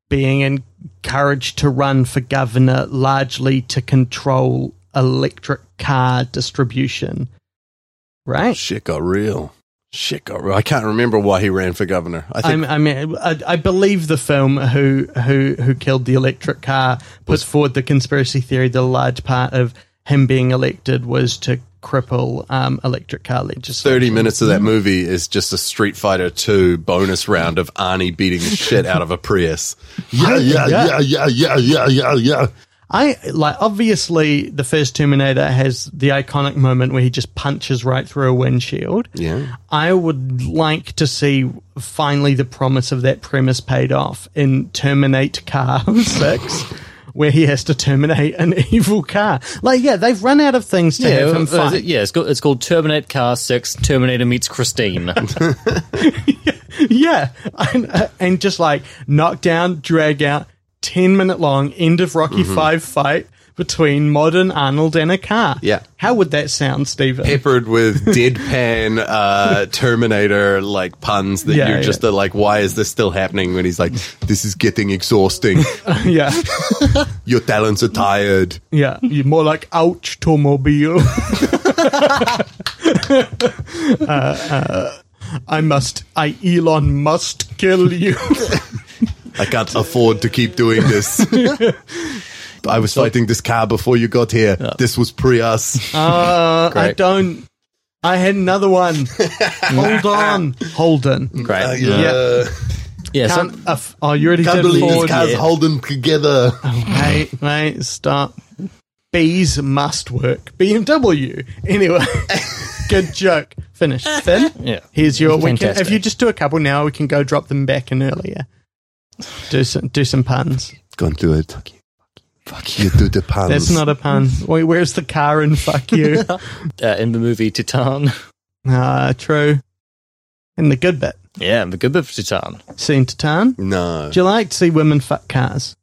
Speaker 4: being encouraged to run for governor, largely to control electric car distribution. Right.
Speaker 5: Shit got real. Shit got real. I can't remember why he ran for governor. I
Speaker 4: I'm-
Speaker 5: think
Speaker 4: I mean, I, I believe the film who who who killed the electric car puts forward the conspiracy theory that a large part of him being elected was to cripple um, electric car legislation.
Speaker 5: 30 minutes of that movie is just a Street Fighter 2 bonus round of Arnie beating the shit out of a Prius.
Speaker 1: Yeah, yeah, yeah, yeah, yeah, yeah, yeah, yeah.
Speaker 4: I like obviously the first Terminator has the iconic moment where he just punches right through a windshield.
Speaker 5: Yeah.
Speaker 4: I would like to see finally the promise of that premise paid off in Terminate Car 6, where he has to terminate an evil car. Like, yeah, they've run out of things to have him
Speaker 2: uh,
Speaker 4: fight.
Speaker 2: yeah, it's called, it's called Terminator Car 6 Terminator Meets Christine.
Speaker 5: Oh,
Speaker 4: Yeah. And, uh, and just like knock down, drag out, 10 minute long end of Rocky
Speaker 5: Mm-hmm.
Speaker 4: 5 fight between modern Arnold and a car.
Speaker 5: Yeah.
Speaker 4: How would that sound, Stephen?
Speaker 5: Peppered with deadpan uh, Terminator like puns that
Speaker 4: Yeah,
Speaker 5: you're just
Speaker 4: yeah.
Speaker 5: the, like, why is this still happening? When he's like, this is getting exhausting.
Speaker 4: yeah.
Speaker 5: Your talents are tired.
Speaker 4: Yeah, you're more like ouch tomobile. Uh, uh, I must, I Elon must kill you.
Speaker 5: I can't afford to keep doing this. I was fighting this car before you got here. This was pre us.
Speaker 4: Uh, I
Speaker 2: Great.
Speaker 4: don't. I had another one. Hold on, Holden.
Speaker 2: Great.
Speaker 5: Uh,
Speaker 2: yeah.
Speaker 4: Yeah.
Speaker 2: so-
Speaker 4: Can't, aff- oh, you already
Speaker 5: Can't
Speaker 4: did
Speaker 5: believe
Speaker 4: Ford.
Speaker 5: this car's holding together.
Speaker 4: Mate, mate, stop. Bees must work. BMW. Anyway, good joke. Finish. Finn,
Speaker 2: Yeah.
Speaker 4: here's your we can- If
Speaker 2: Fantastic.
Speaker 4: you just do a couple now, we can go drop them back in earlier. Do some do some puns.
Speaker 5: Can't do it.
Speaker 2: Fuck you.
Speaker 5: You do the puns.
Speaker 4: That's not a pun. Wait, where's the car and fuck you?
Speaker 2: Uh, in the movie Titan.
Speaker 4: Ah, true. And the good bit.
Speaker 2: Yeah, the good bit of Titan.
Speaker 4: Seen Titan?
Speaker 5: no.
Speaker 4: Do you like to see women fuck cars?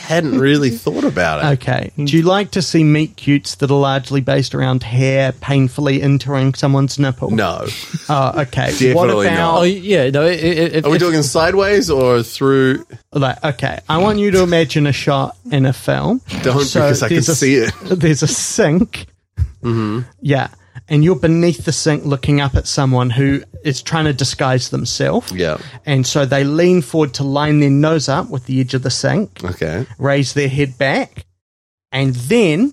Speaker 5: hadn't really thought about it.
Speaker 4: Okay. Do you like to see meat cutes that are largely based around hair painfully entering someone's nipple?
Speaker 5: No.
Speaker 4: Oh, okay. what
Speaker 5: Definitely
Speaker 2: Oh,
Speaker 4: about
Speaker 2: yeah, no, it, it, it,
Speaker 5: Are we
Speaker 2: it-
Speaker 5: talking sideways or through?
Speaker 4: like okay? I want you to imagine a shot in a film.
Speaker 5: Don't
Speaker 4: So
Speaker 5: because I can
Speaker 4: there's a-
Speaker 5: see it. Mm-hmm.
Speaker 4: There's a sink. Yeah, and you're beneath the sink looking up at someone who is trying to disguise themselves.
Speaker 5: Yeah.
Speaker 4: And so they lean forward to line their nose up with the edge of the sink,
Speaker 5: Okay.
Speaker 4: raise their head back, and then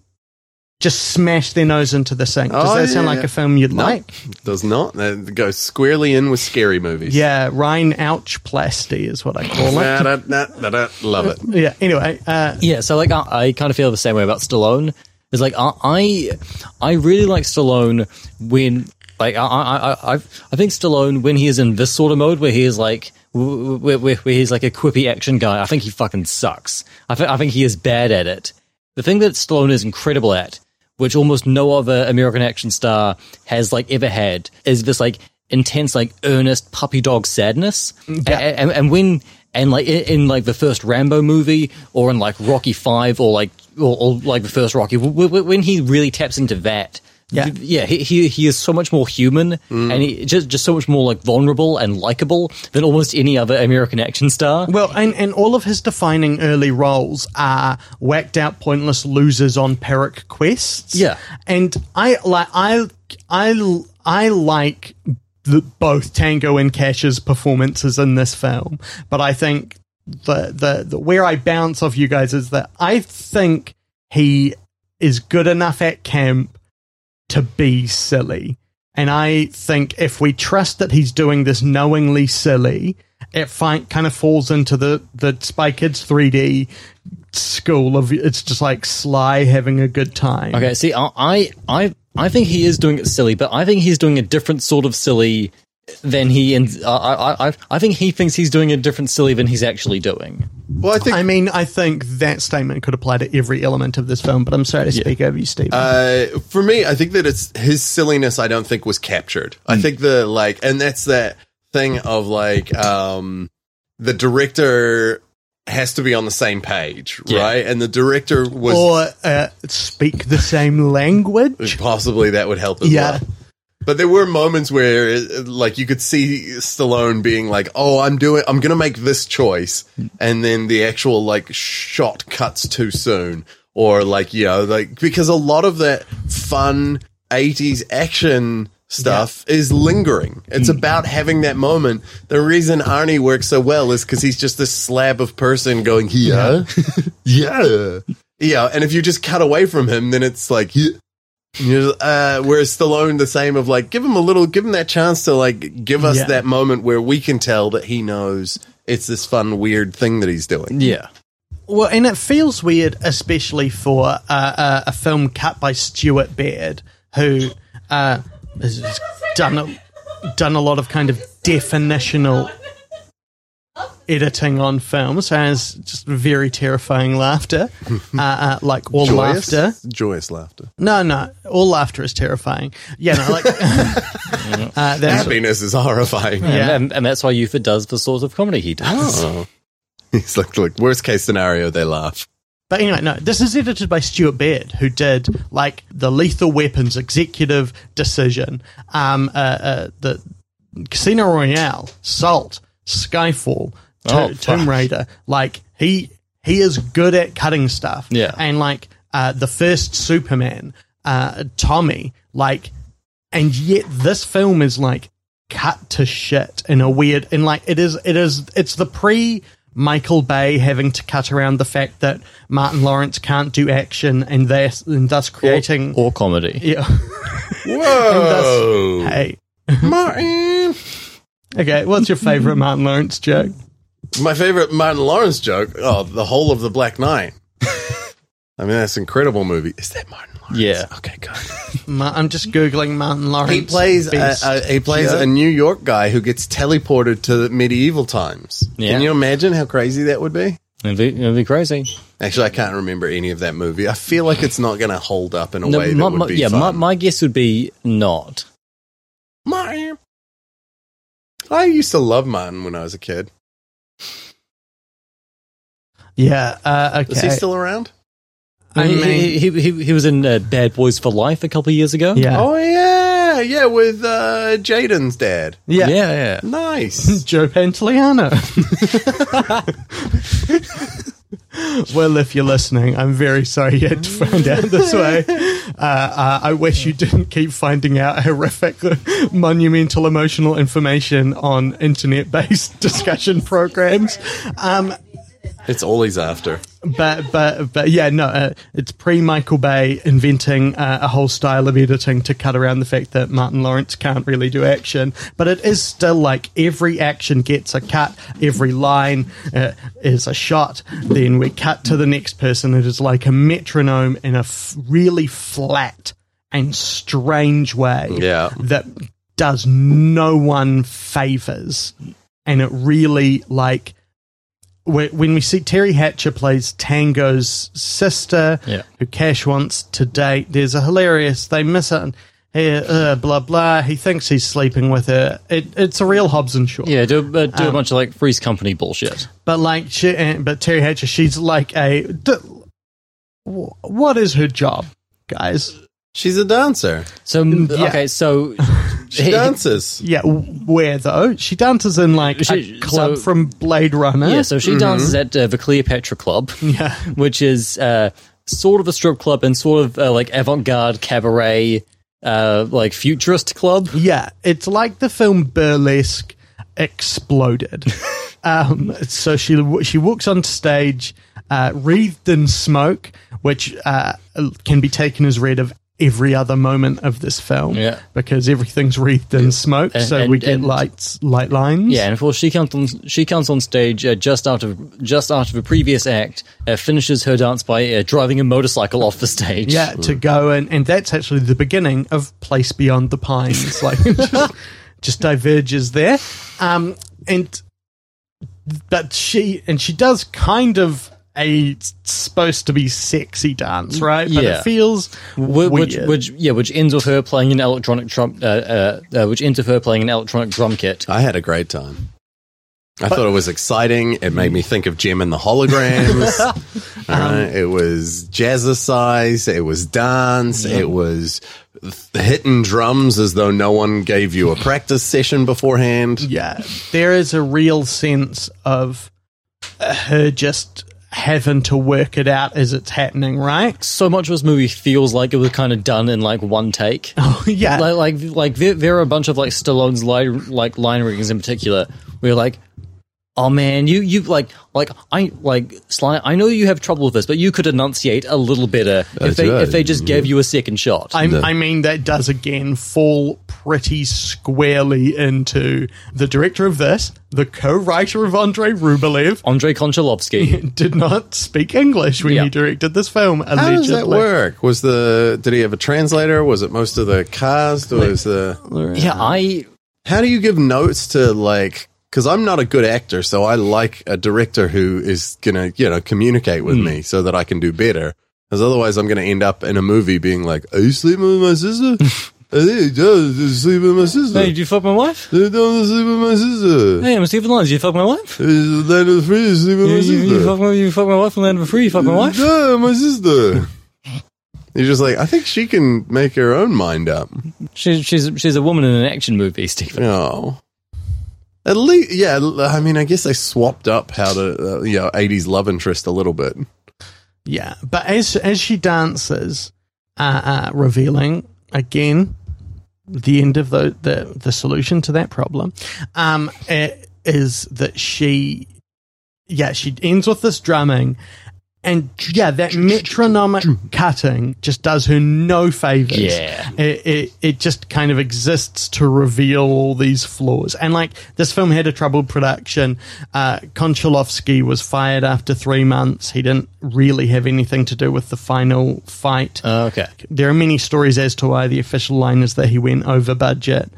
Speaker 4: just smash their nose into the sink. Does
Speaker 5: Oh,
Speaker 4: that
Speaker 5: yeah,
Speaker 4: sound
Speaker 5: yeah,
Speaker 4: like
Speaker 5: yeah.
Speaker 4: a film you'd
Speaker 5: No,
Speaker 4: like?
Speaker 5: does not. That goes squarely in with scary movies.
Speaker 4: Yeah, Rhine ouch plasty is what I call it.
Speaker 5: Nah, nah, nah, nah, nah. Love it.
Speaker 4: Yeah. Anyway, uh,
Speaker 2: Yeah, so like I, I kind of feel the same way about Stallone. It's like I I, I really like Stallone when like I I I I I think Stallone when he is in this sort of mode where he is like wh- wh- where, where, where he's like a quippy action guy. I think he fucking sucks. I think I think he is bad at it. The thing that Stallone is incredible at, which almost no other American action star has like ever had, is this like intense, like earnest puppy dog sadness. A- a- And, and when and like in, in like the first Rambo movie or in like Rocky Five or like or, or like the first Rocky, w- w- when he really taps into that.
Speaker 4: Yeah.
Speaker 2: th- yeah, he, he he is so much more human, and he just just so much more like vulnerable and likable than almost any other American action star.
Speaker 4: Well, and, and all of his defining early roles are whacked out, pointless losers on Pyrrhic quests.
Speaker 2: Yeah.
Speaker 4: and I like I I I like the, both Tango and Cash's performances in this film, but I think the, the the where I bounce off you guys is that I think he is good enough at camp to be silly. And I think if we trust that he's doing this knowingly silly, it fi- kind of falls into the, the Spy Kids 3D school of it's just like Sly having a good time.
Speaker 2: Okay, see, I, I, I, I think he is doing it silly, but I think he's doing a different sort of silly than he and uh, I, I, I, I think he thinks he's doing a different silly than he's actually doing.
Speaker 5: Well, I think
Speaker 4: I mean, I think that statement could apply to every element of this film, but I'm sorry to speak over you, Steve.
Speaker 5: uh, for me, I think that it's his silliness. I don't think was captured. I think the like, and that's that thing of like, um, the director has to be on the same page,
Speaker 2: Yeah.
Speaker 5: right? And the director was
Speaker 4: or uh, speak the same language.
Speaker 5: possibly that would help as
Speaker 4: Yeah.
Speaker 5: well. But there were moments where, uh, like, you could see Stallone being like, "Oh, I'm doing, I'm going to make this choice," and then the actual like shot cuts too soon, or like, you know, like because a lot of that fun '80s action stuff is lingering. It's about having that moment. The reason Arnie works so well is because he's just this slab of person going, "Yeah,
Speaker 1: yeah.
Speaker 5: yeah," and if you just cut away from him, then it's like,
Speaker 1: yeah.
Speaker 5: you know, uh, whereas Stallone, the same of like, give him a little, give him that chance to like, give us
Speaker 4: Yeah.
Speaker 5: that moment where we can tell that he knows it's this fun, weird thing that he's doing.
Speaker 2: Yeah.
Speaker 4: Well, and it feels weird, especially for uh, uh, a film cut by Stuart Baird, who uh, has has done a, done a lot of kind of definitional editing on films, has just very terrifying laughter, uh, uh, like all
Speaker 5: Joyous?
Speaker 4: laughter.
Speaker 5: Joyous laughter.
Speaker 4: No, no, all laughter is terrifying. Yeah, no, like uh, that's,
Speaker 5: Happiness is horrifying.
Speaker 4: Yeah.
Speaker 2: And, and that's why Eufa does the sort of comedy he does.
Speaker 5: Oh. He's like, look, worst case scenario, they laugh.
Speaker 4: But anyway, no, this is edited by Stuart Baird, who did like the Lethal Weapons executive decision, um, uh, uh, the Casino Royale, Salt, Skyfall, to-
Speaker 2: Oh, fuck.
Speaker 4: Tomb Raider. Like he he is good at cutting stuff.
Speaker 2: Yeah.
Speaker 4: and like uh, the first Superman, uh, Tommy, like, and yet this film is like cut to shit in a weird and like it is it is it's the pre Michael Bay having to cut around the fact that Martin Lawrence can't do action and thus and thus creating
Speaker 5: Oh.
Speaker 2: Or comedy.
Speaker 4: yeah
Speaker 5: Whoa.
Speaker 4: hey
Speaker 5: Martin.
Speaker 4: okay what's your favorite Martin Lawrence joke
Speaker 5: My favorite Martin Lawrence joke. Oh, the whole of the Black Knight. I mean, that's an incredible movie. Is that Martin Lawrence?
Speaker 2: Yeah.
Speaker 5: Okay, good.
Speaker 4: Ma- I'm just googling Martin Lawrence
Speaker 5: He plays a,
Speaker 4: best.
Speaker 5: a, he plays
Speaker 4: Yeah.
Speaker 5: a New York guy who gets teleported to the medieval times.
Speaker 2: Yeah.
Speaker 5: Can you imagine how crazy that would be?
Speaker 2: It'd be, it'd be crazy.
Speaker 5: Actually, I can't remember any of that movie. I feel like it's not going to hold up in a
Speaker 2: No,
Speaker 5: way that
Speaker 2: my,
Speaker 5: would
Speaker 2: my-
Speaker 5: be
Speaker 2: yeah, my,
Speaker 5: fun.
Speaker 2: my guess would be not.
Speaker 5: Martin. I used to love Martin when I was a kid.
Speaker 4: yeah uh,
Speaker 5: Is
Speaker 4: okay
Speaker 5: he still around?
Speaker 4: I
Speaker 2: he,
Speaker 4: mean
Speaker 2: he, he, he- he was in uh, Bad Boys for Life a couple of years ago.
Speaker 4: yeah.
Speaker 5: Oh yeah, yeah, with uh, Jaden's dad.
Speaker 4: yeah
Speaker 2: Yeah. yeah.
Speaker 5: Nice.
Speaker 4: Joe Pantoliano. well, if you're listening, I'm very sorry you had to find out this way. Uh, uh, I wish you didn't keep finding out horrific, monumental emotional information on internet based discussion programs. Um,
Speaker 5: it's all he's after.
Speaker 4: but but but yeah, no, uh, it's pre Michael Bay inventing uh, a whole style of editing to cut around the fact that Martin Lawrence can't really do action. But it is still like every action gets a cut, every line uh, is a shot. Then we cut to the next person. It is like a metronome in a f- really flat and strange way
Speaker 5: Yeah.
Speaker 4: that does no one favors and it really like whe- when we see Terry Hatcher plays Tango's sister,
Speaker 2: Yeah.
Speaker 4: who Cash wants to date, there's a hilarious. They miss it. And, eh, uh, blah blah. He thinks he's sleeping with her. It, it's a real Hobbs and Shaw.
Speaker 2: Yeah, do, uh,
Speaker 5: Um,
Speaker 2: do a bunch of like Freeze Company bullshit.
Speaker 4: But like, she, eh, but Terry Hatcher, she's like a. D- wh- what is her job, guys?
Speaker 5: She's a dancer.
Speaker 2: So, m okay, so.
Speaker 5: She dances.
Speaker 4: Yeah, w- where though? She dances in like
Speaker 2: She-
Speaker 4: a club
Speaker 2: so-
Speaker 4: from Blade Runner.
Speaker 2: Yeah, so she dances at uh, the Cleopatra Club,
Speaker 4: Mm-hmm. Yeah.
Speaker 2: which is uh, sort of a strip club and sort of uh, like avant-garde cabaret, uh, like futurist club.
Speaker 4: Yeah, it's like the film Burlesque exploded. um, so she she walks on stage uh, wreathed in smoke, which uh, can be taken as read of every other moment of this film.
Speaker 2: Yeah.
Speaker 4: because everything's wreathed in smoke,
Speaker 2: And-
Speaker 4: so we
Speaker 2: and-
Speaker 4: get
Speaker 2: and-
Speaker 4: lights, light lines.
Speaker 2: Yeah, and of course she comes on she comes on stage uh, just after just after the previous act uh, finishes her dance by uh, driving a motorcycle off the stage.
Speaker 4: Yeah, to go and and that's actually the beginning of Place Beyond the Pines. Like just, just diverges there. Um and but she and she does kind of a supposed to be sexy dance, right? But
Speaker 2: Yeah.
Speaker 4: it feels
Speaker 2: Wh- which,
Speaker 4: weird.
Speaker 2: which yeah, which ends with her playing an electronic drum, uh, uh, uh, which ends with her playing an electronic drum kit.
Speaker 5: I had a great time. I thought it was exciting. It made me think of Jim and the Holograms. All right. It was jazzercise. It was dance. It was th- hitting drums as though no one gave you a practice session beforehand.
Speaker 4: yeah, there is a real sense of uh, her just having to work it out as it's happening, right?
Speaker 2: So much of this movie feels like it was kind of done in like one take.
Speaker 4: yeah.
Speaker 2: like like like there, there are a bunch of like Stallone's line like line readings in particular where you're like oh man, you you like like I like Sly. I know you have trouble with this, but you could enunciate a little better if
Speaker 1: That's
Speaker 2: they
Speaker 1: right.
Speaker 2: if they just gave you a second shot.
Speaker 4: I, I mean, that does again fall pretty squarely into the director of this, the co-writer of Andrei Rublev,
Speaker 2: Andre Konchalovsky.
Speaker 4: did not speak English when
Speaker 2: Yeah.
Speaker 4: he directed this film.
Speaker 5: How does that
Speaker 4: allegedly.
Speaker 5: work? Was the did he have a translator? Was it most of the cast? Was the
Speaker 2: yeah, I
Speaker 5: how do you give notes to like? Because I'm not a good actor, so I like a director who is gonna you know communicate
Speaker 2: Hmm.
Speaker 5: with me so that I can do better. Because otherwise, I'm gonna end up in a movie being like, "Are you sleeping with my sister? Are you just sleeping with my sister?
Speaker 2: Hey, did you fuck my wife?
Speaker 5: Are you done sleeping with my sister?
Speaker 2: Hey, I'm Stephen Lyons. You fuck my wife?
Speaker 5: Is the land of the free sleeping with
Speaker 2: You,
Speaker 5: my
Speaker 2: you, you,
Speaker 5: sister?
Speaker 2: fuck my, you fuck my wife from Land of Free. You fuck my wife?
Speaker 5: Yeah, my sister." You're just like, I think she can make her own mind up.
Speaker 2: She, she's she's a woman in an action movie, Stephen.
Speaker 5: No. At least, yeah. l- I mean, I guess they swapped up how to, uh, you know, 80s love interest a little bit.
Speaker 4: Yeah, but as as she dances, uh, uh, revealing again the end of the the, the solution to that problem, um, it is that she, yeah, she ends with this drumming, and yeah, that metronomic cutting just does her no favors.
Speaker 2: Yeah.
Speaker 4: it, it it just kind of exists to reveal all these flaws. And like this film had a troubled production. Uh, Konchalovsky was fired after three months. He didn't really have anything to do with the final fight.
Speaker 5: Uh.
Speaker 2: Okay.
Speaker 4: there are many stories as to why the official line is that he went over budget,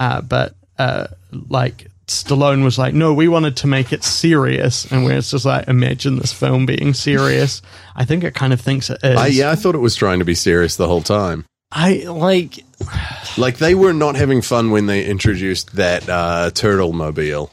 Speaker 4: uh, but uh, like. Stallone was like, no, we wanted to make it serious, and where it's just like, imagine this film being serious. I think it kind of thinks it is.
Speaker 5: I, yeah, I thought it was trying to be serious the whole time.
Speaker 2: I like.
Speaker 5: Like, they were not having fun when they introduced that uh, turtle mobile.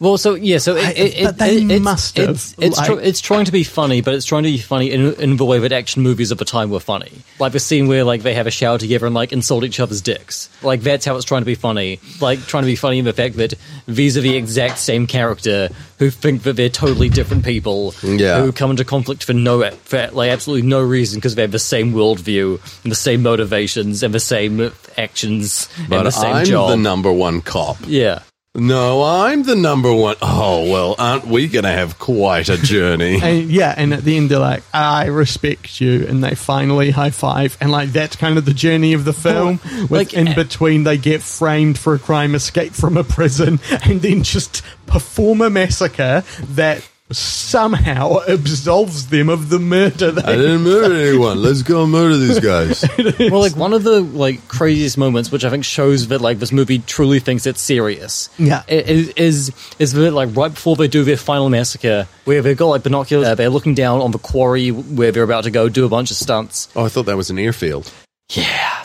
Speaker 2: Well, so yeah, so it,
Speaker 4: I-
Speaker 2: it, it,
Speaker 4: but they
Speaker 2: it- it's,
Speaker 4: must have,
Speaker 2: it's it's, tr-
Speaker 4: like-
Speaker 2: it's trying to be funny, but it's trying to be funny in, in the way that action movies of the time were funny, like the scene where like they have a shower together and like insult each other's dicks. Like that's how it's trying to be funny, like trying to be funny in the fact that these are the exact same character who think that they're totally different people,
Speaker 5: Yeah.
Speaker 2: who come into conflict for no for, like absolutely no reason because they have the same worldview, and the same motivations, and the same actions, and the
Speaker 5: But
Speaker 2: same
Speaker 5: I'm
Speaker 2: job.
Speaker 5: the number one cop.
Speaker 2: yeah.
Speaker 5: No, I'm the number one. Oh, well, aren't we going to have quite a journey?
Speaker 4: And yeah, and at the end they're like, "I respect you," and they finally high five, and like that's kind of the journey of the film. With
Speaker 2: like,
Speaker 4: in
Speaker 2: eh.
Speaker 4: between, they get framed for a crime, escape from a prison, and then just perform a massacre that somehow absolves them of the murder.
Speaker 5: I
Speaker 4: They,
Speaker 5: didn't murder anyone. Let's go murder these guys.
Speaker 2: Well, like one of the like craziest moments, which I think shows that like this movie truly thinks it's serious.
Speaker 4: Yeah.
Speaker 2: i- is is, is that, like right before they do their final massacre, where they've got like binoculars, uh, they're looking down on the quarry where they're about to go do a bunch of stunts.
Speaker 5: Oh, I thought that was an airfield.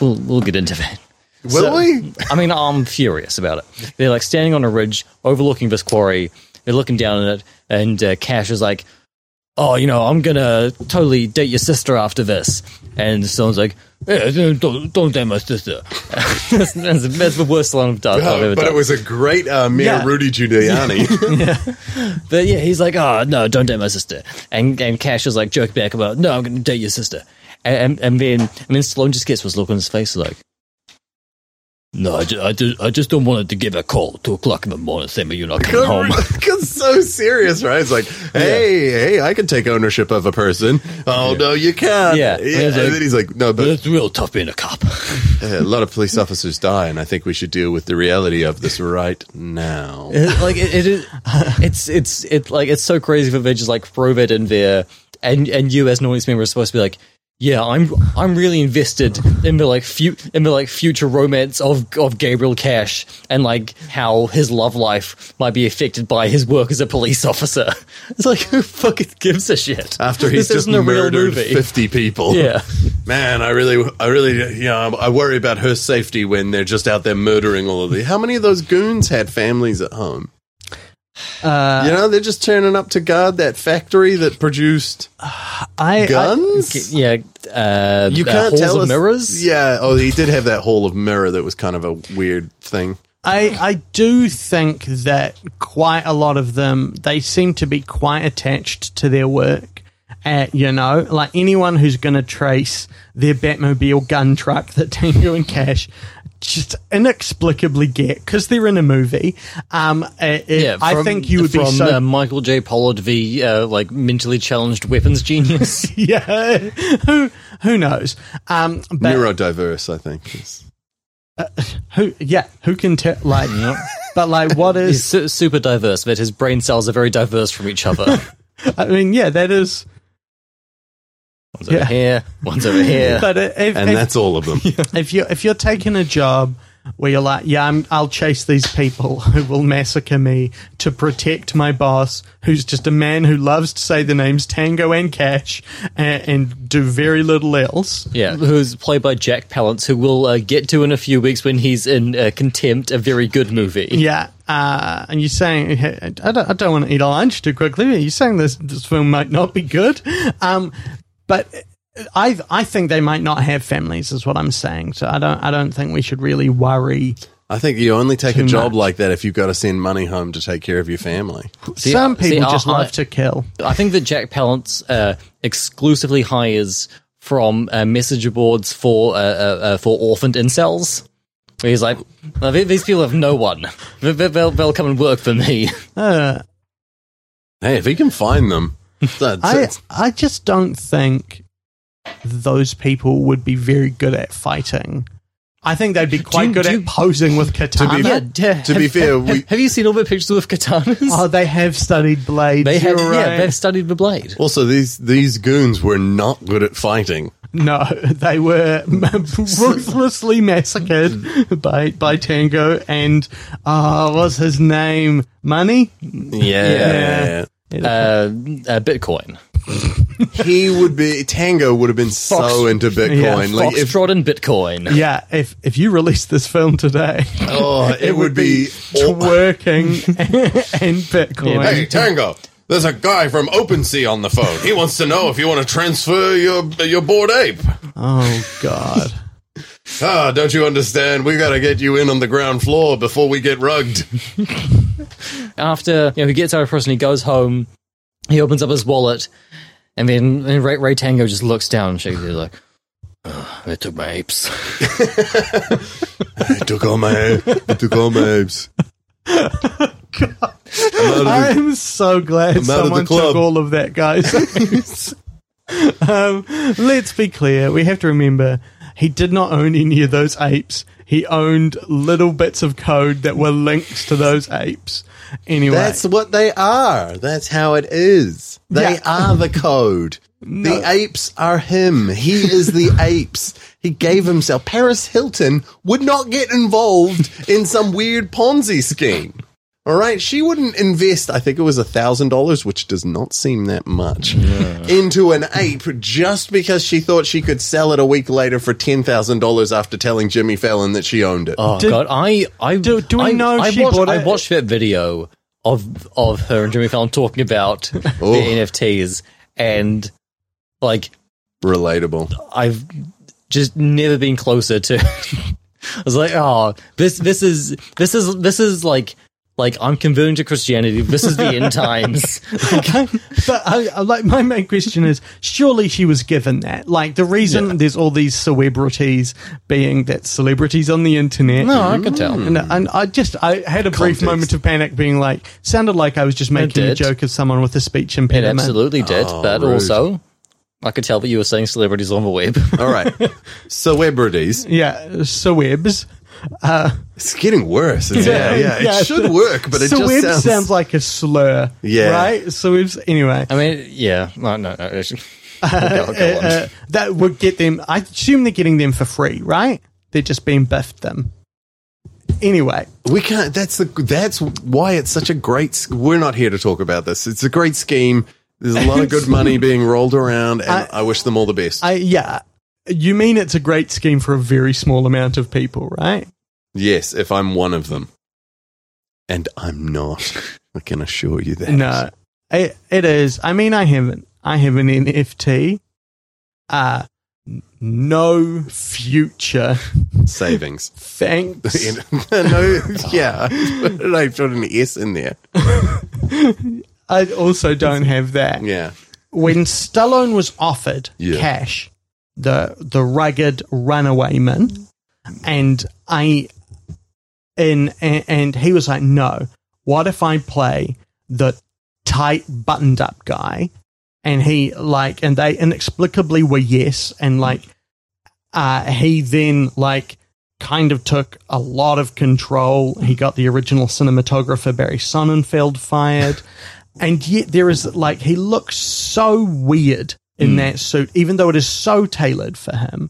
Speaker 2: We'll, we'll get into that.
Speaker 5: Will
Speaker 2: So-
Speaker 5: we?
Speaker 2: I mean, I'm furious about it. They're like standing on a ridge overlooking this quarry. They're looking down at it, and uh, Cash is like, "Oh, you know, I'm gonna totally date your sister after this." And someone's like, "Yeah, don't, don't date my sister." that's, that's, that's the worst line of done. I've ever
Speaker 5: but
Speaker 2: done.
Speaker 5: it was a great uh, Mayor
Speaker 4: Yeah.
Speaker 5: Rudy Giuliani.
Speaker 2: But yeah, he's like, oh, no, don't date my sister. And and Cash is like, joke back about, no, I'm going to date your sister. And, and, and then and then Stallone just gets this look on his face like, no, I just, I just, I just don't want her to give a call two o'clock in the morning saying that you're not coming home.
Speaker 5: Because so serious, right? It's like, hey, hey, I can take ownership of a person. Oh no, you can't.
Speaker 2: Yeah.
Speaker 5: And then he's like, no,
Speaker 2: But
Speaker 5: but
Speaker 2: it's real tough being a cop.
Speaker 5: uh, a lot of police officers die, and I think we should deal with the reality of this right now.
Speaker 2: It- like it, it is, it's it's it like it's so crazy that they just like throw that in there, and and you as an audience member are supposed to be like, yeah, I'm I'm really invested in the like fu- in the like future romance of of Gabriel Cash and like how his love life might be affected by his work as a police officer. It's like who fucking gives a shit
Speaker 5: After he's
Speaker 2: This
Speaker 5: just
Speaker 2: isn't a real
Speaker 5: murdered
Speaker 2: movie.
Speaker 5: fifty people,
Speaker 2: Yeah.
Speaker 5: man, I really, I really, you know, I worry about her safety when they're just out there murdering all of the. How many of those goons had families at home?
Speaker 4: uh,
Speaker 5: You know, they're just turning up to guard that factory that produced
Speaker 4: I, I
Speaker 5: guns.
Speaker 2: Yeah, uh,
Speaker 5: You
Speaker 2: uh,
Speaker 5: can't
Speaker 2: Halls
Speaker 5: tell
Speaker 2: of
Speaker 5: us.
Speaker 2: mirrors.
Speaker 5: Yeah. Oh, he did have that hall of mirror that was kind of a weird thing.
Speaker 4: I, I do think that quite a lot of them they seem to be quite attached to their work. Uh, you know, like anyone who's going to trace their Batmobile gun truck that Tango and Cash just inexplicably get because they're in a movie. Um, it, it-
Speaker 2: Yeah,
Speaker 4: I
Speaker 2: from-
Speaker 4: think you would be
Speaker 2: from
Speaker 4: so
Speaker 2: uh, Michael J. Pollard v. Uh, like mentally challenged weapons genius.
Speaker 4: yeah. Who who knows? Um, but
Speaker 5: Neurodiverse, I think. is-
Speaker 4: who yeah who can tell like but like what
Speaker 2: He's
Speaker 4: is
Speaker 2: su- super diverse, but his brain cells are very diverse from each other.
Speaker 4: I mean yeah that is
Speaker 2: One's over
Speaker 4: Yeah.
Speaker 2: here, one's over here.
Speaker 4: but if
Speaker 5: And
Speaker 4: if,
Speaker 5: that's all of them.
Speaker 4: if you if you're taking a job where you're like yeah I'm, I'll chase these people who will massacre me to protect my boss who's just a man who loves to say the names Tango and Cash and, and do very little else
Speaker 2: Yeah, who's played by Jack Palance, who we'll uh, get to in a few weeks when he's in uh, Contempt, a very good movie.
Speaker 4: Yeah, uh, and you're saying I don't, I don't want to eat lunch too quickly. But you're saying this this film might not be good, um, but I I think they might not have families, is what I'm saying. So I don't I don't think we should really worry.
Speaker 5: I think you only take a
Speaker 4: Too
Speaker 5: job
Speaker 4: much.
Speaker 5: like that if you've got to send money home to take care of your family.
Speaker 4: Some
Speaker 2: see,
Speaker 4: people just
Speaker 2: I-
Speaker 4: love to kill.
Speaker 2: I think that Jack Palance uh, exclusively hires from uh, message boards for uh, uh, uh, for orphaned incels. Where he's like, "Well, th- these people have no one. They- they- They'll, they'll come and work for me.
Speaker 4: Uh,
Speaker 5: Hey, if he can find them. that's-
Speaker 4: I
Speaker 5: that's-
Speaker 4: I just don't think those people would be very good at fighting. I think they'd be quite
Speaker 2: you-
Speaker 4: good
Speaker 2: do
Speaker 4: at
Speaker 2: you-
Speaker 4: posing with katana.
Speaker 5: be-
Speaker 2: d-
Speaker 5: to be
Speaker 2: Um, have-
Speaker 5: fair,
Speaker 2: have,
Speaker 5: we-
Speaker 2: have you seen all the pictures with katanas?
Speaker 4: oh, they have studied blades.
Speaker 2: they have,
Speaker 4: you're
Speaker 2: yeah,
Speaker 4: right.
Speaker 2: they've studied the blade.
Speaker 5: also, these, these goons were not good at fighting.
Speaker 4: No, they were ruthlessly massacred by by Tango and uh what's his name? Money?
Speaker 5: Yeah.
Speaker 2: Uh, uh, Bitcoin,
Speaker 5: he would be, Tango would have been so into Bitcoin.
Speaker 4: yeah,
Speaker 5: like, if,
Speaker 2: Foxtrot and Bitcoin.
Speaker 4: Yeah, if if you released this film today,
Speaker 5: oh, it, would be.
Speaker 4: twerking and Bitcoin.
Speaker 5: Hey, Tango, there's a guy from OpenSea on the phone. He wants to know if you want to transfer your your board ape.
Speaker 4: Oh god.
Speaker 5: Ah, don't you understand? We got to get you in on the ground floor before we get rugged.
Speaker 2: after you know, he gets out of prison, he goes home, he opens up his wallet, and then and Ray, Ray Tango just looks down and shakes his head like, "Ugh, they took my apes.
Speaker 5: I took all my, I took all my apes. I'm out of the-
Speaker 4: I'm so glad
Speaker 5: out of the
Speaker 4: someone took
Speaker 5: club.
Speaker 4: all of that, guys. um, let's be clear. We have to remember he did not own any of those apes. He owned little bits of code that were links to those apes. Anyway,
Speaker 5: That's what they are. That's how it is. They
Speaker 4: Yeah.
Speaker 5: are the code. The apes are him. He is the apes. He gave himself. Paris Hilton would not get involved in some weird Ponzi scheme. All right, she wouldn't invest. I think it was a thousand dollars, which does not seem that much, into an ape just because she thought she could sell it a week later for ten thousand dollars after telling Jimmy Fallon that she owned it.
Speaker 2: Oh
Speaker 4: Did-
Speaker 2: God, I, I
Speaker 4: Do- do we
Speaker 2: I,
Speaker 4: know
Speaker 2: I
Speaker 4: she
Speaker 2: watched,
Speaker 4: bought
Speaker 2: I
Speaker 4: it?
Speaker 2: watched that video of of her and Jimmy Fallon talking about the
Speaker 4: Oh.
Speaker 2: NFTs, and like
Speaker 5: Relatable.
Speaker 2: I've just never been closer to. I was like, oh, this this is this is this is like like I'm converting to Christianity. This is the end times.
Speaker 4: but I, I, like my main question is: surely she was given that? Like the reason there's all these celebrities being that celebrities on the internet.
Speaker 2: No, I could tell.
Speaker 4: And, and I just I had a brief
Speaker 5: Context.
Speaker 4: moment of panic, being like, sounded like I was just making a
Speaker 2: did.
Speaker 4: joke of someone with a speech
Speaker 2: It
Speaker 4: impediment.
Speaker 2: absolutely did, but also I could tell that you were saying celebrities on the web.
Speaker 5: All right, celebrities.
Speaker 4: Yeah, Sawebs.
Speaker 5: It's getting worse. isn't it? Yeah, yeah. It should work, but it
Speaker 4: Sawebs
Speaker 5: just sounds.
Speaker 4: sounds like a slur.
Speaker 5: Yeah.
Speaker 4: right. Sawebs. Anyway,
Speaker 2: I mean, yeah, no, no, no. it's- Go, go on.
Speaker 4: uh, that would get them. I assume they're getting them for free, right? They're just being biffed them. Anyway,
Speaker 5: we can't. That's the. That's why it's such a great. s- We're not here to talk about this. It's a great scheme. There's a lot of good money being rolled around, and I,
Speaker 4: I-
Speaker 5: wish them all the best.
Speaker 4: I yeah. You mean it's a great scheme for a very small amount of people, right?
Speaker 5: yes, if I'm one of them, and I'm not, I can assure you that.
Speaker 4: No, it, it is. I mean, I haven't. I have an NFT. Uh, n- no future.
Speaker 5: savings.
Speaker 4: Thanks.
Speaker 5: no, yeah, I put an S in there.
Speaker 4: I also don't have that.
Speaker 5: Yeah,
Speaker 4: When Stallone was offered
Speaker 5: Yeah.
Speaker 4: cash, the the rugged runaway man, and I and, and and he was like, "No, what if I play the tight buttoned up guy?" And he like, and they inexplicably were yes, and like, uh, he then like kind of took a lot of control. He got the original cinematographer Barry Sonnenfeld fired, and yet there is like he looks so weird in that suit, even though it is so tailored for him.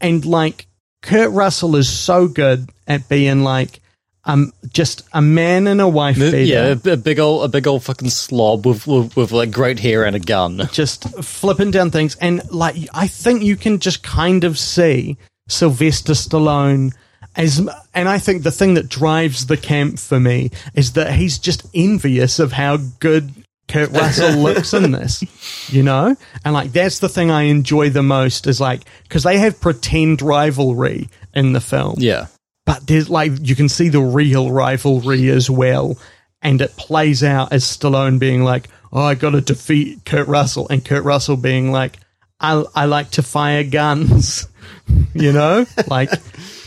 Speaker 4: And like Kurt Russell is so good at being like um just a man and a wife beater.
Speaker 2: Yeah, a, a big old a big old fucking slob with, with with like great hair and a gun.
Speaker 4: just flipping down things and like I think you can just kind of see Sylvester Stallone as and I think the thing that drives the camp for me is that he's just envious of how good Kurt Russell looks in this, you know? And like that's the thing I enjoy the most is like cuz they have pretend rivalry in the film
Speaker 2: Yeah.
Speaker 4: but there's like you can see the real rivalry as well, and it plays out as Stallone being like, "Oh, I got to defeat Kurt Russell," and Kurt Russell being like, "I I like to fire guns," you know, like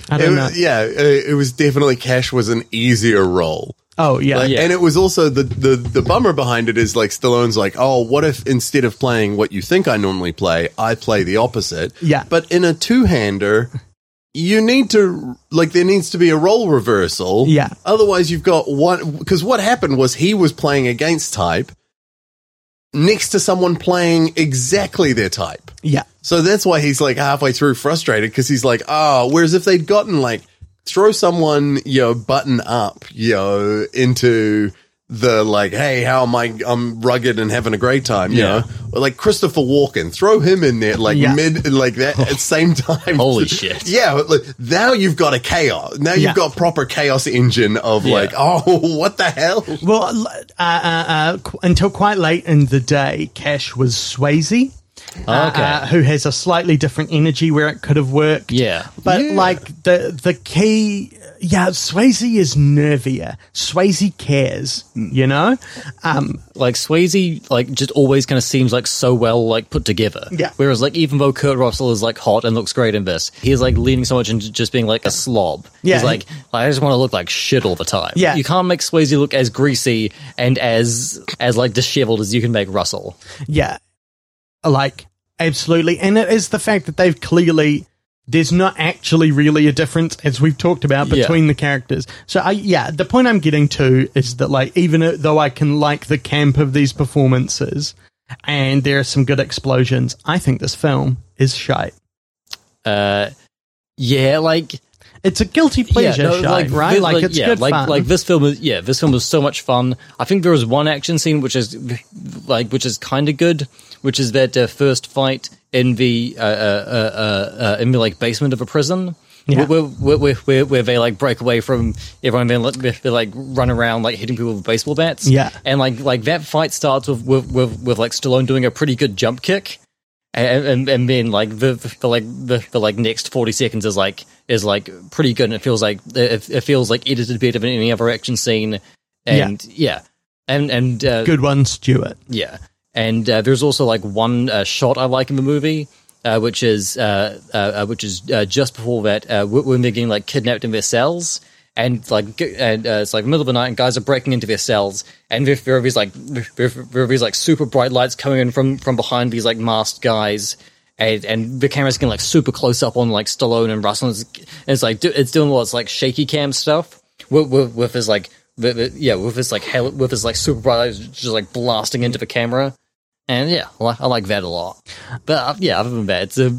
Speaker 4: I
Speaker 5: It
Speaker 4: don't know.
Speaker 5: was, yeah, it, it was definitely Cash was an easier role.
Speaker 4: Oh yeah,
Speaker 5: Like, And it was also the, the the bummer behind it is like Stallone's like, oh, what if instead of playing what you think I normally play, I play the opposite?
Speaker 4: Yeah.
Speaker 5: But in a two hander, you need to like there needs to be a role reversal.
Speaker 4: Yeah.
Speaker 5: Otherwise, you've got one because what happened was he was playing against type next to someone playing exactly their type.
Speaker 4: yeah,
Speaker 5: So that's why he's like halfway through frustrated because he's like, oh, whereas if they'd gotten like throw someone, you know, button up, you know, into the like, hey, how am I? I'm rugged and having a great time, you
Speaker 2: Yeah.
Speaker 5: know, or like Christopher Walken, throw him in there like
Speaker 4: Yeah.
Speaker 5: mid, like that at the same time.
Speaker 2: Holy shit.
Speaker 5: Yeah, but, like, now you've got a chaos. Now you've
Speaker 4: Yeah.
Speaker 5: got proper chaos engine of
Speaker 2: Yeah.
Speaker 5: like, oh, what the hell?
Speaker 4: Well, uh, uh, uh, qu- until quite late in the day, Cash was Swayze, uh,
Speaker 2: Okay.
Speaker 4: uh, who has a slightly different energy where it could have worked.
Speaker 2: Yeah.
Speaker 4: But like the the key, yeah, Swayze is nervier. Swayze cares, you know. Um,
Speaker 2: Like Swayze, like just always kind of seems like so well like put together.
Speaker 4: Yeah.
Speaker 2: Whereas like even though Kurt Russell is like hot and looks great in this, he's like leaning so much into just being like a slob.
Speaker 4: Yeah.
Speaker 2: He's like, I just want to look like shit all the time.
Speaker 4: Yeah.
Speaker 2: You can't make Swayze look as greasy and as as like disheveled as you can make Russell.
Speaker 4: yeah, like absolutely, and it is the fact that they've clearly there's not actually really a difference as we've talked about
Speaker 2: Yeah.
Speaker 4: between the characters. So I yeah, the point I'm getting to is that like even though I can like the camp of these performances and there are some good explosions, I think this film is shite.
Speaker 2: Uh yeah, like
Speaker 4: It's a guilty pleasure
Speaker 2: no,
Speaker 4: shite, right?
Speaker 2: thi-
Speaker 4: Like, it's
Speaker 2: yeah,
Speaker 4: good
Speaker 2: like,
Speaker 4: fun.
Speaker 2: Like this film is yeah, this film was so much fun. I think there was one action scene which is like which is kind of good, which is that uh, first fight in the uh, uh, uh, uh, uh, in the like basement of a prison.
Speaker 4: Yeah.
Speaker 2: Where, where, where, where, where they like break away from everyone, then like, they like run around like hitting people with baseball bats.
Speaker 4: Yeah.
Speaker 2: and like like that fight starts with with, with, with like Stallone doing a pretty good jump kick, and, and, and then like the, the, the like the, the like next 40 seconds is like is like pretty good and it feels like it, it feels like edited better than any other action scene and yeah, and and uh,
Speaker 4: good one, Stuart.
Speaker 2: yeah and uh, there's also like one uh, shot i like in the movie uh, which is uh, uh, uh, which is uh, just before that uh, wh- when they're getting like kidnapped in their cells and like g- and uh, it's like middle of the night and guys are breaking into their cells and there, there are these like there, there are these like super bright lights coming in from from behind these like masked guys and and the camera's getting like super close up on like Stallone and Russell. And it's, and it's like do, it's doing all its like shaky cam stuff with with, with his like with, with- yeah with his like hell, with his like super bright eyes just like blasting into the camera. And yeah, I like, I like that a lot. But uh, yeah, other than that, it's a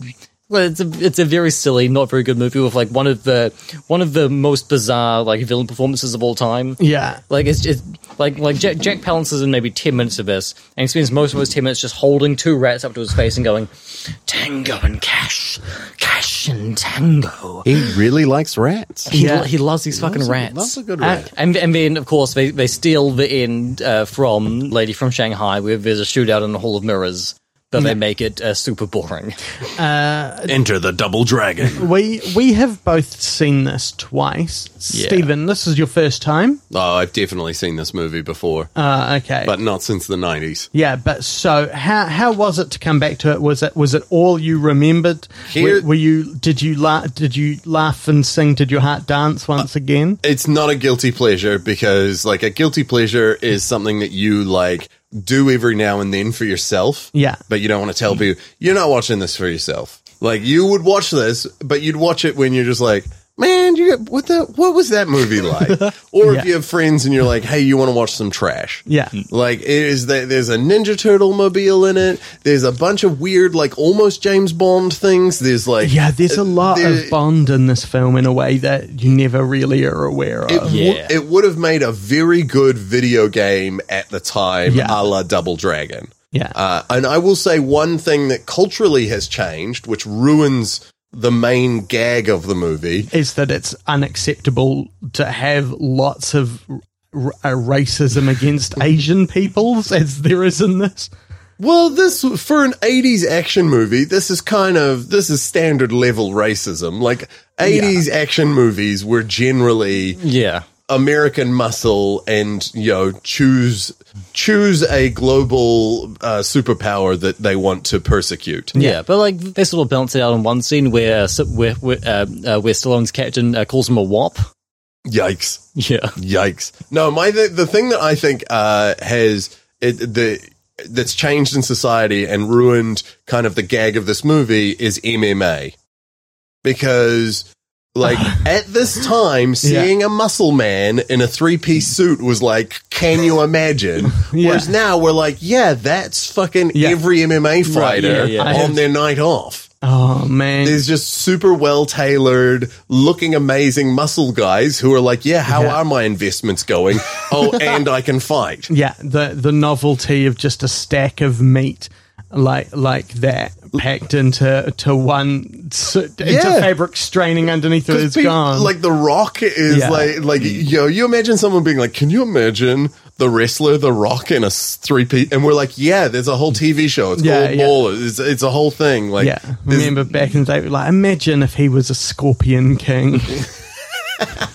Speaker 2: well, it's a it's a very silly, not very good movie with like one of the one of the most bizarre like villain performances of all time.
Speaker 4: Yeah.
Speaker 2: Like it's just like like Jack, Jack Palance is in maybe ten minutes of this, and he spends most of his ten minutes just holding two rats up to his face and going, "Tango and cash, cash and tango."
Speaker 5: He really likes rats.
Speaker 2: He,
Speaker 4: Yeah.
Speaker 2: he loves these fucking rats.
Speaker 5: Loves a good
Speaker 4: Uh,
Speaker 5: rat.
Speaker 2: and, and then, of course, they, they steal the end uh, from Lady from Shanghai, where there's a shootout in the Hall of Mirrors. but they make it uh, super boring.
Speaker 5: Enter the double dragon.
Speaker 4: We we have both seen this twice.
Speaker 2: Yeah.
Speaker 4: Stephen, this is your first time.
Speaker 5: oh, I've definitely seen this movie before,
Speaker 4: Uh, okay.
Speaker 5: but not since the 90s.
Speaker 4: yeah, but so how how was it to come back to it? Was it was it all you remembered?
Speaker 5: Here-
Speaker 4: were, were you did you la- did you laugh and sing? Did your heart dance once again?
Speaker 5: It's not a guilty pleasure because, like, a guilty pleasure is something that you, like, do every now and then for yourself.
Speaker 4: Yeah.
Speaker 5: But you don't want to tell people, you're not watching this for yourself. Like, you would watch this, but you'd watch it when you're just like, man, you what the, what was that movie like? or
Speaker 4: Yeah.
Speaker 5: if you have friends and you're like, hey, you want to watch some trash.
Speaker 4: Yeah.
Speaker 5: Like it is that there's a Ninja Turtle mobile in it. There's a bunch of weird, like almost James Bond things. There's like
Speaker 4: Yeah, there's a lot
Speaker 5: Uh, there-
Speaker 4: of Bond in this film in a way that you never really are aware
Speaker 5: It,
Speaker 4: of.
Speaker 5: wou-
Speaker 2: Yeah.
Speaker 5: it would have made a very good video game at the time,
Speaker 4: Yeah.
Speaker 5: a la Double Dragon.
Speaker 4: yeah.
Speaker 5: Uh, and I will say one thing that culturally has changed, which ruins the main gag of the movie.
Speaker 4: is that it's unacceptable to have lots of r- uh, racism against Asian peoples as there is in this.
Speaker 5: Well, this for an '80s action movie, this is kind of this is standard level racism. Like '80s action movies were generally
Speaker 2: Yeah.
Speaker 5: American muscle and you know choose choose a global uh, superpower that they want to persecute.
Speaker 2: Yeah, but like they sort of balance it out in one scene where uh, so- where where, uh, uh, where Stallone's captain uh, calls him a wop.
Speaker 5: Yikes!
Speaker 2: Yeah,
Speaker 5: Yikes! No, my the, the thing that I think uh, has it, the that's changed in society and ruined kind of the gag of this movie is MMA because. Like at this time, seeing a muscle man in a three piece suit was like, can you imagine?
Speaker 4: Yeah.
Speaker 5: Whereas now we're like, yeah, that's fucking
Speaker 4: Yeah.
Speaker 5: every MMA fighter
Speaker 2: yeah,
Speaker 5: on
Speaker 2: yeah.
Speaker 5: their night off.
Speaker 4: Oh man,
Speaker 5: There's just super well tailored, looking amazing muscle guys who are like, yeah, how
Speaker 4: Yeah.
Speaker 5: are my investments going? oh, and I can fight.
Speaker 4: yeah, the the novelty of just a stack of meat like like that packed into to one s- into
Speaker 5: Yeah.
Speaker 4: fabric straining underneath it is
Speaker 5: Because peop-
Speaker 4: gone.
Speaker 5: Like the Rock is
Speaker 4: Yeah.
Speaker 5: like like yo. You imagine someone being like, "Can you imagine the wrestler, the Rock, in a three piece?" And we're like, "Yeah, there's a whole TV show. It's
Speaker 4: Yeah,
Speaker 5: called
Speaker 4: yeah.
Speaker 5: Ballers. It's, it's a whole thing." Like,
Speaker 4: yeah,
Speaker 5: there's-
Speaker 4: remember back in the day, like imagine if he was a scorpion king.
Speaker 2: yeah,
Speaker 5: yeah,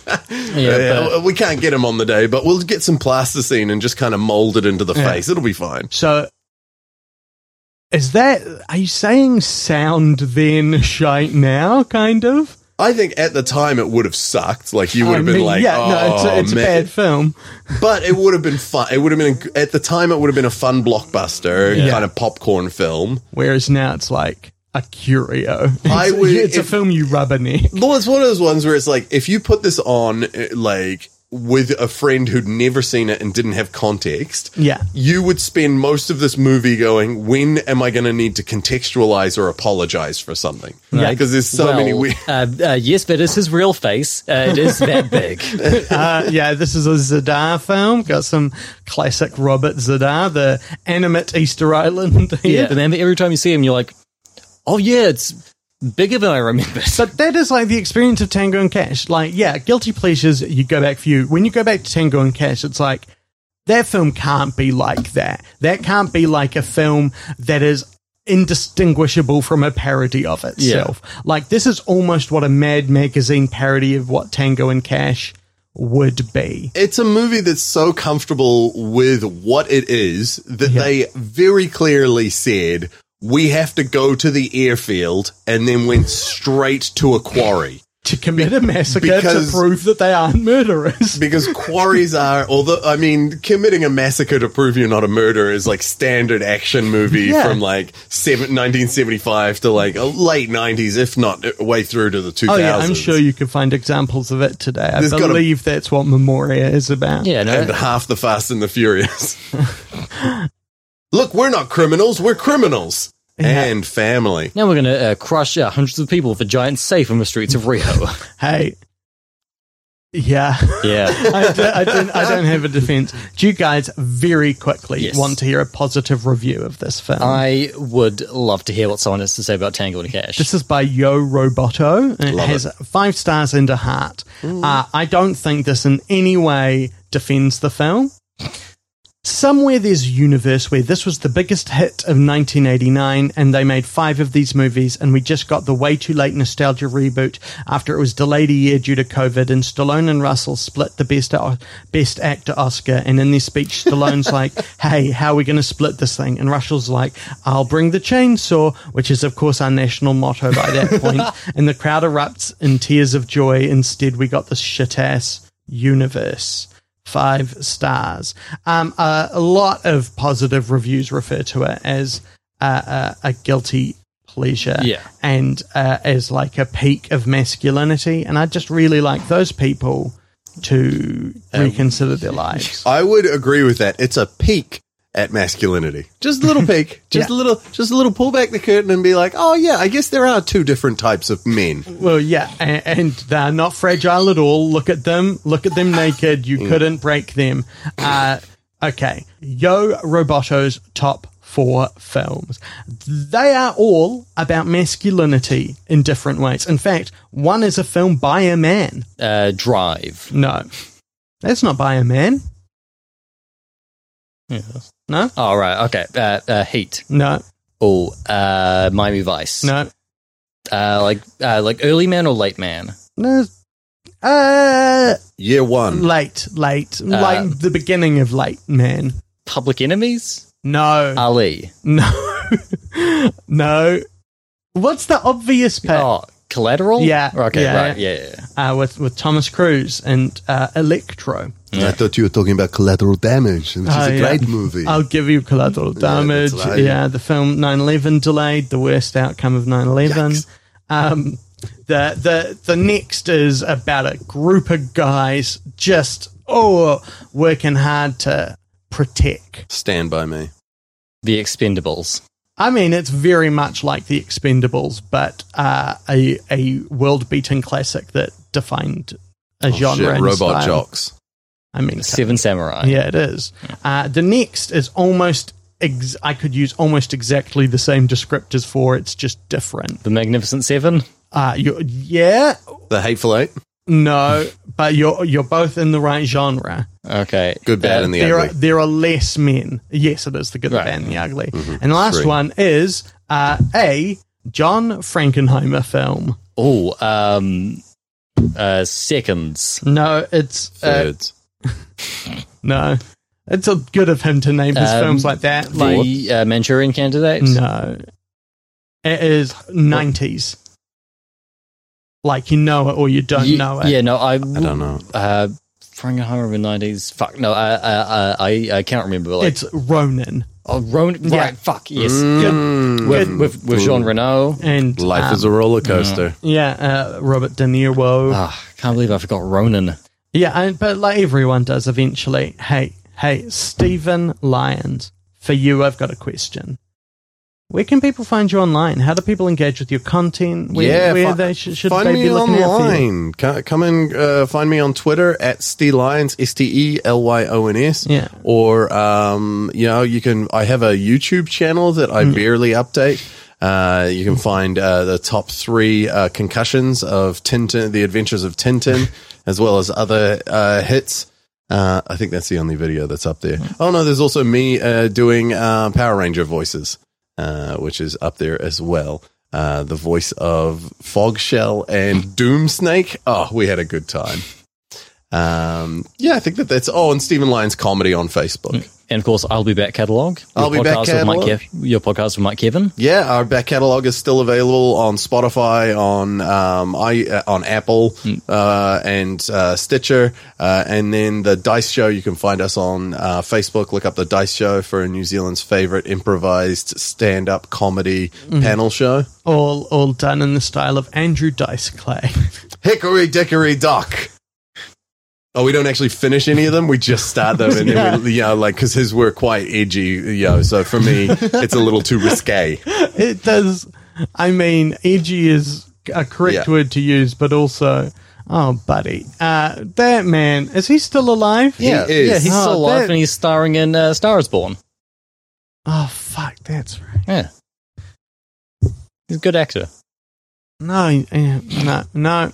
Speaker 2: but-
Speaker 5: w- uh, we can't get him on the day, but we'll get some plasticine and just kind of mold it into the
Speaker 4: Yeah.
Speaker 5: face. It'll be fine.
Speaker 4: So is that are you saying sound then shite now kind of?
Speaker 5: I think at the time it would have sucked. Like you would have
Speaker 4: I
Speaker 5: been
Speaker 4: mean,
Speaker 5: like,
Speaker 4: yeah, no, it's, a,
Speaker 5: "Oh,
Speaker 4: it's a
Speaker 5: man."
Speaker 4: bad film.
Speaker 5: but it would have been fun. It would have been at the time it would have been a fun blockbuster
Speaker 4: Yeah.
Speaker 5: kind of popcorn film.
Speaker 4: Whereas now it's like a curio. It's,
Speaker 5: I would-
Speaker 4: it's a
Speaker 5: if-
Speaker 4: film you rubberneck.
Speaker 5: Well, it's one of those ones where it's like if you put this on uh, like with a friend who'd never seen it and didn't have context,
Speaker 4: Yeah.
Speaker 5: you would spend most of this movie going, "When am I going to need to contextualize or apologize for something?"
Speaker 2: Yeah.
Speaker 5: because there's so
Speaker 2: well,
Speaker 5: many weird.
Speaker 2: uh, uh, yes, but it's his real face. Uh, it is that big.
Speaker 4: Uh, yeah, this is a Zadar film. Got some classic Robert Zadar, the animate Easter Island.
Speaker 2: yeah,
Speaker 4: here.
Speaker 2: but then every time you see him, you're like, oh yeah, it's bigger than I remember.
Speaker 4: But that is like the experience of Tango and Cash. Like, yeah, guilty pleasures, you go back for you. When you go back to Tango and Cash, it's like, that film can't be like that. That can't be like a film that is indistinguishable from a parody of itself. Like, this is almost what a Mad Magazine parody of what Tango and Cash would be.
Speaker 5: it's a movie that's so comfortable with what it is that they very clearly said we have to go to the airfield and then went straight to a quarry
Speaker 4: To commit a massacre
Speaker 5: because-
Speaker 4: to prove that they aren't murderers.
Speaker 5: because quarries are although i mean committing a massacre to prove you're not a murderer is like standard action movie
Speaker 4: Yeah.
Speaker 5: from like seven, 1975 to like a late 90s if not uh, way through to the 2000s
Speaker 4: Oh, yeah, I'm sure you could find examples of it today. I
Speaker 5: There's gotta-
Speaker 4: believe that's what Memoria is about.
Speaker 2: yeah, no,
Speaker 5: and half the Fast and the Furious. Look, we're not criminals, we're criminals. And family.
Speaker 2: now we're gonna uh, crush uh, hundreds of people with a giant safe on the streets of Rio.
Speaker 4: Hey. Yeah.
Speaker 2: yeah,
Speaker 4: I, do, I, don't, I don't have a defense. Do you guys very quickly
Speaker 2: Yes.
Speaker 4: want to hear a positive review of this film?
Speaker 2: I would love to hear what someone has to say about Tango and Cash.
Speaker 4: this is by Yo Roboto. and It
Speaker 5: Love
Speaker 4: has five stars and a heart. Uh, I don't think this in any way defends the film. Somewhere there's a universe where this was the biggest hit of 1989 and they made five of these movies and we just got the way too late nostalgia reboot after it was delayed a year due to COVID and Stallone and Russell split the best, uh, best actor Oscar and in their speech Stallone's like, hey, how are we going to split this thing? And Russell's like, I'll bring the chainsaw, which is of course our national motto by that point. and the crowd erupts in tears of joy. Instead, we got this shit ass universe five stars. Um, uh, a lot of positive reviews refer to it as uh, a, a guilty pleasure
Speaker 2: Yeah.
Speaker 4: and uh, as like a peak of masculinity. And I just really like those people to reconsider their lives.
Speaker 5: I would agree with that. It's a peak at masculinity. Just a little peak. Just a little just a little pull back the curtain and be like, "Oh yeah, I guess there are two different types of men."
Speaker 4: Well, yeah, and, and they're not fragile at all. Look at them. Look at them naked. You couldn't break them. Uh, okay. Yo Roboto's top four films. They are all about masculinity in different ways. In fact, one is a film by a man.
Speaker 2: Uh, Drive.
Speaker 4: No, that's not by a man. No,
Speaker 2: All right. Okay. Uh, uh, Heat.
Speaker 4: no,
Speaker 2: Oh, uh, Miami Vice.
Speaker 4: no,
Speaker 2: Uh, like uh, like early man or late man.
Speaker 4: no. Uh,
Speaker 5: Year 1.
Speaker 4: late, late, like the beginning of late, man.
Speaker 2: Public enemies.
Speaker 4: No.
Speaker 2: Ali.
Speaker 4: No. no. What's the obvious pick?
Speaker 2: Oh, Collateral.
Speaker 4: Yeah,
Speaker 2: Okay.
Speaker 4: yeah,
Speaker 2: right. Yeah. yeah.
Speaker 4: Uh, with, with Thomas Cruise and uh, Electro.
Speaker 1: I thought you were talking about Collateral Damage, which
Speaker 4: Oh,
Speaker 1: is a
Speaker 4: yeah.
Speaker 1: great movie.
Speaker 4: I'll give you collateral damage. Yeah,
Speaker 1: that's right.
Speaker 4: the film 9 11 delayed, the worst outcome of 9 11. Um, the, the, the next is about a group of guys just, oh, working hard to protect
Speaker 5: Stand by me.
Speaker 2: The Expendables.
Speaker 4: I mean, it's very much like The Expendables, but uh, a a world beating classic that defined a genre.
Speaker 5: Shit,
Speaker 4: and
Speaker 5: robot
Speaker 4: style.
Speaker 5: jocks.
Speaker 4: I mean,
Speaker 2: Seven Samurai.
Speaker 4: yeah, it is. Uh, the next is almost. Ex- I could use almost exactly the same descriptors for. It's just different.
Speaker 2: The Magnificent Seven.
Speaker 4: Uh, you yeah,
Speaker 5: The Hateful Eight.
Speaker 4: no, but you're you're both in the right genre.
Speaker 2: Okay.
Speaker 5: Good, bad,
Speaker 2: Uh,
Speaker 5: and the
Speaker 4: there
Speaker 5: ugly.
Speaker 4: are there are less men. Yes, it is the good,
Speaker 2: Right. Mm-hmm.
Speaker 4: the bad, and the ugly. And the last
Speaker 5: Three.
Speaker 4: one is uh, a John Frankenheimer film.
Speaker 2: Oh, um, uh, seconds.
Speaker 4: No, it's uh,
Speaker 5: Thirds.
Speaker 4: no. It's a good of him to name his
Speaker 2: Um,
Speaker 4: films like that. Like
Speaker 2: The uh, Manchurian Candidate.
Speaker 4: no, it is nineties. Like you know it or you don't
Speaker 2: Ye-
Speaker 4: know it.
Speaker 2: Yeah, no, I,
Speaker 5: I don't know.
Speaker 2: Uh, Frankenheimer in the nineties. Fuck no, I, I, I- I, I can't remember. Like,
Speaker 4: It's Ronin
Speaker 2: oh, Ronan.
Speaker 4: yeah.
Speaker 2: Right, fuck yes.
Speaker 5: Mm.
Speaker 2: With, with, with Jean Reno.
Speaker 4: and
Speaker 5: Life
Speaker 4: um,
Speaker 5: is a Uh-huh. roller coaster.
Speaker 4: yeah, uh, Robert De Niro.
Speaker 2: Ah, can't believe I forgot Ronan.
Speaker 4: Yeah, and, but like everyone does eventually. Hey, hey, Stephen Lyons, for you, I've got a question. Where can people find you online? How do people engage with your content? Where,
Speaker 5: yeah,
Speaker 4: where
Speaker 5: fi-
Speaker 4: they should, should
Speaker 5: find
Speaker 4: they
Speaker 5: me
Speaker 4: be looking out for you?
Speaker 5: online. Co- Come and uh, find me on Twitter at Steelyons, S T E L Y O N S.
Speaker 4: Yeah.
Speaker 5: Or um, you know, you can. I have a YouTube channel that
Speaker 4: Hmm.
Speaker 5: I barely update. Uh, you can find uh, the top three uh, concussions of Tintin, the Adventures of Tintin, as well as other uh, hits. Uh, I think that's the only video that's up there.
Speaker 4: Hmm.
Speaker 5: Oh no, there's also me uh, doing uh, Power Ranger voices, uh, which is up there as well. Uh, the voice of Fogshell and Doomsnake. Oh, we had a good time. Um, yeah, I think that that's. Oh, and Stephen Lyons comedy on Facebook.
Speaker 2: And of course, I'll be back catalog. Your
Speaker 5: I'll Be Back
Speaker 2: podcast with Mike
Speaker 5: Catalog.
Speaker 2: Kev- your podcast with Mike Kevin.
Speaker 5: Yeah, our back catalog is still available on Spotify, on um, I uh, on Apple, uh, and uh, Stitcher, uh, and then the Dice Show. You can find us on uh, Facebook. Look up the Dice Show for New Zealand's favorite improvised stand-up comedy panel show.
Speaker 4: All, all done in the style of Andrew Dice Clay.
Speaker 5: Hickory Dickory Dock. Oh, we don't actually finish any of them. We just start them, and then we, you know, like because his were quite edgy, you know. So for me, it's a little too risque.
Speaker 4: it does. I mean, edgy is a correct
Speaker 5: Yeah.
Speaker 4: word to use, but also, oh, buddy, uh, that man is he still alive?
Speaker 5: Yeah.
Speaker 2: He is. yeah, he's
Speaker 4: Oh,
Speaker 2: still alive
Speaker 4: that-
Speaker 2: and he's starring in uh, Star Is Born.
Speaker 4: Oh fuck, that's right.
Speaker 2: Yeah, he's a good actor.
Speaker 4: No, eh, no, no.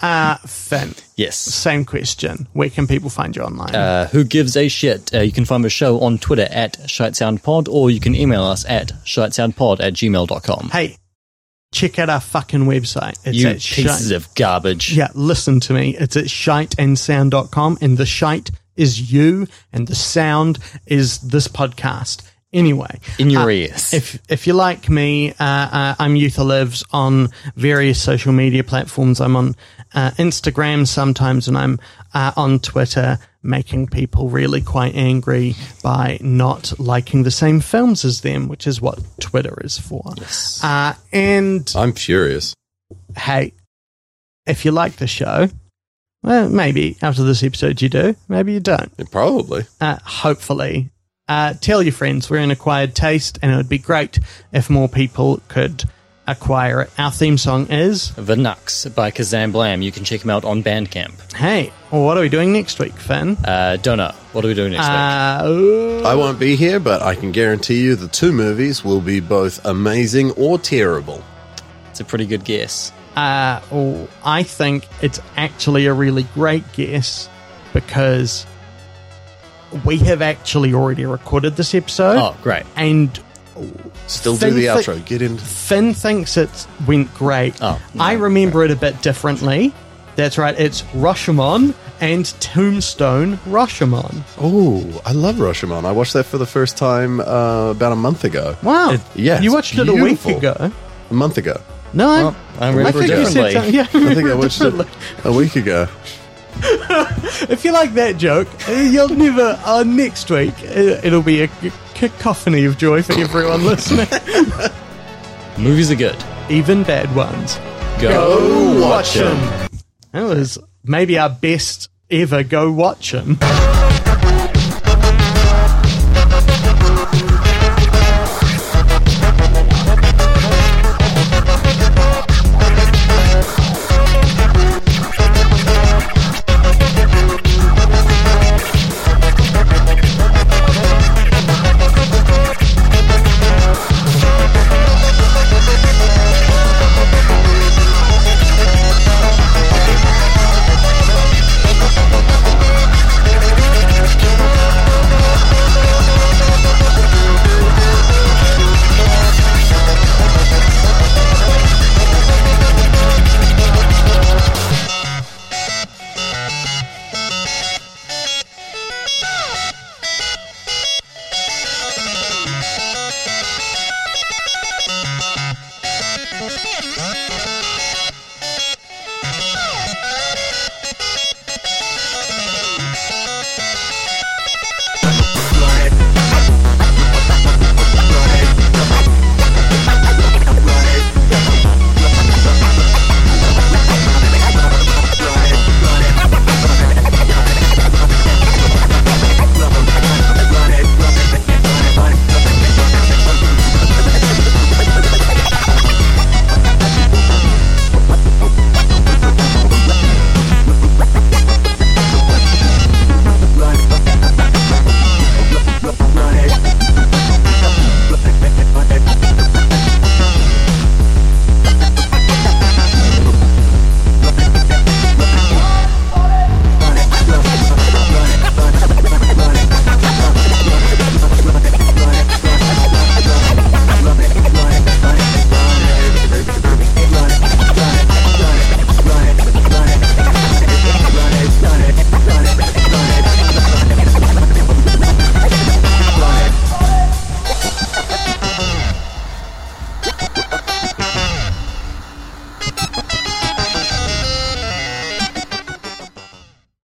Speaker 4: Uh, Finn,
Speaker 2: Yes.
Speaker 4: same question. Where can people find you online?
Speaker 2: Uh, who gives a shit? Uh, you can find the show on Twitter at ShiteSoundPod or you can email us at ShiteSoundPod at gmail.com.
Speaker 4: hey, check out our fucking website. It's
Speaker 2: you
Speaker 4: at
Speaker 2: pieces
Speaker 4: shite-
Speaker 2: of garbage.
Speaker 4: Yeah, listen to me. It's at shiteandsound.com, and the shite is you, and the sound is this podcast. Anyway,
Speaker 2: In your
Speaker 4: uh,
Speaker 2: ears.
Speaker 4: If if you like me, uh, uh, I'm Youth Lives on various social media platforms. I'm on uh, Instagram sometimes, and I'm uh, on Twitter, making people really quite angry by not liking the same films as them, which is what Twitter is for. Uh, and
Speaker 5: I'm furious.
Speaker 4: hey, if you like the show, well, maybe after this episode you do, maybe you don't.
Speaker 5: Probably.
Speaker 4: Uh, hopefully, uh, tell your friends we're an acquired taste, and it would be great if more people could acquire it. Our theme song is
Speaker 2: The Nux by Kazam Blam. You can check him out on Bandcamp.
Speaker 4: Hey, well, what are we doing next week, Finn?
Speaker 2: Uh, don't know. What are we doing next week?
Speaker 4: Uh, ooh,
Speaker 5: I won't be here, but I can guarantee you the two movies will be both amazing or terrible.
Speaker 2: It's a pretty good guess.
Speaker 4: uh, ooh, I think it's actually a really great guess because we have actually already recorded this episode.
Speaker 2: Oh, great.
Speaker 4: And
Speaker 5: Still do
Speaker 4: Then
Speaker 5: the
Speaker 4: fi-
Speaker 5: outro. Get in.
Speaker 4: Finn thinks it went great.
Speaker 2: Oh, no,
Speaker 4: I remember it a bit differently. That's right. It's Rashomon and Tombstone Rashomon.
Speaker 5: Oh, I love Rashomon. I watched that for the first time uh, about a month ago.
Speaker 4: Wow.
Speaker 5: yeah,
Speaker 4: You
Speaker 5: it's
Speaker 4: watched it
Speaker 5: beautiful.
Speaker 4: a week ago.
Speaker 5: A month ago.
Speaker 4: No,
Speaker 2: Well, I remember
Speaker 4: I think you said
Speaker 2: differently.
Speaker 4: something. Yeah,
Speaker 5: I think I
Speaker 4: remember
Speaker 5: watched it
Speaker 4: differently.
Speaker 5: a week ago.
Speaker 4: If you like that joke, uh, you'll never. Uh, next week, uh, it'll be a c- cacophony of joy for everyone listening,
Speaker 2: Movies are good.
Speaker 4: even bad ones.
Speaker 2: Go.
Speaker 5: watch
Speaker 4: 'em. That was maybe our best ever. Go watch 'em.